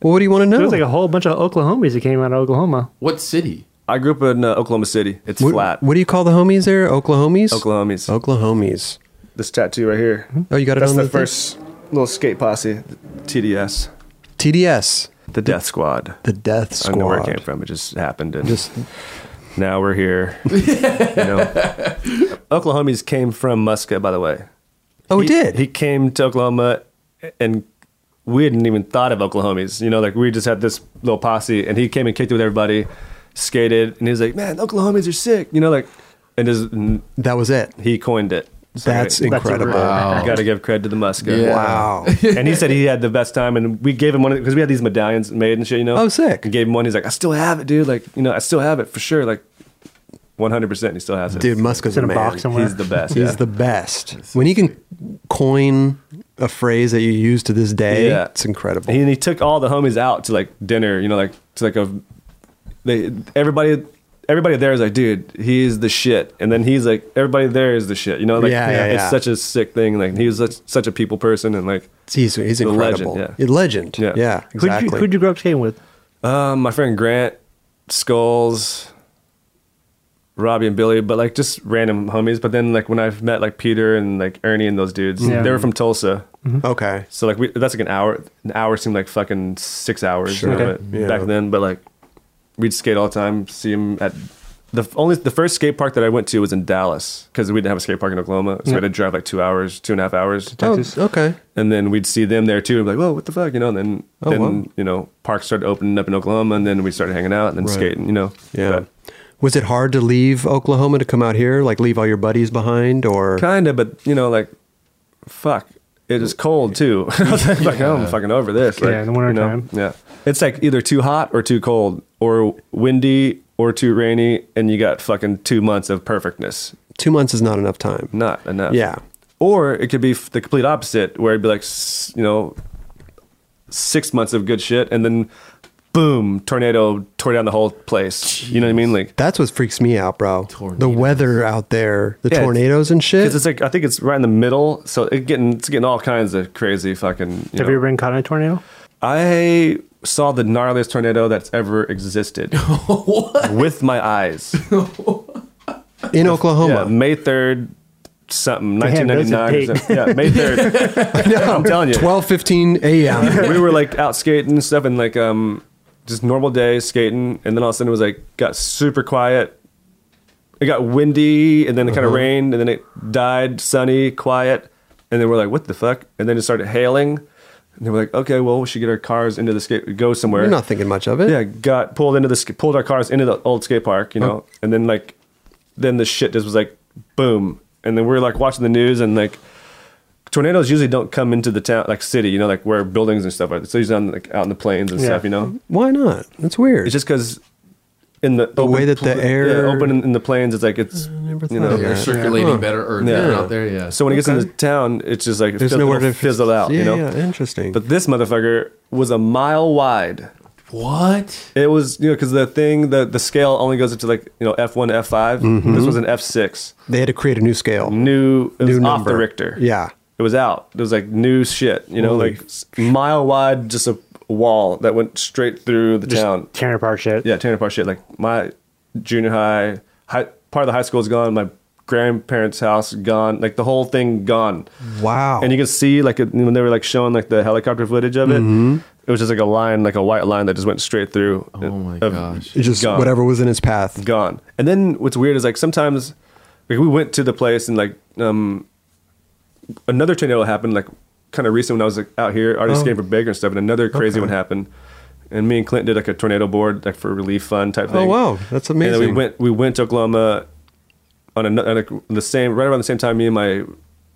S1: well, what do you want to know?
S4: There's like a whole bunch of Oklahomies that came out of Oklahoma.
S3: What city?
S2: I grew up in uh, Oklahoma City. It's
S1: what,
S2: flat.
S1: what Oh. do you call the homies there? Oklahomies.
S2: Oklahomies.
S1: Oklahomies.
S2: This tattoo right here.
S1: Oh, you got it
S2: That's
S1: on
S2: the
S1: the thing?
S2: first little skate posse, the TDS,
S1: TDS,
S2: the Death Squad.
S1: the Death
S2: I don't know where it came
S1: Squad.
S2: from. It just happened, and
S1: Just
S2: now we're here. you know?
S1: <laughs>
S2: Oklahomies came from Muska, by the way.
S1: oh, it
S2: he,
S1: did
S2: He came to Oklahoma, and we hadn't even thought of Oklahomies. You know, like we just had this little posse, and he came and kicked it with everybody, skated, and he was like, "Man, Oklahomies are sick." You know, like, and his, and
S1: that was it.
S2: he coined it. So
S1: That's
S2: I-
S1: incredible.
S3: Wow.
S2: I gotta give credit to the Muska.
S3: Yeah. <laughs>
S1: Wow.
S2: and he said he had the best time, and we gave him one because we had these medallions made and shit, you know.
S1: Oh, sick.
S2: We gave him one. He's like, I still have it, dude. Like, you know, I still have it for sure. Like, one hundred percent, he still has it.
S1: Dude, Musk is
S4: in
S1: a
S4: a
S1: man.
S4: box somewhere.
S2: he's the best.
S1: He's
S2: yeah.
S1: the best. When he can coin a phrase that you use to this day,
S2: Yeah.
S1: it's incredible.
S2: He, and he took all the homies out to like dinner, you know, like to like a they everybody everybody there is like, dude, he is the shit. And then he's like, everybody there is the shit. You know, like
S1: Yeah, yeah,
S2: it's
S1: yeah.
S2: such a sick thing. Like he was such, such a people person and like
S1: he's, he's
S2: The legend,
S1: incredible. A
S2: yeah.
S1: legend. Yeah,
S2: Yeah.
S1: exactly.
S4: Who'd you, who'd you grow up skating with?
S2: um my friend Grant, Skulls, Robbie and Billy, but like just random homies. But then like when I've met like Peter and like Ernie and those dudes,
S4: Yeah.
S2: they were from Tulsa.
S1: okay.
S2: So like we, that's like an hour. An hour seemed like fucking six hours you know,
S4: Okay.
S2: but
S1: Yeah.
S2: back then. But like we'd skate all the time. See him at the f- only the first skate park that I went to was in Dallas because we didn't have a skate park in Oklahoma, so we had to drive like two hours, two and a half hours.
S1: Oh, okay. Oh,
S2: And then we'd see them there too. And be like, whoa, what the fuck, you know? And then then
S1: wow.
S2: you know parks started opening up in Oklahoma, and then we started hanging out and then
S1: Right.
S2: skating, you know.
S1: Yeah. Was it hard to leave Oklahoma to come out here, like leave all your buddies behind, or
S2: kind of, but you know, like fuck. It is cold too. <laughs> I was like, fuck, I'm fucking over this.
S4: Yeah,
S2: like,
S4: in the winter
S2: you know?
S4: time.
S2: Yeah. It's like either too hot or too cold or windy or too rainy and you got fucking two months of perfectness.
S1: two months is not enough time?
S2: Not enough.
S1: Yeah.
S2: Or it could be f- the complete opposite where it'd be like, s- you know, six months of good shit and then boom, tornado tore down the whole place. You know what I mean? Like,
S1: That's what freaks me out, bro. The
S3: Tornadoes.
S1: weather out there, the
S2: Yeah, it's-
S1: tornadoes and shit.
S2: because it's like, I think it's right in the middle. So it getting, it's getting all kinds of crazy fucking. you
S4: Have
S2: know.
S4: you ever been caught in a tornado?
S2: I saw the gnarliest tornado that's ever
S4: <laughs>
S2: existed with my eyes.
S1: in Oklahoma.
S2: Yeah, May 3rd, something,
S4: Damn, those are
S2: 1999. or
S4: big.
S2: something. Yeah,
S1: <laughs>
S2: May
S4: <laughs>
S2: 3rd. I'm telling you.
S1: 12:15
S2: <laughs>
S1: a.m.
S2: we were like out skating and stuff and like um just normal day skating and then all of a sudden it was like got super quiet it got windy and then it kind
S4: Uh-huh.
S2: of rained and then it died sunny quiet and then we're like what the fuck and then it started hailing and they were like okay well we should get our cars into the skate go somewhere
S1: You're not thinking much of it.
S2: yeah got pulled into the sk- pulled our cars into the old skate park you know and then like then the shit just was like boom and then we are like watching the news and like tornadoes usually don't come into the town like city you know like where buildings and stuff are it's usually on like out in the plains and
S4: Yeah.
S2: stuff you know
S1: Why not? That's weird.
S2: it's just because in the, the
S1: way that the air-
S2: open in, in the plains it's like it's
S1: never thought
S2: you know
S1: of
S3: They're
S1: Yeah.
S3: circulating
S1: Huh.
S3: better or
S2: Yeah.
S3: they're out there, yeah.
S2: so when it gets into town it's just like it
S1: There's
S2: fizzle-
S1: nowhere to
S2: it'll fizzle out
S1: Yeah,
S2: you know
S1: yeah, interesting.
S2: but this motherfucker was a mile wide
S3: what?
S2: It was, you know, because the thing, the, the scale only goes up to like, you know, F1, F5. This was an F6.
S1: they had to create a new scale.
S2: New, it was
S1: New
S2: off the
S1: number.
S2: Richter.
S1: Yeah.
S2: It was out. It was like new shit, you know,
S1: Holy
S2: like s- mile wide, just a wall that went straight through the
S4: Just
S2: town.
S4: tearing apart shit.
S2: Yeah, tearing apart shit. Like my junior high, high, part of the high school is gone. My grandparents' house gone. Like the whole thing gone
S1: Wow.
S2: and you can see like it- when they were like showing like the helicopter footage of it It was just like a line, like a white line that just went straight through.
S3: Oh my
S2: of-
S3: gosh.
S1: It's just
S2: Gone.
S1: whatever was in his path.
S2: gone. And then what's weird is like sometimes like we went to the place and like um another tornado happened like kind of recent when I was like out here already
S1: Oh.
S2: skating for Baker and stuff, and another crazy one happened. And me and Clint did like a tornado board like for relief fund type
S1: Oh,
S2: thing.
S1: wow. That's
S2: And then
S1: amazing.
S2: we went we went to Oklahoma on, ano- on a, the same right around the same time me and my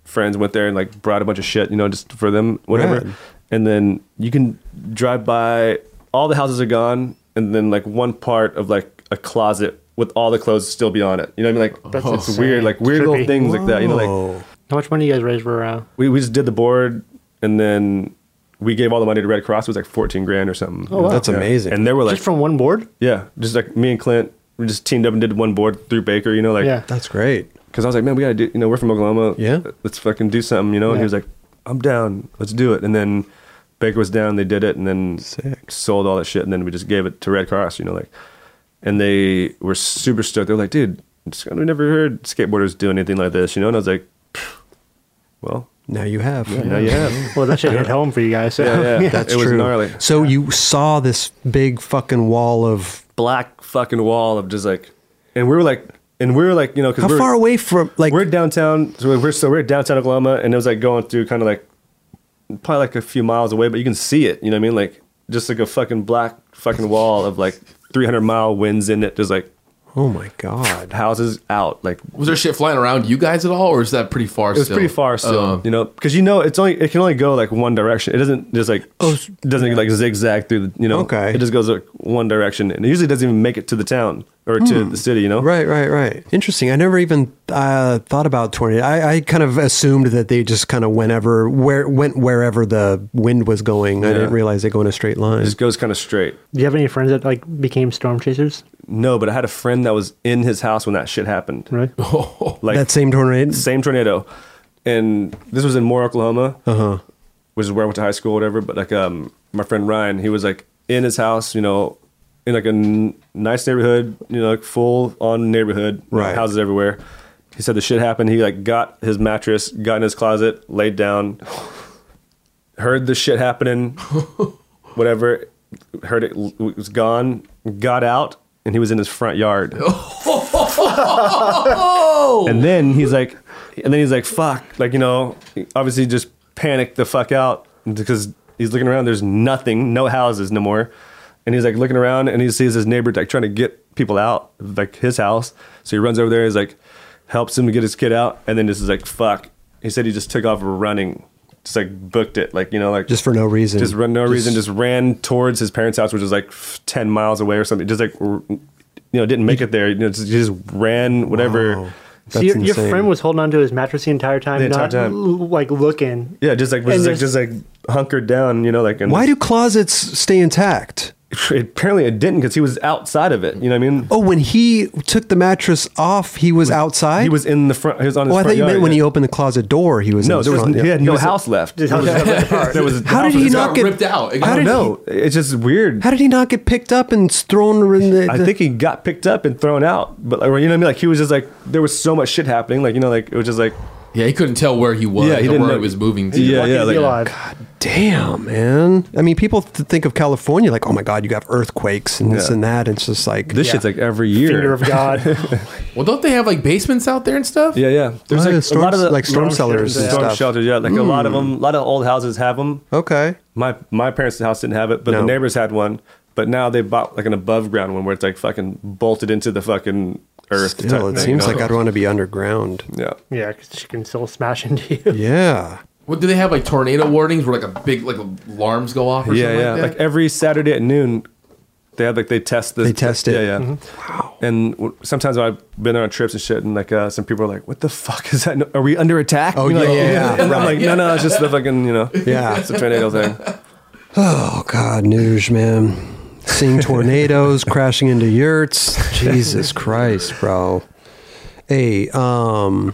S2: friends went there and like brought a bunch of shit you know just for them whatever
S1: Rad.
S2: and then you can drive by all the houses are gone and then like one part of like a closet with all the clothes still be on it you know what i mean like
S4: That's
S2: it's
S4: insane.
S2: weird like weird little
S4: Oh. Trippy.
S2: things like that you know like
S1: Whoa.
S4: How much money you guys raised for? Uh,
S2: we, we just did the board and then we gave all the money to red cross it was like 14 grand or something
S4: Oh, wow.
S1: That's
S2: Yeah.
S1: amazing.
S2: and they were like
S4: just from one board?
S2: yeah just like me and clint we just teamed up and did one board through baker you know like <laughs>
S4: yeah.
S1: that's great.
S2: because I was like, man, we gotta do. You know, we're from Oklahoma.
S1: Yeah.
S2: let's fucking do something. You know, and
S4: Yeah.
S2: he was like, I'm down. Let's do it. And then Baker was down. They did it, and then
S1: Sick.
S2: sold all that shit, and then we just gave it to Red Cross. You know, like, and they were super stoked. They're like, dude, it's- we never heard skateboarders do anything like this. You know, and I was like, "Pfft, well,
S1: Now you have.
S2: now
S1: <laughs>
S2: you have.
S4: Well, that shit hit home for you guys. So.
S2: Yeah,
S4: <laughs>
S2: <laughs> yeah,
S1: That's
S2: it was
S1: true.
S2: gnarly.
S1: So you saw this big fucking wall of
S2: Black fucking wall of just like, and we were like, and we were like, you know, because
S1: how
S2: we're,
S1: far away from like
S2: we're downtown. So we're so we're downtown Oklahoma, and it was like going through kind of like probably like a few miles away, but you can see it. You know what I mean? Like just like a fucking black fucking wall of like 300 mile winds in it. Just like
S1: oh my god.
S2: houses out. Like
S3: Was there shit flying around you guys at all, or is that pretty far? Um,
S2: it was pretty far still.
S3: Uh-huh.
S2: you know, because you know it's only it can only go like one direction. It doesn't just like
S1: Oh,
S2: oh
S1: s-
S2: doesn't like zigzag through. The, you know,
S1: Okay.
S2: It just goes like one direction, and it usually doesn't even make it to the town or to the city. You know,
S1: Right, right, right. Interesting. I never even uh, thought about tornado. I, I kind of assumed that they just kind of whenever where went wherever the wind was going. I
S2: Yeah.
S1: didn't realize they go in a straight
S2: It
S1: line.
S2: just goes kind of straight.
S4: Do you have any friends that like became storm chasers?
S2: No, but I had a friend that was in his house when that shit happened. <laughs>
S4: Really?
S2: Like
S1: that same tornado.
S2: same tornado, and this was in Moore, Oklahoma, which is where I went to high school, whatever. But like, um, my friend Ryan, he was like in his house, you know, in like a n- nice neighborhood, you know, like full on neighborhood, you know,
S1: Right.
S2: Houses everywhere. He said the shit happened. He like got his mattress, got in his closet, laid down, heard the shit happening, whatever, heard it, it was gone, got out, and he was in his front yard. And then he's like, and then he's like, fuck, like you know, obviously just panicked the fuck out because he's looking around. There's nothing, no houses, no more. And he's like looking around, and he sees his neighbor like trying to get people out, of, like his house. So he runs over there. He's like, helps him get his kid out, and then just is like, fuck. He said he just took off running, just like booked it, like you know, like
S1: Just for no reason.
S2: just run no reason, just ran towards his parents' house, which was like f- ten miles away or something. Just like r- you know, didn't make it there. You know, just, just ran whatever.
S1: Wow.
S4: So
S1: That's
S4: your, your
S1: insane.
S4: friend was holding onto his mattress the entire time,
S2: The entire
S4: not
S2: time.
S4: l- like looking.
S2: Yeah, just like was
S4: And
S2: just like just like hunkered down, you know, like and
S1: Why do closets stay intact?
S2: apparently it didn't because he was outside of it. You know what I mean?
S1: Oh, when he took the mattress off, he was outside.
S2: he was in the front. He was on his.
S1: Oh, I
S2: front
S1: thought you
S2: yard,
S1: meant when
S2: yeah.
S1: he opened the closet door, he was. in
S2: No,
S1: his
S2: there was
S1: front,
S2: he
S1: yeah.
S2: had no house left.
S4: His house
S2: There was-
S4: was apart.
S2: <laughs> there was.
S1: How did he not
S3: got
S1: get
S3: ripped out. It got
S1: How did
S2: No, it's just weird.
S1: he? How did he not get picked up and thrown in the?
S2: I
S1: the-
S2: think he got picked up and thrown out, but like, you know what I mean? Like he was just like there was so much shit happening, like you know, like it was just like
S3: Yeah, he couldn't tell where he was.
S2: Yeah,
S3: Yeah,
S2: he didn't
S3: where
S2: know-
S3: he was moving to.
S2: Yeah,
S4: Lucky
S2: yeah,
S4: to be
S2: like-
S4: alive.
S1: Damn, man. I mean, people th- think of California like, oh my God, you have earthquakes and this
S2: Yeah.
S1: and that. It's just like
S2: this shit's like every year.
S4: Finger of God.
S2: <laughs>
S3: Well, don't they have like basements out there and stuff?
S2: Yeah, yeah. There's
S1: Oh,
S2: like
S1: yeah,
S2: a
S1: storm-
S2: lot of the,
S1: like storm cellars and
S2: storm
S1: stuff. Mm.
S2: shelters. Yeah, like a lot of them. A lot of old houses have them.
S1: okay,
S2: My my parents' house didn't have it, but
S1: No.
S2: the neighbors had one. But now they bought like an above ground one where it's like fucking bolted into the fucking earth. type
S1: still, it
S2: thing,
S1: seems
S2: you know?
S1: like I'd want to be underground.
S2: yeah.
S4: yeah, because she can still smash into you.
S2: <laughs>
S1: Yeah,
S3: What do they have like tornado warnings where like a big like alarms go off? or
S2: Yeah,
S3: something
S2: yeah.
S3: Like,
S2: Like,
S3: that?
S2: every Saturday at noon, they have like they test the
S1: They test it. Mm-hmm.
S2: Yeah, yeah. Wow. And w- sometimes when I've been on trips and shit, and like uh, some people are like, "What the fuck is that? No- Are we under attack?"
S1: Oh,
S2: You know,
S1: yeah,
S2: like-
S1: yeah, yeah.
S2: <laughs> And I'm like, "No, no, it's just the fucking you know,
S1: Yeah.
S2: it's a tornado thing."
S1: Oh God, Nuge, man. Seeing
S2: <laughs>
S1: tornadoes crashing into yurts. Jesus Christ, bro. Hey, um,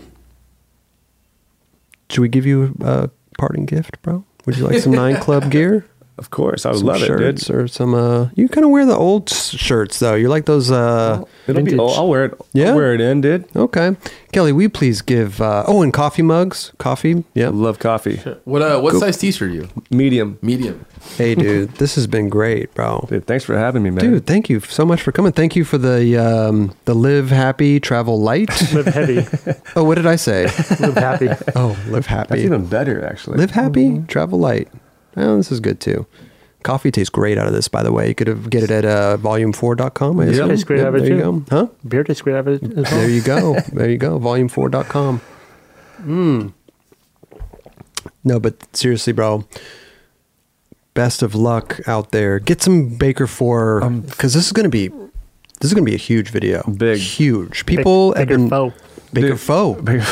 S2: <laughs>
S1: should we give you a parting gift, bro? Would you like some Nine Club gear?
S2: Of course, I would
S1: Some
S2: love it,
S1: shirts
S2: dude.
S1: or some. Uh, you kind of wear the old s- shirts though. You're like those. Uh,
S2: It'll be.
S1: vintage-
S2: Oh, I'll wear it.
S1: Yeah?
S2: I'll wear it in, dude.
S1: okay, Kelly. We please give. Uh, oh, and coffee mugs. Coffee.
S2: I
S1: Yeah.
S2: love coffee.
S3: What uh, what size T-shirt are you?
S2: Medium.
S3: Medium.
S2: <laughs>
S1: Hey, dude. this has been great, bro.
S2: Dude, thanks for having me, man.
S1: Dude, thank you so much for coming. Thank you for the um, the live happy, travel light.
S4: <laughs> Live heavy,
S1: oh, what did I
S4: <laughs>
S1: say?
S4: live happy.
S1: Oh, live happy.
S2: that's even better, actually.
S1: Live happy, travel light. Oh, this is good too. Coffee tastes great out of this, by the way. You could have, get it at uh, volume4.com. I assume.
S4: Tastes great out
S1: there
S4: of it,
S1: you go.
S4: too.
S1: Huh?
S4: Beer tastes great out of it as well.
S1: There you go. there you go. Volume4.com. Mm. No, but seriously, bro. Best of luck out there. Get some Baker 4 because this is going to be this is going to be a huge video.
S2: Big.
S1: huge. People have
S4: Baker
S1: been
S4: foe.
S1: Baker
S2: Dude.
S1: foe.
S2: Baker,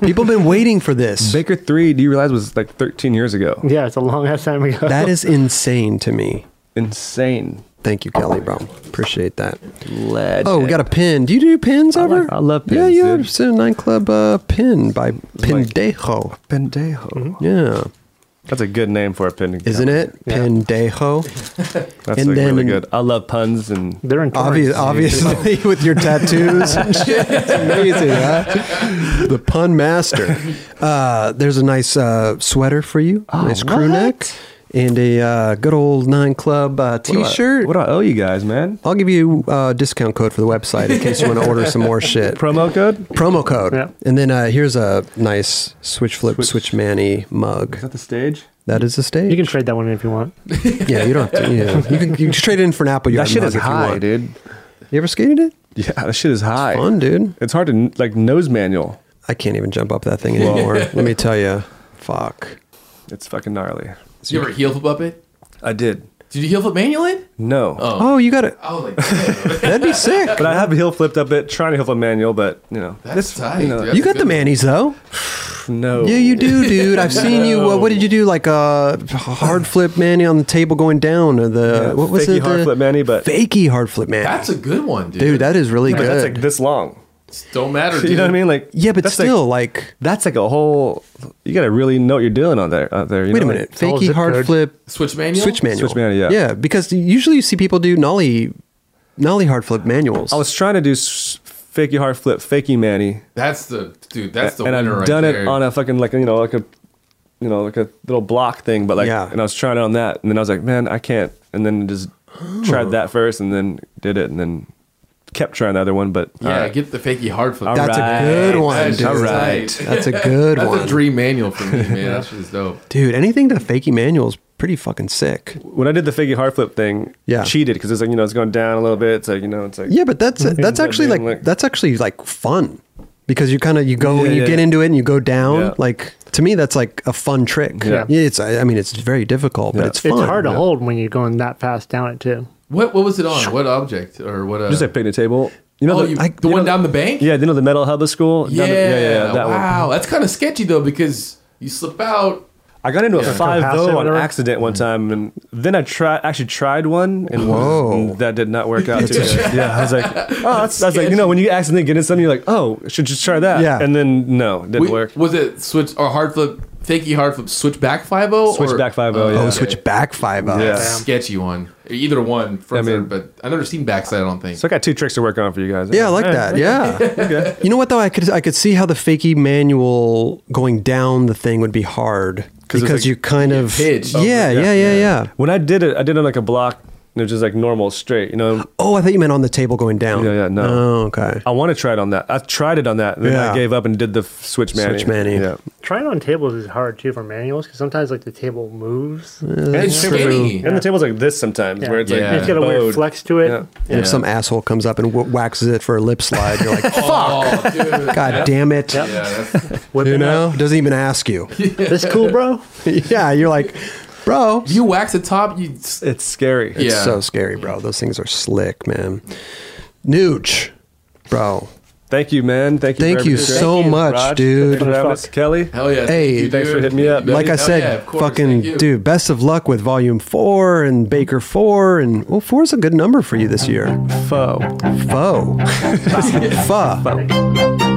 S1: People have been waiting for this.
S2: Baker Three. Do you realize was like 13 years ago?
S4: Yeah, it's a long ass time ago.
S1: That is insane to me.
S2: Insane.
S1: Thank you, Kelly, bro. Appreciate that.
S2: Legend.
S1: Oh, we got a pin. Do you do pins ever?
S2: like- I love
S1: Yeah,
S2: pins,
S1: you
S2: dude.
S1: have a Nine Club uh, pin by Pendejo.
S2: pendejo.
S1: Yeah,
S2: That's a good name for a pin.
S1: isn't it? Pendejo.
S2: That's
S1: And
S2: like really
S1: then-
S2: good. I love puns and
S4: <laughs> They're in
S1: Obvious,
S4: torrents.
S1: obviously, <laughs> with your tattoos and shit. It's amazing, huh? The pun
S2: <laughs>
S1: master. Uh, there's a nice uh, sweater for you.
S2: Ah,
S1: nice crew neck. And a uh, good old Nine Club uh,
S2: What do I-
S1: t-shirt.
S2: What do I owe you guys, man?
S1: I'll give you a uh, discount code for the website in case you want to order some
S2: <laughs>
S1: more shit.
S2: Promo code? Is
S1: promo code.
S4: Yeah.
S1: And then uh, here's a nice switch flip switch, manny mug.
S2: that the stage?
S1: That is the stage.
S4: You can trade that one in if you want.
S1: yeah, you don't have to. Yeah, you can, you can trade it in for an apple.
S2: That
S1: Yard
S2: shit
S1: mug
S2: is
S1: if you
S2: high,
S1: want.
S2: dude.
S1: You ever skated it?
S2: Yeah, that shit is high.
S1: Fun, dude.
S2: It's hard to n- like nose manual.
S1: I can't even jump up that thing
S2: <laughs>
S1: anymore. Let me tell you, fuck.
S2: It's fucking gnarly.
S3: Did you ever heel flip up it?
S2: I did.
S3: Did you heel flip manually? it?
S2: No.
S1: Oh, you got it.
S3: I was
S2: <laughs>
S3: like, damn,
S1: That'd be sick.
S2: But I have heel flipped up it, trying to heel flip manual, but you know,
S3: that's tight.
S2: you know,
S3: dude.
S1: You
S3: That's
S1: got the
S3: good.
S1: manis though.
S2: no.
S1: Yeah, you
S2: <laughs>
S1: do, dude. I've seen you. Uh, what did you do? Like a hard flip manny on the table going down, or the
S2: Yeah,
S1: what was
S2: fakie
S1: it?
S2: hard
S1: the-
S2: flip manny, but-
S1: fakie hard flip manny.
S3: That's a good one, dude.
S1: dude, that is really
S2: But
S1: good.
S2: that's like this long.
S3: don't matter.
S2: <laughs>
S3: Dude.
S2: You know what I mean? Like
S1: yeah, but
S2: that's like-
S1: still, like
S2: that's like a whole. You gotta really know what you're doing on there. Out there. you
S1: Wait a
S2: know?
S1: minute.
S4: all
S1: Fakie
S4: zip
S1: hard
S4: code.
S1: flip
S3: Switch manual.
S1: switch manual.
S2: Switch manual, yeah.
S1: Yeah, because usually you see people do nollie nollie hard flip manuals.
S2: I was trying to do s- fakie hard flip, fakie manny,
S3: That's the dude. That's the
S2: and
S3: winner
S2: I've
S3: right
S2: done
S3: there.
S2: it on a fucking like you know like a you know like a little block thing, but like
S1: Yeah.
S2: and I was trying it on that, and then I was like, man, I can't, and then just tried that first, and then did it, and then kept trying the other one, but
S3: yeah,
S2: alright.
S3: get the fakie hard flip.
S1: That's
S2: Right.
S1: a good one,
S3: That's
S1: dude.
S3: just
S2: Alright.
S3: tight.
S1: That's a good
S3: That's
S1: one.
S3: a dream manual for me, man.
S2: <laughs>
S3: That's just dope.
S1: Dude, anything to fakie manual is pretty fucking sick.
S2: when I did the figgy hard flip thing,
S1: Yeah.
S2: cheated because it's like you know it's going down a little bit. It's like you know it's like
S1: Yeah, but that's that's actually
S2: man,
S1: like
S2: like-
S1: that's actually like fun. Because you kind of you go
S2: Yeah,
S1: and you
S2: yeah,
S1: get
S2: yeah.
S1: into it and you go down
S2: Yeah.
S1: like to me that's like a fun trick.
S2: Yeah.
S1: it's I I mean it's very difficult but
S2: Yeah.
S1: it's fun.
S4: It's hard to hold when you're going that fast down it too.
S3: What what was it on? What object or what? Uh,
S2: just like picnic table. You know
S3: oh,
S2: the,
S3: you,
S1: I-
S3: the
S1: you
S3: one
S2: know-
S3: down the bank.
S2: yeah, you know the metal hub of school.
S3: yeah,
S2: Down the- yeah, yeah, yeah, that one.
S3: wow, that's kind of sketchy though because you slip out.
S2: I got into a five
S4: Pass it,
S2: zero on
S4: whatever.
S2: accident one time, and then I tried actually tried one, and
S1: Whoa.
S2: that did not
S1: <laughs>
S2: work out. Too good. Yeah, I was like, oh, that's, that's like you know when you accidentally get into something, you're like, oh, I should just try that.
S1: Yeah.
S2: and then no, it didn't
S3: Wait,
S2: work.
S3: Was it switch or hard flip? Fakie hard flip switch back five zero.
S2: Switch back five zero.
S3: Oh,
S2: Yeah.
S1: Oh, switch back five up.
S2: Yeah.
S3: sketchy one. Either one, front
S2: I
S3: I
S2: mean-
S3: but I've never seen backside. I don't think.
S2: So I got two tricks to work on for you guys.
S1: Yeah, I like that.
S2: <laughs>
S1: Yeah. You know what though? I could I could see how the fakie manual going down the thing would be hard
S2: 'Cause
S1: because
S2: it's like-
S1: you kind of
S3: pitched.
S1: Yeah, yeah, yeah, yeah,
S2: When I did it, I did it on like a block, and it was just like normal, straight. You know,
S1: Oh, I thought you meant on the table going down.
S2: Yeah, yeah, no.
S1: Oh, okay.
S2: I want to try it on that. I tried it on that, and then
S1: Yeah.
S2: I gave up and did the f- switch manny.
S1: Switch manny.
S2: Yeah.
S4: Trying on tables is hard too for manuals because sometimes like the table moves.
S2: And,
S3: It's
S2: the table's
S3: skinny.
S2: like, and the table's like this sometimes, where it's
S3: Yeah.
S2: like
S4: It's got a weird
S2: bowed.
S4: flex to it.
S2: Yeah.
S1: And if some asshole comes up and w- waxes it for a lip slide, you're like,
S3: Oh,
S2: <laughs>
S3: dude.
S1: God damn it.
S3: Yeah, that's,
S4: Whipping
S1: You
S4: it
S1: know, doesn't even ask
S2: <laughs>
S1: you.
S4: up. this cool, bro.
S1: <laughs> yeah, you're like, bro,
S3: you wax the top. You s-
S2: It's scary.
S3: Yeah.
S1: it's so scary, bro. Those things are slick, man. Nooch, bro.
S2: Thank you, man. Thank you.
S1: Thank
S2: for
S1: you
S2: everything.
S1: so much,
S2: Raj,
S1: dude.
S2: thanks for having us. Kelly.
S3: hell yeah.
S1: Hey,
S3: you,
S2: thanks for
S3: dude.
S2: hitting me up.
S3: Yeah,
S1: like I
S3: hell
S1: said,
S3: yeah, of course,
S1: fucking
S3: thank you.
S1: dude, best of luck with volume four and Baker four and well four is
S3: <laughs>
S1: a good number for you this year.
S2: Foe.
S1: Foe. Fuh.